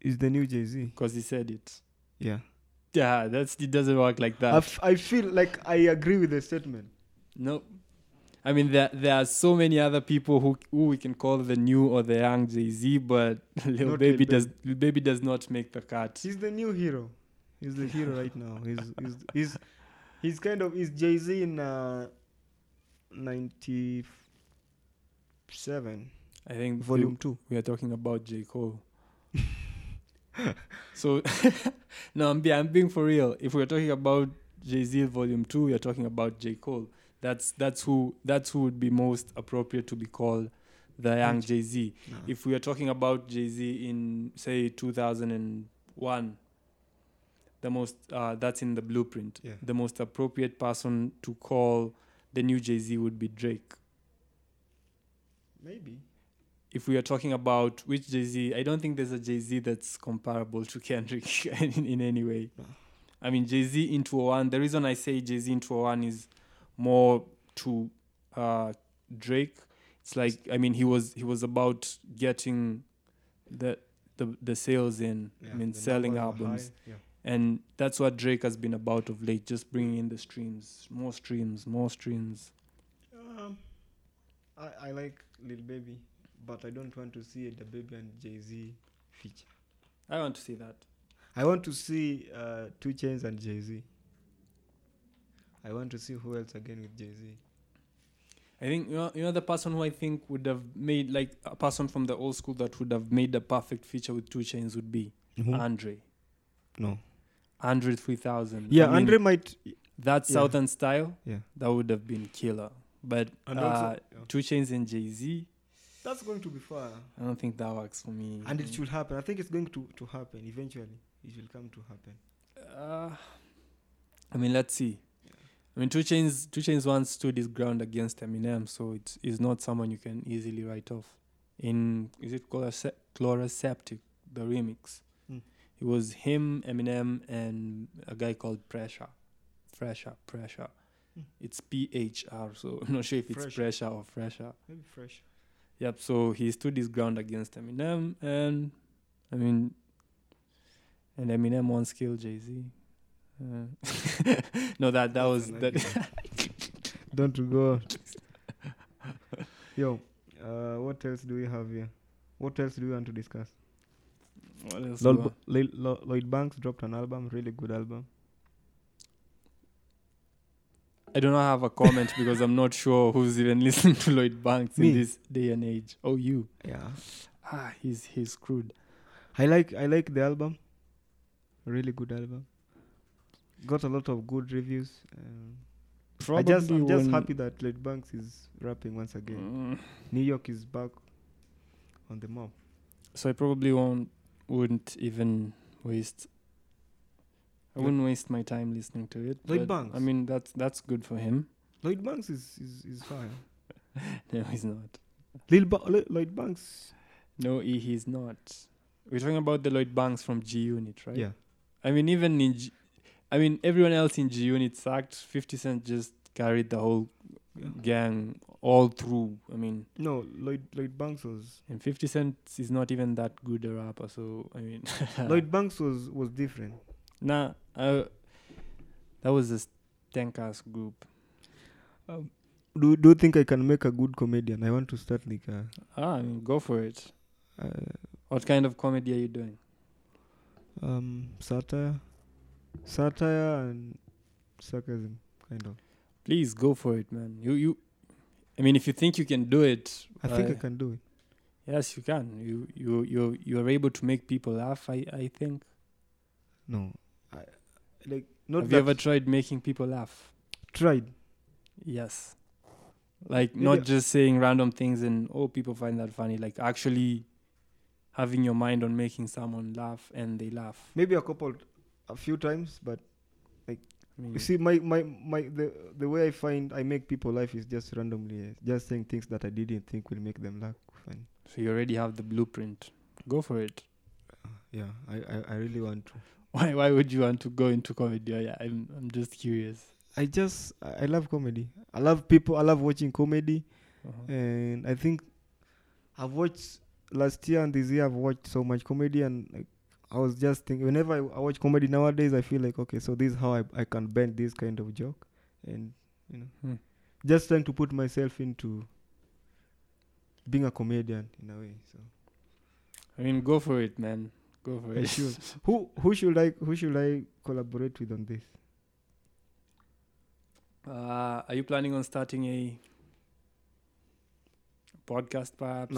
Speaker 4: is the new Jay Z.
Speaker 3: because he said it.
Speaker 4: Yeah,
Speaker 3: Yeah, that's it doesn't work like that.
Speaker 4: I, f- I feel like I agree with the statement.
Speaker 3: no, I mean there there are so many other people who who we can call the new or the young Jay Z, but Lil
Speaker 4: Not Lil
Speaker 3: Baby
Speaker 4: Baby.
Speaker 3: does Lil Baby does not make the cut.
Speaker 4: He's the new hero. He's the hero right now. He's he's he's, he's kind of he's Jay Z in uh, ninety seven
Speaker 3: I think
Speaker 4: volume
Speaker 3: Lil-
Speaker 4: two.
Speaker 3: we are talking about J. Cole. so, no, I'm, be, I'm being for real. If we're talking about Jay Z Volume Two, we are talking about J. Cole. That's that's who that's who would be most appropriate to be called the young Jay Z. If we are talking about Jay Z in say 2001, the most uh, that's in the blueprint.
Speaker 4: Yeah.
Speaker 3: The most appropriate person to call the new Jay Z would be Drake
Speaker 4: Maybe
Speaker 3: if we are talking about which Jay Z, I don't think there's a Jay Z that's comparable to Kendrick in, in any way. I mean, Jay Z in 201, the reason I say Jay Z in 201 is more to uh, Drake. It's like, I mean, he was he was about getting the the, the sales in, I mean, selling albums. And that's what Drake has been about of late, just bringing in the streams, more streams, more streams.
Speaker 4: Um, I I like Lil Baby, but I don't want to see the Baby and Jay Z feature.
Speaker 3: I want to see that.
Speaker 4: I want to see uh, Two Chains and Jay Z. I want to see who else again with Jay Z.
Speaker 3: I think you know, you know the person who I think would have made like a person from the old school that would have made the perfect feature with two chains would be Andre.
Speaker 4: No,
Speaker 3: Andre 3000.
Speaker 4: yeah,
Speaker 3: I mean,
Speaker 4: Andre might.
Speaker 3: that
Speaker 4: yeah.
Speaker 3: Southern style,
Speaker 4: Yeah.
Speaker 3: that would have been killer. But
Speaker 4: And
Speaker 3: uh,
Speaker 4: also- yeah.
Speaker 3: Two Chains and Jay Z,
Speaker 4: That's going to be fire,
Speaker 3: I don't think that works for me.
Speaker 4: and it should happen. I think it's going to to happen eventually. It will come to happen.
Speaker 3: Uh, I mean, let's see. I mean, Two Chains, Two Chains once stood his ground against Eminem, so it's, it's not someone you can easily write off. In is it Chlorase- Chloraseptic, the remix?
Speaker 4: Mm.
Speaker 3: It was him, Eminem, and a guy called Pressure, Pressure, Pressure.
Speaker 4: Mm.
Speaker 3: It's P H R, so I'm not sure if it's
Speaker 4: Fresh.
Speaker 3: Pressure or Fresher.
Speaker 4: Maybe fresh.
Speaker 3: Yep. So he stood his ground against Eminem, and I mean, and Eminem once killed Jay Z. Uh, no, that that was
Speaker 4: an
Speaker 3: that.
Speaker 4: Don't go. Yo, uh, what else do we have here? What else do we want to discuss?
Speaker 3: what else
Speaker 4: Lloyd,
Speaker 3: wa-
Speaker 4: Ba- Lloyd- Lloyd- Lloyd Banks dropped an album, really good album.
Speaker 3: I do not have a comment because I'm not sure who's even listening to Lloyd Banks
Speaker 4: Me.
Speaker 3: in this day and age. Oh, you.
Speaker 4: Yeah,
Speaker 3: Ah, he's he's screwed.
Speaker 4: I like I like the album. Really good album. Got a lot of good reviews. Um, I just I'm just
Speaker 3: when-
Speaker 4: happy that Lloyd Banks is rapping once again.
Speaker 3: Mm,
Speaker 4: New York is back on the map.
Speaker 3: so I probably won't wouldn't even waste. I
Speaker 4: Lloyd-
Speaker 3: wouldn't waste my time listening to it. but,
Speaker 4: Lloyd Banks.
Speaker 3: I mean, that's that's good for him.
Speaker 4: Lloyd Banks is is, is fire.
Speaker 3: No, he's not.
Speaker 4: Lil ba- Lo- Lloyd Banks.
Speaker 3: No, he, he's not. We're talking about the Lloyd Banks from G Unit, right?
Speaker 4: Yeah.
Speaker 3: I mean, even in, G- I mean, everyone else in G Unit sucked. Fifty Cent just carried the whole
Speaker 4: Yeah.
Speaker 3: gang all through. I mean,
Speaker 4: No, Lloyd Lloyd Banks was
Speaker 3: and Fifty Cent is not even that good a rapper. So I mean,
Speaker 4: Lloyd Banks was was different.
Speaker 3: Nah, uh, that was a stank ass group.
Speaker 4: Do do you think I can make a good comedian? I want to start like uh, a.
Speaker 3: Ah, I mean, go for it.
Speaker 4: a
Speaker 3: What kind of comedy are you doing?
Speaker 4: um satire satire and sarcasm kind of
Speaker 3: Please go for it, man. You you, I mean, if you think you can do it,
Speaker 4: i think i
Speaker 3: uh,
Speaker 4: can do it
Speaker 3: Yes, you can. You you you you are able to make people laugh. I I think.
Speaker 4: no I, like not
Speaker 3: Have
Speaker 4: that
Speaker 3: you ever tried making people laugh?
Speaker 4: tried
Speaker 3: Yes. Like
Speaker 4: Maybe I-
Speaker 3: not just saying random things and oh people find that funny. Like actually having your mind on making someone laugh and they laugh.
Speaker 4: maybe a couple a few times but
Speaker 3: I mean,
Speaker 4: you see my my my the the way i find i make people laugh is just randomly uh, just saying things that i didn't think will make them laugh and
Speaker 3: so you already have the blueprint. Go for it.
Speaker 4: yeah I, I i really want to
Speaker 3: Why why would you want to go into comedy? Yeah, I'm I'm just curious.
Speaker 4: i just i I love comedy i love people i love watching comedy
Speaker 3: Uh-huh.
Speaker 4: and I think I've watched last year and this year I've watched so much comedy and like, I was just thinking whenever I, I watch comedy nowadays I feel like okay so this is how I, I can bend this kind of joke and you know
Speaker 3: Hmm.
Speaker 4: just trying to put myself into being a comedian in a way so
Speaker 3: I mean go for it, man. Go for
Speaker 4: I
Speaker 3: it.
Speaker 4: should. who who should I who should I collaborate with on this
Speaker 3: Uh, are you planning on starting a podcast, perhaps?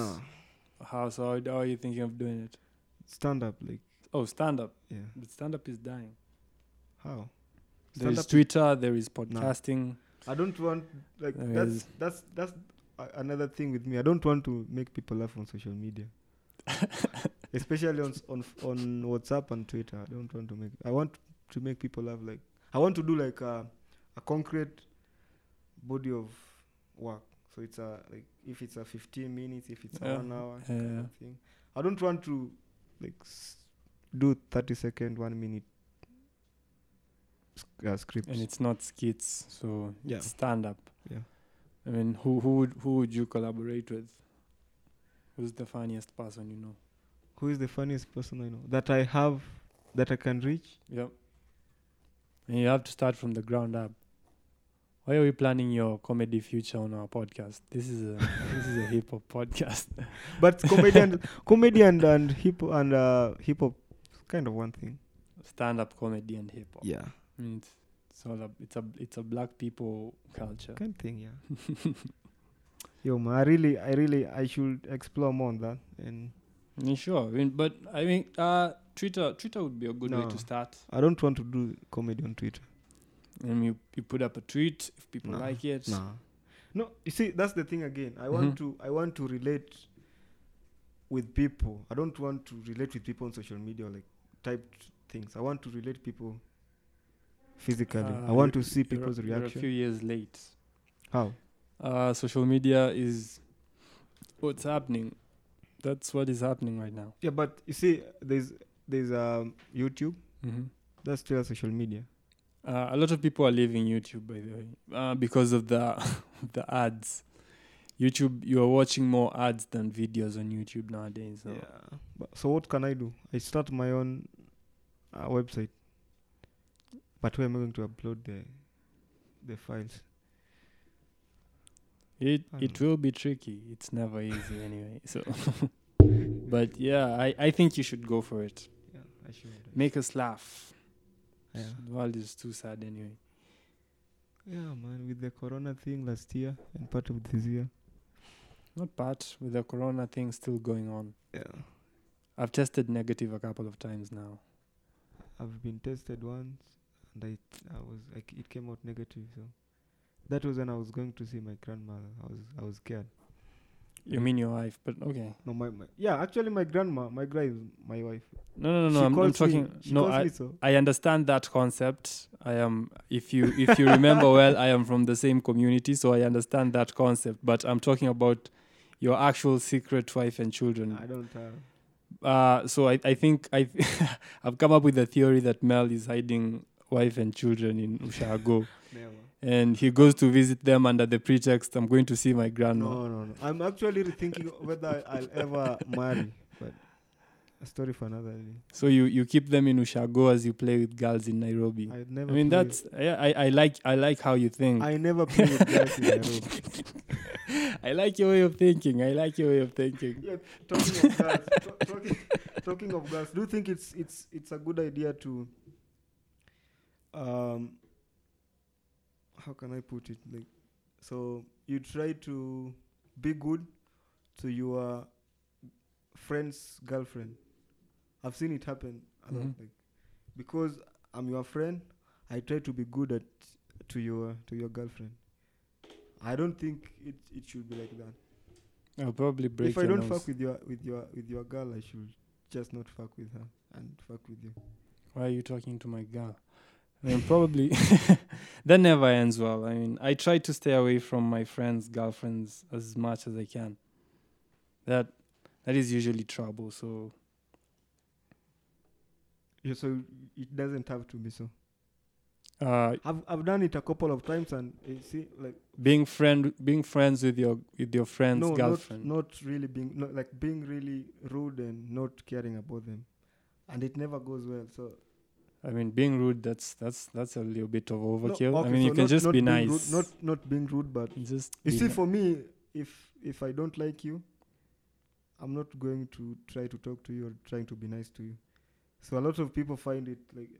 Speaker 3: How so? How are you thinking of doing it?
Speaker 4: stand up like
Speaker 3: Oh, stand up.
Speaker 4: yeah
Speaker 3: But stand up is dying.
Speaker 4: how
Speaker 3: There is
Speaker 4: Stand-up-
Speaker 3: Twitter. There is podcasting.
Speaker 4: I don't want like
Speaker 3: There
Speaker 4: that's
Speaker 3: is.
Speaker 4: that's that's a- another thing with me. I don't want to make people laugh on social media, especially on s- on f- on WhatsApp and Twitter. I don't want to make. I want to make people laugh. Like I want to do like a a concrete body of work. So it's a like if it's a 15 minutes, if it's a
Speaker 3: Yeah.
Speaker 4: one hour
Speaker 3: Yeah,
Speaker 4: kind
Speaker 3: yeah.
Speaker 4: of thing. I don't want to like s- do 30 second, one minute sc- uh, scripts.
Speaker 3: and it's not skits, so
Speaker 4: Yeah.
Speaker 3: it's stand up.
Speaker 4: Yeah.
Speaker 3: I mean, who who would who would you collaborate with? Who's the funniest person you know?
Speaker 4: who is the funniest person I know that I have that I can reach?
Speaker 3: Yep. And you have to start from the ground up. Why are we planning your comedy future on our podcast? This is a this is a hip hop podcast.
Speaker 4: But comedian, comedian and hip and uh, hip hop, is kind of one thing.
Speaker 3: stand up comedy and hip hop.
Speaker 4: Yeah,
Speaker 3: I mean, it's, it's all a, it's a it's a black people culture.
Speaker 4: kind of thing. Yeah. Yo, man, I really, I really, I should explore more on that. And
Speaker 3: Mm, Sure, I mean, but I mean, uh, Twitter Twitter would be a good way
Speaker 4: No.
Speaker 3: to start.
Speaker 4: I don't want to do comedy on Twitter.
Speaker 3: And you, you put up a tweet if people
Speaker 4: No,
Speaker 3: like it.
Speaker 4: No. No, you see, that's the thing again. I want to
Speaker 3: Mm-hmm.
Speaker 4: I want to relate with people. I don't want to relate with people on social media or like typed things. I want to relate people physically. I
Speaker 3: Uh,
Speaker 4: want
Speaker 3: you-
Speaker 4: to see
Speaker 3: you're a-
Speaker 4: people's
Speaker 3: you're
Speaker 4: reaction.
Speaker 3: a few years late.
Speaker 4: How?
Speaker 3: Uh, social media is what's happening. That's what is happening right now.
Speaker 4: Yeah, but you see, there's there's um YouTube.
Speaker 3: Mm-hmm.
Speaker 4: That's still a social media.
Speaker 3: Uh, a lot of people are leaving YouTube, by the way, uh, because of the the ads. YouTube, you are watching more ads than videos on YouTube nowadays. So.
Speaker 4: Yeah. But, so what can I do? I start my own uh, website. But where am I going to upload the the files?
Speaker 3: It
Speaker 4: I
Speaker 3: it
Speaker 4: don't know.
Speaker 3: will be tricky. It's never easy anyway. So, but yeah, I I think you should go for it.
Speaker 4: Yeah, I should.
Speaker 3: Make us laugh.
Speaker 4: Yeah.
Speaker 3: The world is too sad anyway.
Speaker 4: Yeah, man, with the corona thing last year and part of this year.
Speaker 3: Not bad with the corona thing still going on.
Speaker 4: Yeah.
Speaker 3: I've tested negative a couple of times now.
Speaker 4: I've been tested once and I I was like it came out negative, so that was when I was going to see my grandmother. I was I was scared.
Speaker 3: You mean your wife? But okay.
Speaker 4: No, my, my yeah, actually my grandma, my grandma is my wife.
Speaker 3: No, no, no, no.
Speaker 4: She
Speaker 3: I'm, I'm
Speaker 4: calls me-
Speaker 3: talking.
Speaker 4: she
Speaker 3: no,
Speaker 4: calls
Speaker 3: I,
Speaker 4: me so.
Speaker 3: I understand that concept. I am, if you if you remember well, I am from the same community, so I understand that concept. But I'm talking about your actual secret wife and
Speaker 4: I
Speaker 3: children.
Speaker 4: don't have
Speaker 3: Uh, so I, I think I I've come up with a theory that Mel is hiding wife and children in Ushago,
Speaker 4: never.
Speaker 3: and he goes to visit them under the pretext I'm going to see my grandma.
Speaker 4: No, no, no. I'm actually rethinking whether I'll ever marry, but a story for another day.
Speaker 3: So you you keep them in Ushago as you play with girls in Nairobi.
Speaker 4: I'd never
Speaker 3: I mean
Speaker 4: play
Speaker 3: that's yeah, I, I like I like how you think.
Speaker 4: I never play with girls in Nairobi.
Speaker 3: I like your way of thinking. I like your way of thinking.
Speaker 4: Yeah, talking of girls, to- talking, talking of girls, do you think it's it's it's a good idea to um how can I put it like so you try to be good to your friend's girlfriend. I've seen it happen a lot
Speaker 3: Mhm.
Speaker 4: like because I'm your friend, I try to be good at to your to your girlfriend. I don't think it, it should be like that
Speaker 3: I'll probably break
Speaker 4: if I
Speaker 3: your
Speaker 4: don't
Speaker 3: nose.
Speaker 4: fuck with your with your with your girl, I should just not fuck with her and fuck with you.
Speaker 3: Why are you talking to my girl? I mean, probably that never ends well. I mean, I try to stay away from my friends' girlfriends as much as I can. That that is usually trouble. So
Speaker 4: Yeah, so it doesn't have to be so.
Speaker 3: uh,
Speaker 4: I've I've done it a couple of times and you see like
Speaker 3: being friend being friends with your with your friend's
Speaker 4: no,
Speaker 3: girlfriend.
Speaker 4: not not really being not like being really rude and not caring about them, and it never goes well. So
Speaker 3: I mean, being rude that's that's that's a little bit of
Speaker 4: no,
Speaker 3: overkill. I
Speaker 4: okay,
Speaker 3: mean,
Speaker 4: so
Speaker 3: you can
Speaker 4: not-
Speaker 3: just
Speaker 4: not
Speaker 3: be
Speaker 4: being
Speaker 3: nice.
Speaker 4: Rude, not not being rude, but
Speaker 3: just
Speaker 4: you
Speaker 3: be
Speaker 4: see,
Speaker 3: ni-
Speaker 4: for me, if if I don't like you, I'm not going to try to talk to you or trying to be nice to you. So a lot of people find it like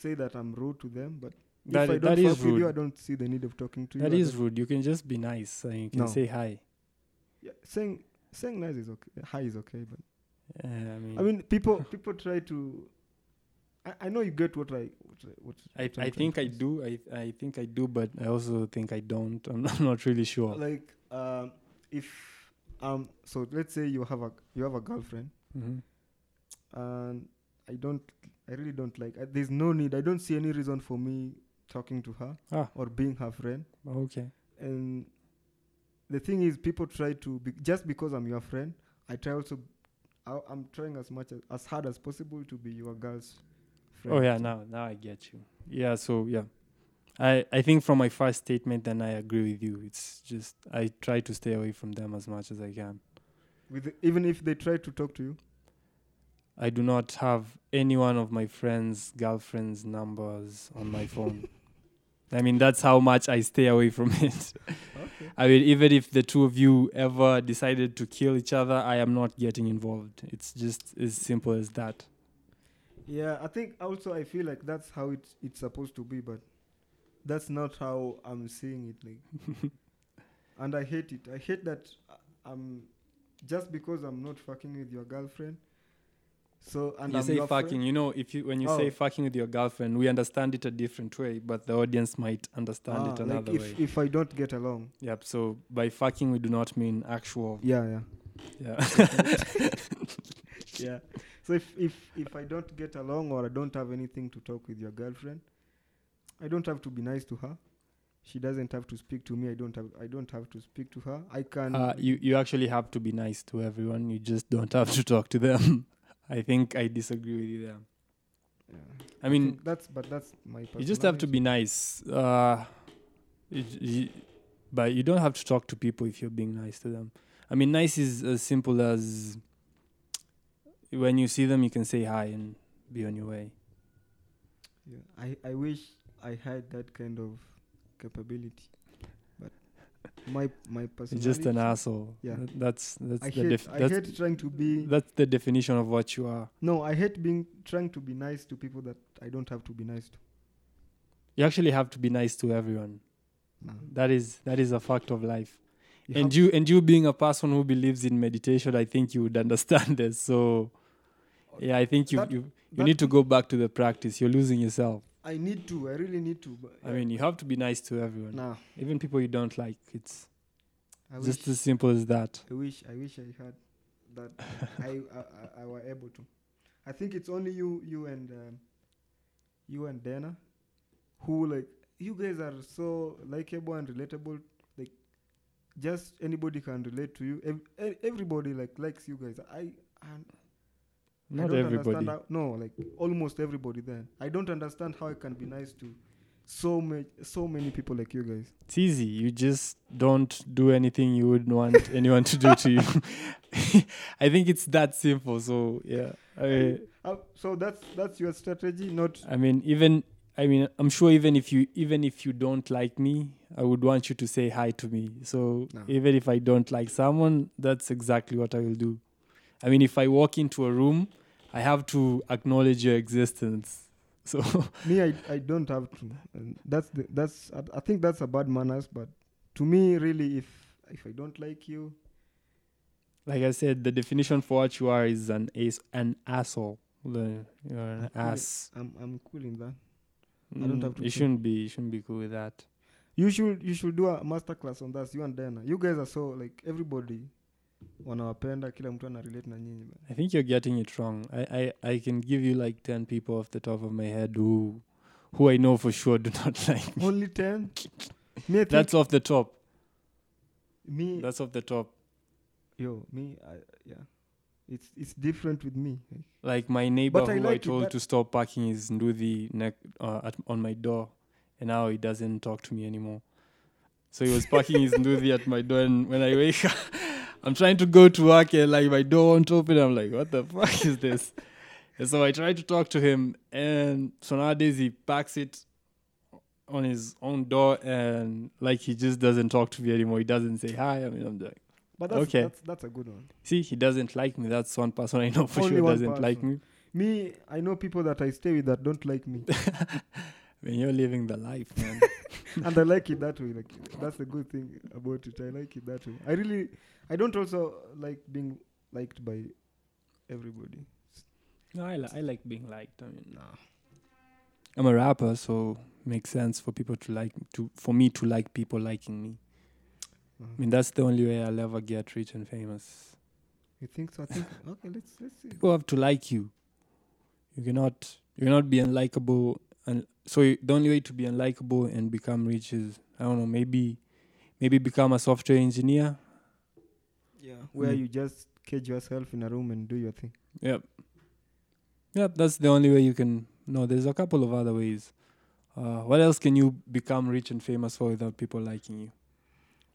Speaker 4: say that I'm rude to them, but
Speaker 3: That
Speaker 4: if I
Speaker 3: i-
Speaker 4: don't
Speaker 3: that
Speaker 4: fuck
Speaker 3: is
Speaker 4: with you, I
Speaker 3: rude.
Speaker 4: don't see the need of talking to
Speaker 3: That
Speaker 4: you. I
Speaker 3: is
Speaker 4: don't-
Speaker 3: rude. You can just be nice and you can
Speaker 4: No.
Speaker 3: say hi.
Speaker 4: yeah, saying saying nice is okay. Hi is okay, but
Speaker 3: Uh, I mean,
Speaker 4: I mean people people try to. I, I know you get what I what I- what.
Speaker 3: I,
Speaker 4: what I'm
Speaker 3: I
Speaker 4: trying
Speaker 3: think
Speaker 4: to
Speaker 3: I
Speaker 4: say.
Speaker 3: do. I, I think I do, but I also think I don't. I'm not, not really sure.
Speaker 4: Like um, if um, so let's say you have a you have a girlfriend.
Speaker 3: hmm
Speaker 4: and I don't, I really don't like. Uh, there's no need. I don't see any reason for me talking to her
Speaker 3: Ah.
Speaker 4: or being her friend.
Speaker 3: Okay.
Speaker 4: And the thing is, people try to be, just because I'm your friend, I try also. I, I'm trying as much as, as hard as possible to be your girl's friend.
Speaker 3: Oh yeah. Now now I get you. Yeah. So yeah, I I think from my first statement, then I agree with you. It's just I try to stay away from them as much as I can.
Speaker 4: With the- even if they try to talk to you,
Speaker 3: I do not have any one of my friends' girlfriends' numbers on my phone. I mean, that's how much I stay away from it.
Speaker 4: okay.
Speaker 3: I mean, even if the two of you ever decided to kill each other, I am not getting involved. It's just as simple as that.
Speaker 4: Yeah, I think also I feel like that's how it, it's supposed to be, but that's not how I'm seeing it. Like, and I hate uh, it. I hate that I- I'm just because I'm not fucking with your girlfriend. So and
Speaker 3: you
Speaker 4: I'm
Speaker 3: say
Speaker 4: your friend-
Speaker 3: fucking. You know, if you when you say
Speaker 4: Oh.
Speaker 3: fucking with your girlfriend, we understand it a different way, but the audience might understand
Speaker 4: Ah,
Speaker 3: it
Speaker 4: like
Speaker 3: another
Speaker 4: if
Speaker 3: way.
Speaker 4: if I don't get along.
Speaker 3: Yep. So by fucking, we do not mean actual.
Speaker 4: Yeah, yeah.
Speaker 3: Yeah.
Speaker 4: yeah so if, if if i don't get along or i don't have anything to talk with your girlfriend i don't have to be nice to her she doesn't have to speak to me i don't have i don't have to speak to her i can
Speaker 3: uh, you you actually have to be nice to everyone. You just don't have to talk to them. I think I disagree with you there.
Speaker 4: yeah.
Speaker 3: I mean,
Speaker 4: think that's but that's my
Speaker 3: you just have to
Speaker 4: personality.
Speaker 3: be nice uh you, you, but you don't have to talk to people if you're being nice to them i mean nice is as simple as when you see them you can say hi and be on your way
Speaker 4: yeah. i i wish i had that kind of capability but my my
Speaker 3: you're
Speaker 4: personality
Speaker 3: just an asshole
Speaker 4: Yeah.
Speaker 3: Th- that's that's
Speaker 4: I
Speaker 3: the
Speaker 4: hate,
Speaker 3: def-
Speaker 4: I
Speaker 3: that's,
Speaker 4: hate trying to be
Speaker 3: that's the definition of what you are
Speaker 4: no i hate being trying to be nice to people that i don't have to be nice to
Speaker 3: you actually have to be nice to everyone
Speaker 4: Ah.
Speaker 3: that is that is a fact of life
Speaker 4: You have
Speaker 3: and you and you being a person who believes in meditation i think you would understand this so yeah i think you
Speaker 4: That-
Speaker 3: you, you
Speaker 4: that-
Speaker 3: need to go back to the practice you're losing yourself
Speaker 4: I need to. I really need to. But
Speaker 3: i mean you have to be nice to everyone
Speaker 4: nah.
Speaker 3: even people you don't like it's
Speaker 4: I wish,
Speaker 3: just as simple as that
Speaker 4: I wish. I wish I had that. I, I I were able to. I think it's only you, you and um, you and Dana, who like you guys are so likable and relatable. Like, just anybody can relate to you. Ev- e- everybody like likes you guys. I and I
Speaker 3: not
Speaker 4: don't
Speaker 3: everybody
Speaker 4: Understand how, no, like almost everybody. Then I don't understand how I can be nice to so many so many people like you guys.
Speaker 3: it's easy you just don't do anything you wouldn't want anyone to do to you i think it's that simple so yeah I,
Speaker 4: Uh, so that's that's your strategy, not
Speaker 3: I mean, even I mean, I'm sure even if you even if you don't like me, I would want you to say hi to me. So
Speaker 4: No.
Speaker 3: even if I don't like someone, that's exactly what I will do. I mean, if I walk into a room, I have to acknowledge your existence. So
Speaker 4: me. I, I don't have to. And that's the, that's I, I think that's a bad manners. But to me, really, if if I don't like you,
Speaker 3: like I said, the definition for what you are is an ace, an asshole. The- You're an
Speaker 4: Yeah.
Speaker 3: ass.
Speaker 4: I'm I'm cool in that. I don't
Speaker 3: Mm,
Speaker 4: have to
Speaker 3: you
Speaker 4: say.
Speaker 3: shouldn't be. You shouldn't be cool with that.
Speaker 4: You should you should do a master class on that. You and Diana. You guys are so like everybody. wanawapenda kila mtu ana relate na nyinyi man.
Speaker 3: I think you're getting it wrong. I, I, I can give you like ten people off the top of my head who who I know for sure do not like me.
Speaker 4: only 10 me I think
Speaker 3: That's off the top.
Speaker 4: me
Speaker 3: That's off the top.
Speaker 4: yo me I, yeah it's it's different with me
Speaker 3: Like my neighbor
Speaker 4: But I
Speaker 3: who I
Speaker 4: like it,
Speaker 3: told
Speaker 4: that-
Speaker 3: to stop parking his nduthi neck uh, at, on my door, and now he doesn't talk to me anymore. So he was parking his nduthi at my door, and when I wake up, I'm trying to go to work, and like my door won't open. I'm like, what the fuck is this? And so I tried to talk to him, and so nowadays he packs it on his own door, and like he just doesn't talk to me anymore. He doesn't say hi. I mean, I'm like.
Speaker 4: but that's
Speaker 3: Okay.
Speaker 4: that's, that's a good one
Speaker 3: See, he doesn't like me. That's one person I know for
Speaker 4: Only
Speaker 3: sure
Speaker 4: one
Speaker 3: doesn't like me.
Speaker 4: person. me i know people that i stay with that don't like me
Speaker 3: When you're living the life, man.
Speaker 4: and I like it that way. Like that's the good thing about it. I like it that way. I really, I don't also like being liked by everybody.
Speaker 3: no, I, li- I like being liked. I mean,
Speaker 4: Nah.
Speaker 3: I'm a rapper, so makes sense for people to like to for me to like people liking me.
Speaker 4: Mhm.
Speaker 3: I mean, that's the only way I'll ever get rich and famous.
Speaker 4: You think so? I think. okay, let's let's see.
Speaker 3: People have to like you. You cannot you cannot be unlikable, and so you, the only way to be unlikable and become rich is I don't know maybe maybe become a software engineer.
Speaker 4: Yeah. Where
Speaker 3: Mm.
Speaker 4: you just cage yourself in a room and do your thing.
Speaker 3: Yep. Yep, that's the only way you can. No, there's a couple of other ways. Uh, what else can you become rich and famous for without people liking you?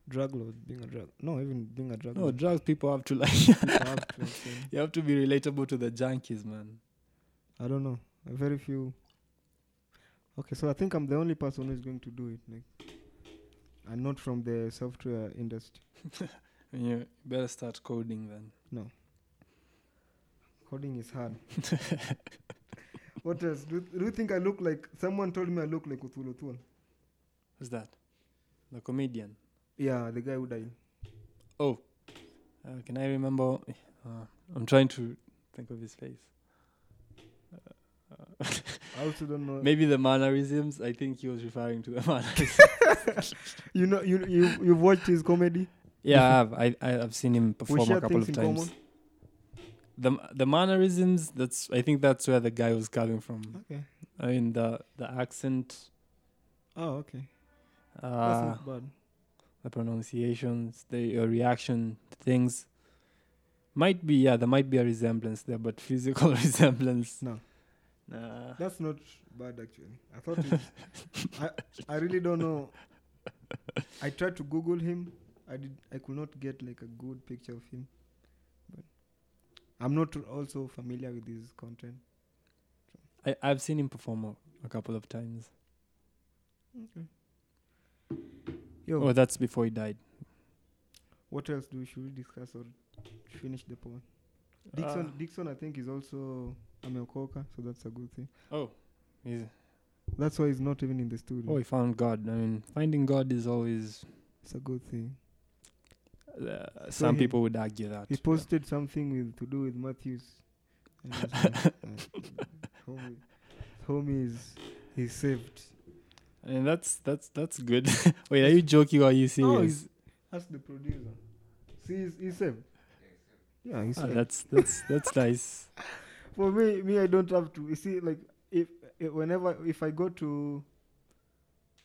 Speaker 4: Drug lord, being a drug. No, even being a drug.
Speaker 3: No,
Speaker 4: lord,
Speaker 3: drugs people have to like.
Speaker 4: people have to, like, say,
Speaker 3: you have to be relatable to the junkies, man.
Speaker 4: I don't know. Very few. Okay, so I think I'm the only person who's going to do it. Like, and not from the software industry.
Speaker 3: And you better start coding then.
Speaker 4: Coding is hard. what else? Do, do you think I look like someone told me I look like Cthulhu Thul?
Speaker 3: Who's that? The comedian.
Speaker 4: Yeah, the guy who died.
Speaker 3: Oh, uh, can I remember? Uh, I'm trying to think of his face.
Speaker 4: I also don't know.
Speaker 3: Maybe the mannerisms. I think he was referring to the mannerisms.
Speaker 4: You know, you you you've watched his comedy.
Speaker 3: yeah, I have. I, I have seen him
Speaker 4: We
Speaker 3: perform
Speaker 4: share
Speaker 3: a couple
Speaker 4: things
Speaker 3: of
Speaker 4: in
Speaker 3: times. The the mannerisms. That's I think that's where the guy was coming from.
Speaker 4: Okay.
Speaker 3: I mean the the accent,
Speaker 4: Oh, okay. That's
Speaker 3: uh,
Speaker 4: not bad.
Speaker 3: the pronunciations, the uh, reaction to things. Might be yeah, there might be a resemblance there, but physical resemblance.
Speaker 4: No.
Speaker 3: Nah.
Speaker 4: That's not bad actually. I thought it, I I really don't know. I tried to Google him. I did. I could not get like a good picture of him. But I'm not also familiar with his content.
Speaker 3: I I've seen him perform a, a couple of times.
Speaker 4: Yo,
Speaker 3: Oh, that's before he died.
Speaker 4: what else do should we discuss or finish the poem? Dixon,
Speaker 3: Uh.
Speaker 4: Dixon, I think is also ameokoka, so that's a good thing.
Speaker 3: Oh, he's
Speaker 4: That's why he's not even in the studio.
Speaker 3: oh he found God. I mean, finding God is always.
Speaker 4: It's a good thing.
Speaker 3: Uh, some
Speaker 4: he-
Speaker 3: people would argue that.
Speaker 4: He
Speaker 3: but-
Speaker 4: posted something with to do with Matthews. And I was like, uh, homie, homie is he's saved.
Speaker 3: I mean, that's that's that's good. Wait, are you joking or are you serious?
Speaker 4: No, he's that's the producer. See, he's, he's saved. Yeah, he's
Speaker 3: Ah,
Speaker 4: saved.
Speaker 3: that's that's that's nice.
Speaker 4: For me, me, I don't have to. You see, like if, if whenever if I go to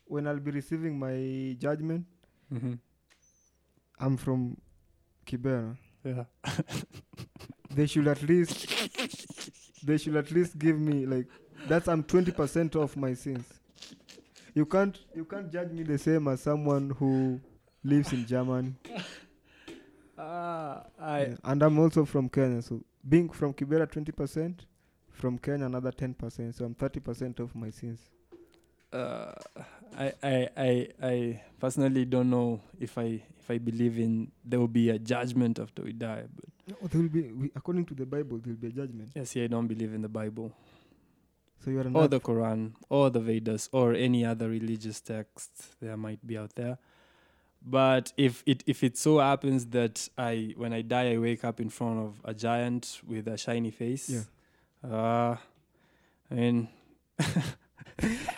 Speaker 4: when I'll be receiving my judgment,
Speaker 3: hmm
Speaker 4: I'm from Kibera.
Speaker 3: Yeah.
Speaker 4: They should at least they should at least give me like that's I'm twenty percent off my sins. You can't you can't judge me the same as someone who lives in Germany.
Speaker 3: Ah, I
Speaker 4: Yeah, And I'm also from Kenya, so being from Kibera twenty percent, from Kenya another ten percent, so I'm thirty percent off my sins.
Speaker 3: uh, I, I I I personally don't know if I if I believe in there will be a judgment after we die. But
Speaker 4: No, there will be we, according to the Bible there will be a judgment.
Speaker 3: yes, yeah, I don't believe in the Bible
Speaker 4: So you are
Speaker 3: or
Speaker 4: not
Speaker 3: Oh, the Quran or the Vedas or any other religious text there might be out there. But if it if it so happens that I when I die I wake up in front of a giant with a shiny face,
Speaker 4: Yeah.
Speaker 3: uh, I mean.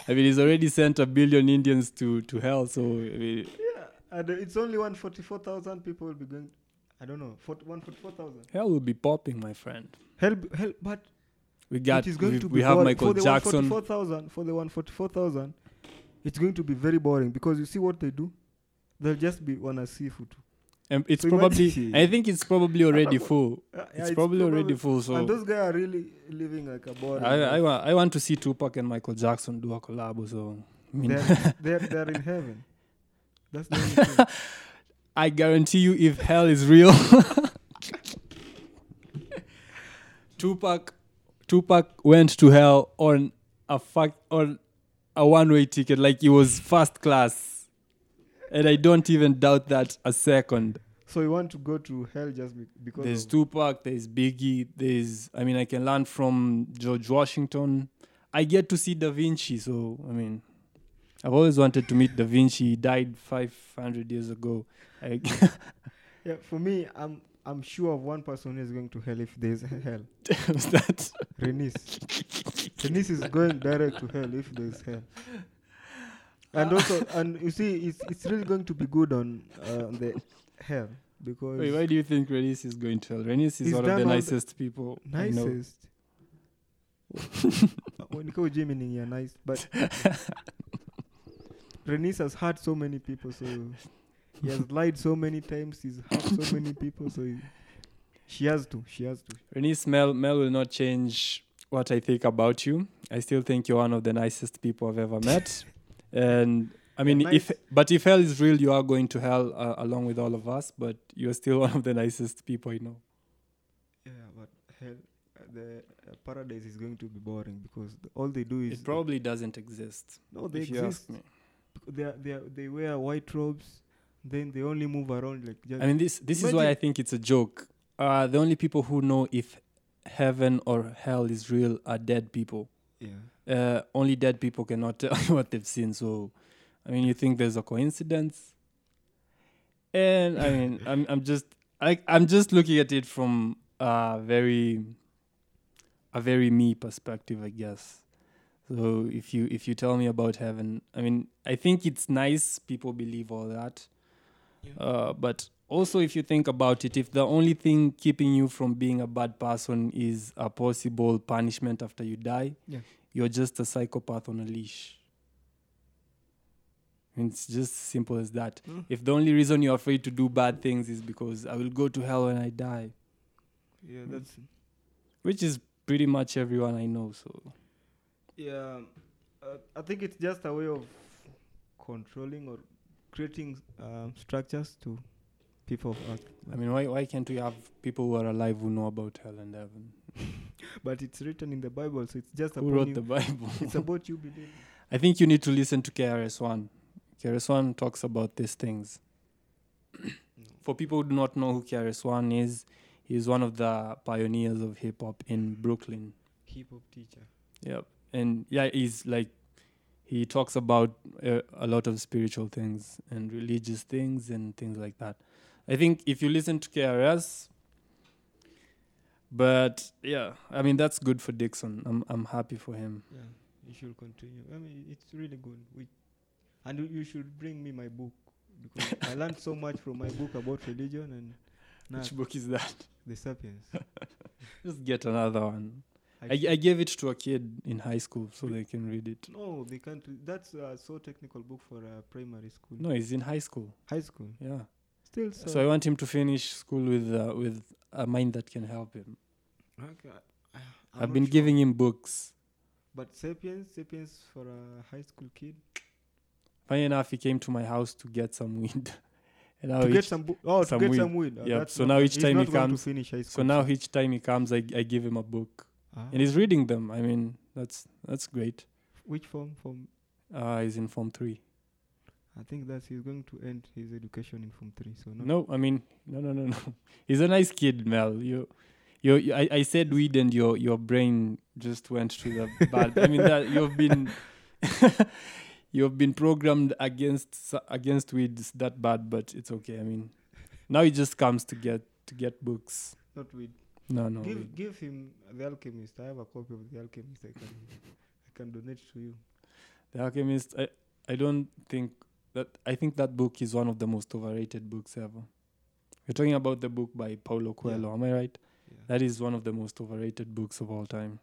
Speaker 3: I mean, he's already sent a billion Indians to, to hell, so I mean,
Speaker 4: Yeah, and uh, it's only one forty four thousand people will be going I don't know, one forty four thousand.
Speaker 3: Hell will be popping, my friend.
Speaker 4: Hell hell but
Speaker 3: We got.
Speaker 4: it is going
Speaker 3: we,
Speaker 4: to be
Speaker 3: we have
Speaker 4: boring.
Speaker 3: Michael
Speaker 4: for the
Speaker 3: Jackson.
Speaker 4: 144,000 for the 144,000 it's going to be very boring because you see what they do they'll just be wanna see food
Speaker 3: And it's
Speaker 4: So
Speaker 3: probably.
Speaker 4: imagine-
Speaker 3: I think it's probably already full.
Speaker 4: Uh, yeah,
Speaker 3: It's probably already full, so-
Speaker 4: and those guys are really living like a boring
Speaker 3: I, I,
Speaker 4: life.
Speaker 3: wa- I want to see Tupac and Michael Jackson do a collab. So I, mean,
Speaker 4: they're, they're, they're in heaven that's the only thing
Speaker 3: I guarantee you, if hell is real, Tupac, Tupac went to hell on a fuck on a one-way ticket, like it was first class, and I don't even doubt that a second.
Speaker 4: so you want to go to hell just be, because
Speaker 3: There's
Speaker 4: of-
Speaker 3: Tupac, there's Biggie, there's I mean I can learn from George Washington. I get to see Da Vinci, so I mean I've always wanted to meet Da Vinci. He died 500 years ago. I,
Speaker 4: yeah, for me I'm I'm sure of one person who is going to hell if there is hell
Speaker 3: was that
Speaker 4: Renis. Renis is going direct to hell if there's hell. And also, and you see, it's it's really going to be good on uh, on the hell because
Speaker 3: Wait, why do you think Renis is going to hell? Renis is
Speaker 4: He's
Speaker 3: one
Speaker 4: done
Speaker 3: of the
Speaker 4: all the-
Speaker 3: nicest people. I know.
Speaker 4: nicest. when you call Jimmy, Ning, you're nice, but Renis has hurt so many people, so he has lied so many times. He's hurt so many people, so he, she has to. She has to.
Speaker 3: Renis Mel Mel will not change what I think about you. I still think you're one of the nicest people I've ever met. and I mean,
Speaker 4: Nice.
Speaker 3: if but if hell is real, you are going to hell uh, along with all of us. But you're still one of the nicest people I know.
Speaker 4: Yeah, but hell, uh, the uh, paradise is going to be boring because th- all they do is
Speaker 3: It probably doesn't exist.
Speaker 4: no, they
Speaker 3: if you
Speaker 4: exist.
Speaker 3: ask me.
Speaker 4: They are, they are, they wear white robes, then they only move around like just.
Speaker 3: I mean, this this is why I
Speaker 4: Imagine-
Speaker 3: think it's a joke. Uh, the only people who know if heaven or hell is real are dead people.
Speaker 4: yeah,
Speaker 3: Uh, only dead people cannot tell you what they've seen. So, I mean, you think there's a coincidence? And I mean, I'm I'm just like I'm just looking at it from a very a very me perspective, I guess. So if you if you tell me about heaven, I mean, I think it's nice people believe all that, uh, but also if you think about it, if the only thing keeping you from being a bad person is a possible punishment after you die,
Speaker 4: Yeah.
Speaker 3: you're just a psychopath on a leash. And It's just simple as that. If the only reason you're afraid to do bad things is because I will go to hell when I die,
Speaker 4: Yeah, that's
Speaker 3: which is pretty much everyone I know. So
Speaker 4: yeah. Uh, I think it's just a way of controlling or creating um, structures to people of Earth.
Speaker 3: I mean, why why can't we have people who are alive who know about hell and heaven?
Speaker 4: But it's written in the Bible, so it's just
Speaker 3: Who
Speaker 4: upon
Speaker 3: wrote
Speaker 4: you.
Speaker 3: the Bible?
Speaker 4: it's about you believing.
Speaker 3: I think you need to listen to KRS One. KRS One talks about these things. For people who do not know who KRS One is, he's one of the pioneers of hip hop in Brooklyn.
Speaker 4: Hip hop teacher.
Speaker 3: Yep. And yeah, he's like, he talks about uh, a lot of spiritual things and religious things and things like that. I think if you listen to KRS, but yeah, I mean that's good for Dixon. I'm I'm happy for him.
Speaker 4: Yeah, you should continue. I mean, it's really good. We, and you- you should bring me my book because I learned so much from my book about religion and now
Speaker 3: Which book is that?
Speaker 4: the sapiens.
Speaker 3: Just get another one. I,
Speaker 4: I-
Speaker 3: I gave it to a kid in high school so they can read it.
Speaker 4: no, they can't. do- That's a so technical book for uh, primary school,
Speaker 3: No, he's in high school.
Speaker 4: high school.
Speaker 3: Yeah.
Speaker 4: Still,
Speaker 3: So,
Speaker 4: so,
Speaker 3: I want him to finish school with uh, with a mind that can help him.
Speaker 4: okay, I,
Speaker 3: i have been giving him books.
Speaker 4: But sapiens, sapiens for a high school kid
Speaker 3: Funny enough, he came to my house to get some weed, and now
Speaker 4: to
Speaker 3: each,
Speaker 4: get some book. Oh,
Speaker 3: some
Speaker 4: to get
Speaker 3: weed.
Speaker 4: some weed. Oh,
Speaker 3: Yep,
Speaker 4: that's
Speaker 3: so
Speaker 4: not-
Speaker 3: now each
Speaker 4: he's
Speaker 3: time
Speaker 4: not
Speaker 3: he
Speaker 4: going
Speaker 3: comes-
Speaker 4: to finish high
Speaker 3: so
Speaker 4: school.
Speaker 3: now each time he comes, I, I give him a book,
Speaker 4: Ah,
Speaker 3: and he's reading them. I mean, that's that's great.
Speaker 4: which form? Form.
Speaker 3: Uh, he's in form three.
Speaker 4: I think that's he's going to end his education in form three. So no.
Speaker 3: No, I mean, no, no, no, no. He's a nice kid, Mel. You, you, you I, I said weed, and your your brain just went to the bad. I mean, that you've been. You've been programmed against s- against weeds that bad, but it's okay. I mean, now he just comes to get to get books.
Speaker 4: not weed.
Speaker 3: No, no.
Speaker 4: give
Speaker 3: weed.
Speaker 4: give him the alchemist i have a copy of the alchemist i can i can donate to you
Speaker 3: The Alchemist, I, I don't think that I think that book is one of the most overrated books ever. You're talking about the book by Paulo Coelho, am I right?
Speaker 4: yeah.
Speaker 3: That is one of the most overrated books of all time.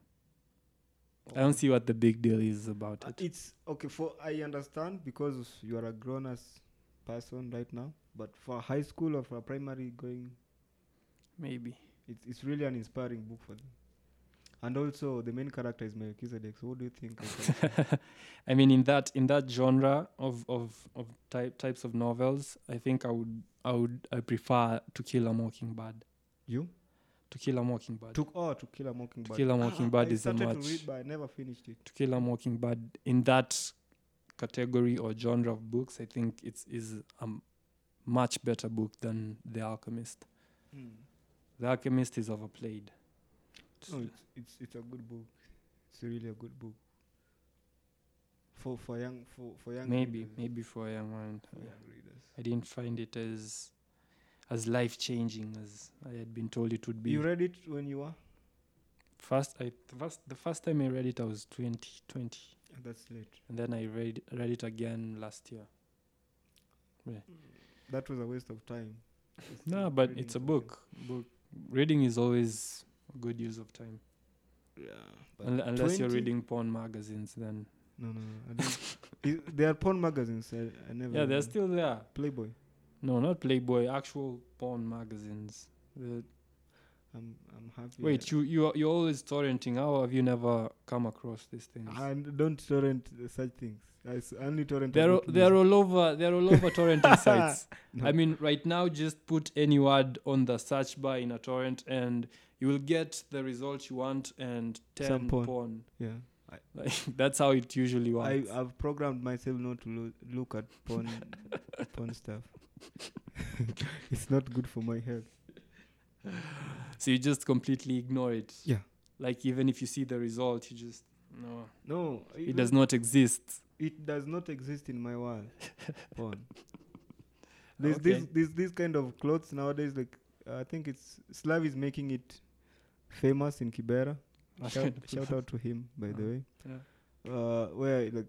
Speaker 3: I don't see what the big deal is about
Speaker 4: Uh,
Speaker 3: it.
Speaker 4: it's okay for i understand because you are a grown ass person right now but for high school or for a primary going
Speaker 3: Maybe.
Speaker 4: it's, it's really an inspiring book for them and also the main character is melchizedek so what do you think I can-
Speaker 3: I mean, in that in that genre of of of type, types of novels, I think I would I would I prefer To Kill a Mockingbird.
Speaker 4: you
Speaker 3: To Kill a Mockingbird. To,
Speaker 4: took oh to kill a mockingbird
Speaker 3: Kill a
Speaker 4: Ah,
Speaker 3: Mockingbird
Speaker 4: I
Speaker 3: is a
Speaker 4: started
Speaker 3: much-
Speaker 4: to read but i never finished it
Speaker 3: to Kill a Mockingbird in that category or genre of books, I think it's is a m- much better book than The Alchemist.
Speaker 4: Hmm.
Speaker 3: The Alchemist is overplayed. Oh,
Speaker 4: No, it's, it's it's a good book. It's really a good book. For for young for for young
Speaker 3: maybe,
Speaker 4: readers.
Speaker 3: maybe for a young man.
Speaker 4: for young readers.
Speaker 3: I didn't find it as as life changing as I had been told it would be.
Speaker 4: You read it when you were?
Speaker 3: first, I first the first time I read it, I was twenty twenty,
Speaker 4: That's late.
Speaker 3: and then I read read it again last year.
Speaker 4: That was a waste of time. Just
Speaker 3: No,
Speaker 4: keep
Speaker 3: but
Speaker 4: Hmm. reading
Speaker 3: it's a
Speaker 4: something.
Speaker 3: book. Book reading is always a good use of time.
Speaker 4: Yeah.
Speaker 3: Unle- unless you're
Speaker 4: 20?
Speaker 3: reading porn magazines, then
Speaker 4: No, no, no. I don't. I- there are porn magazines. I, I never.
Speaker 3: yeah,
Speaker 4: read
Speaker 3: they're
Speaker 4: them.
Speaker 3: still there.
Speaker 4: Playboy.
Speaker 3: No, not Playboy, actual porn magazines. The-
Speaker 4: I'm I'm happy.
Speaker 3: Wait, you you are- you're always torrenting. How have you never come across these things?
Speaker 4: I don't torrent such things. I s- only torrent.
Speaker 3: They're all,
Speaker 4: about
Speaker 3: they're
Speaker 4: music.
Speaker 3: all over they're all over torrenting sites.
Speaker 4: No.
Speaker 3: I mean, right now, just put any word on the search bar in a torrent, and you will get the result you want and ten
Speaker 4: Some porn.
Speaker 3: porn.
Speaker 4: yeah.
Speaker 3: Like, that's how it usually
Speaker 4: I,
Speaker 3: works.
Speaker 4: I've programmed myself not to lo- look at porn, porn stuff. it's not good for my health.
Speaker 3: so you just completely ignore it.
Speaker 4: Yeah.
Speaker 3: Like even if you see the result, you just no.
Speaker 4: No,
Speaker 3: It does not exist.
Speaker 4: It does not exist in my world. porn. There's
Speaker 3: Okay.
Speaker 4: this, this, this kind of clothes nowadays. Like I think it's Slav is making it famous in Kibera.
Speaker 3: I
Speaker 4: shout,
Speaker 3: kinda
Speaker 4: shout out to him by the
Speaker 3: Uh,
Speaker 4: way
Speaker 3: yeah.
Speaker 4: uh, where like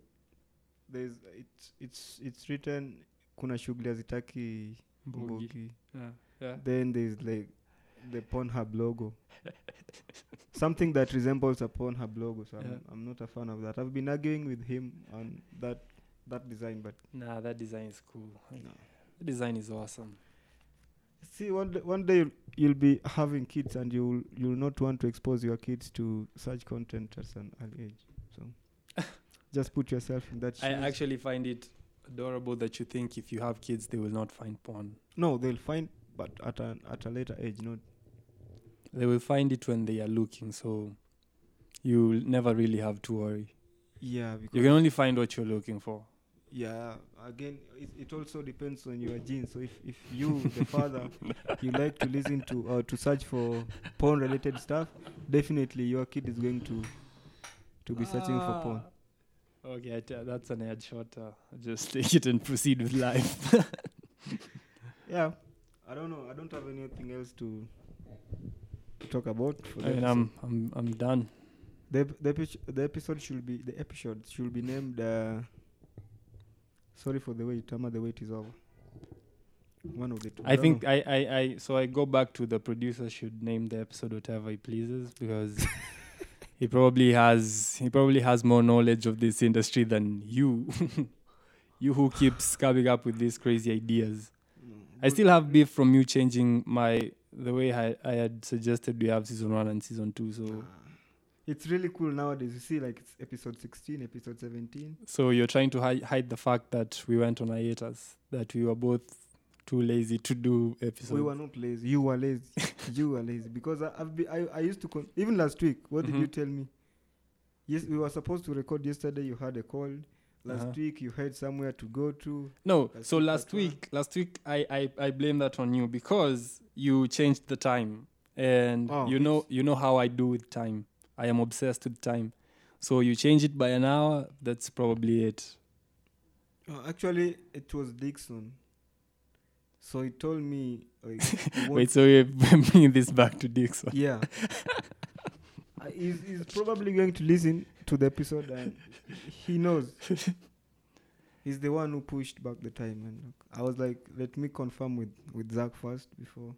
Speaker 4: there's it's it's it's written kuna shughuli hazitaki
Speaker 3: Mbugi.
Speaker 4: mbogi
Speaker 3: Yeah, yeah.
Speaker 4: then there's like the Pornhub logo something that resembles a Pornhub logo so I'm,
Speaker 3: Yeah.
Speaker 4: I'm not a fan of that I've been arguing with him on that that design but
Speaker 3: Nah, that design is cool. Like,
Speaker 4: No.
Speaker 3: That design is awesome.
Speaker 4: see one day, one day you'll be having kids and you'll you'll not want to expose your kids to such content at an early age so just put yourself in that
Speaker 3: I
Speaker 4: shoes.
Speaker 3: actually find it adorable that you think if you have kids, they will not find porn.
Speaker 4: no they'll find but at an at a later age not
Speaker 3: They will find it when they are looking, so you'll never really have to worry.
Speaker 4: yeah because
Speaker 3: You can only find what you're looking for.
Speaker 4: yeah again it, it also depends on your genes so if, if you the father you like to listen to or to search for porn related stuff definitely your kid is going to to be searching for porn
Speaker 3: porn. Okay, I tell- that's an headshot. Uh, just take it and proceed with life.
Speaker 4: yeah i don't know i don't have anything else to to talk about for the
Speaker 3: I mean,
Speaker 4: episode.
Speaker 3: I'm, I'm, I'm done.
Speaker 4: the, ep- the, epi- the episode should be the episode should be named uh, sorry for the wait ama the wait is over one of the two
Speaker 3: I
Speaker 4: don't
Speaker 3: think
Speaker 4: know.
Speaker 3: I, I, I so I go back to the producer should name the episode whatever he pleases because he probably has he probably has more knowledge of this industry than you. you who keeps coming up with these crazy ideas.
Speaker 4: No,
Speaker 3: I
Speaker 4: good.
Speaker 3: still have beef from you changing my the way I, I had suggested we have season one and season two. So
Speaker 4: Uh, it's really cool nowadays. You see, like it's episode 16, episode 17.
Speaker 3: so you're trying to hi- hide the fact that we went on hiatus, that we were both too lazy to do episodes.
Speaker 4: we were not lazy. You were lazy. you were lazy because I, I've been, I, I used to con- even last week. What
Speaker 3: Mhm.
Speaker 4: did you tell me? Yes, we were supposed to record yesterday. You had a cold. Last
Speaker 3: Uh-huh.
Speaker 4: week you had somewhere to go to.
Speaker 3: No,
Speaker 4: Let's
Speaker 3: so
Speaker 4: keep
Speaker 3: last
Speaker 4: that one.
Speaker 3: week, last week I, I I blame that on you because you changed the time, and
Speaker 4: Oh,
Speaker 3: you know you know how I do with time. I am obsessed with time, so you change it by an hour. That's probably it.
Speaker 4: Uh, actually, it was Dixon. So he told me. Like, he won't-
Speaker 3: Wait, so you're bringing this back to Dixon?
Speaker 4: yeah. Uh, he's, he's probably going to listen to the episode and he knows. He's the one who pushed back the time. And look, I was like, let me confirm with, with Zach first before.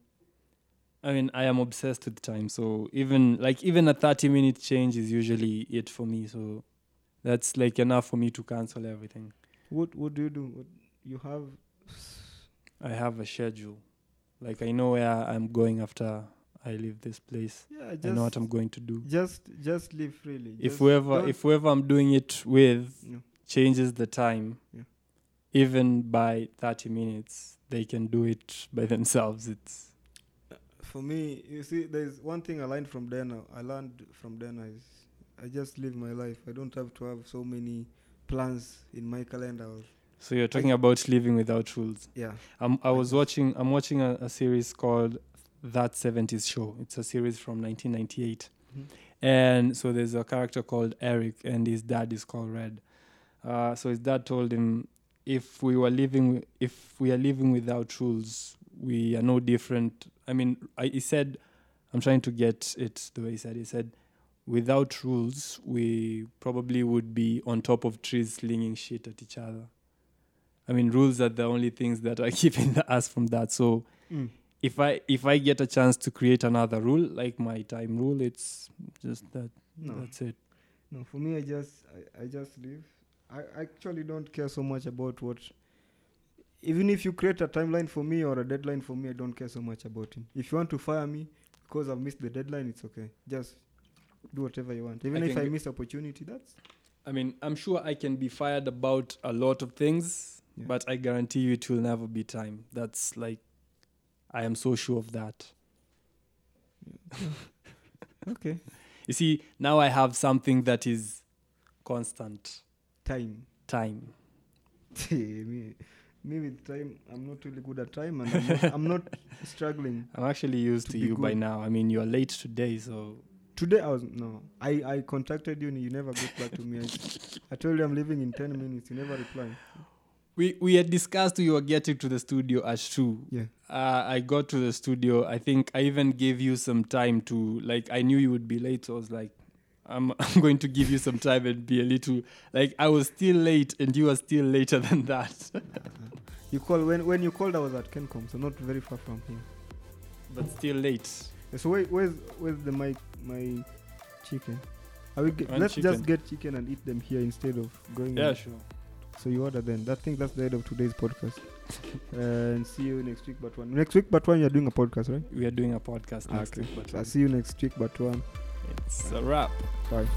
Speaker 3: I mean, I am obsessed with time, so even like even a thirty-minute change is usually it for me. So that's like enough for me to cancel everything.
Speaker 4: What what do you do? What, you have.
Speaker 3: I have a schedule, like I know where I'm going after I leave this place.
Speaker 4: Yeah,
Speaker 3: I
Speaker 4: just.
Speaker 3: know what I'm going to do.
Speaker 4: Just just live freely.
Speaker 3: if
Speaker 4: just
Speaker 3: whoever
Speaker 4: don't-
Speaker 3: if whoever I'm doing it with
Speaker 4: Yeah.
Speaker 3: changes the time,
Speaker 4: Yeah.
Speaker 3: even by thirty minutes, they can do it by themselves. It's
Speaker 4: For me, you see, there's one thing I learned from Dana. I learned from Dana is I just live my life. I don't have to have so many plans in my calendar. Or,
Speaker 3: so you're talking about living without rules.
Speaker 4: yeah.
Speaker 3: I'm, I
Speaker 4: I
Speaker 3: was
Speaker 4: guess.
Speaker 3: watching I'm watching a, a series called That 70s Show. It's a series from 1998.
Speaker 4: Mhm.
Speaker 3: And so there's a character called Eric and his dad is called Red. Uh, so his dad told him if we were living wi- if we are living without rules, we are no different. I mean, I, he said I'm trying to get it the way he said. He said without rules, we probably would be on top of trees slinging shit at each other. I mean, rules are the only things that are keeping us from that. So
Speaker 4: Mm.
Speaker 3: if I if I get a chance to create another rule, like my time rule, it's just that.
Speaker 4: No,
Speaker 3: That's it.
Speaker 4: no. For me, I just I, I just live. I actually don't care so much about what. Even if you create a timeline for me or a deadline for me, I don't care so much about it. If you want to fire me because I've missed the deadline, it's okay. Just do whatever you want. Even
Speaker 3: I
Speaker 4: if
Speaker 3: can
Speaker 4: I
Speaker 3: g-
Speaker 4: miss opportunity, that's
Speaker 3: I mean, I'm sure I can be fired about a lot of things,
Speaker 4: Yeah.
Speaker 3: but I guarantee you it will never be time. That's like, I am so sure of that.
Speaker 4: okay.
Speaker 3: You see, now I have something that is constant
Speaker 4: Time.
Speaker 3: time.
Speaker 4: me, me with time, I'm not really good at time, and I'm not, I'm not struggling.
Speaker 3: I'm actually used
Speaker 4: To
Speaker 3: to,
Speaker 4: be
Speaker 3: you by
Speaker 4: good.
Speaker 3: now. I mean, you're late today, so
Speaker 4: Today I was no. I I contacted you and you never got back to me. I, I told you I'm leaving in ten minutes. You never reply.
Speaker 3: we we had discussed you were getting to the studio at two.
Speaker 4: Yeah.
Speaker 3: Uh, I got to the studio. I think I even gave you some time to like. I knew you would be late, so I was like, I'm, I'm going to give you some time and be a little like I was still late and you are still later than that.
Speaker 4: You call when when you called I was at Kencom, so not very far from here.
Speaker 3: but still late.
Speaker 4: So where, where's where's the my my chicken? Are we ge-
Speaker 3: And
Speaker 4: let's
Speaker 3: chicken.
Speaker 4: just get chicken and eat them here instead of going.
Speaker 3: Yeah,
Speaker 4: and-
Speaker 3: sure.
Speaker 4: So you order then. That thing that's the end of today's podcast. and see you next week, but one. Next week, but one. You're doing a podcast, right?
Speaker 3: We are doing a podcast next
Speaker 4: Okay.
Speaker 3: week, but
Speaker 4: So I see you next week, but one.
Speaker 3: it's a wrap.
Speaker 4: Bye.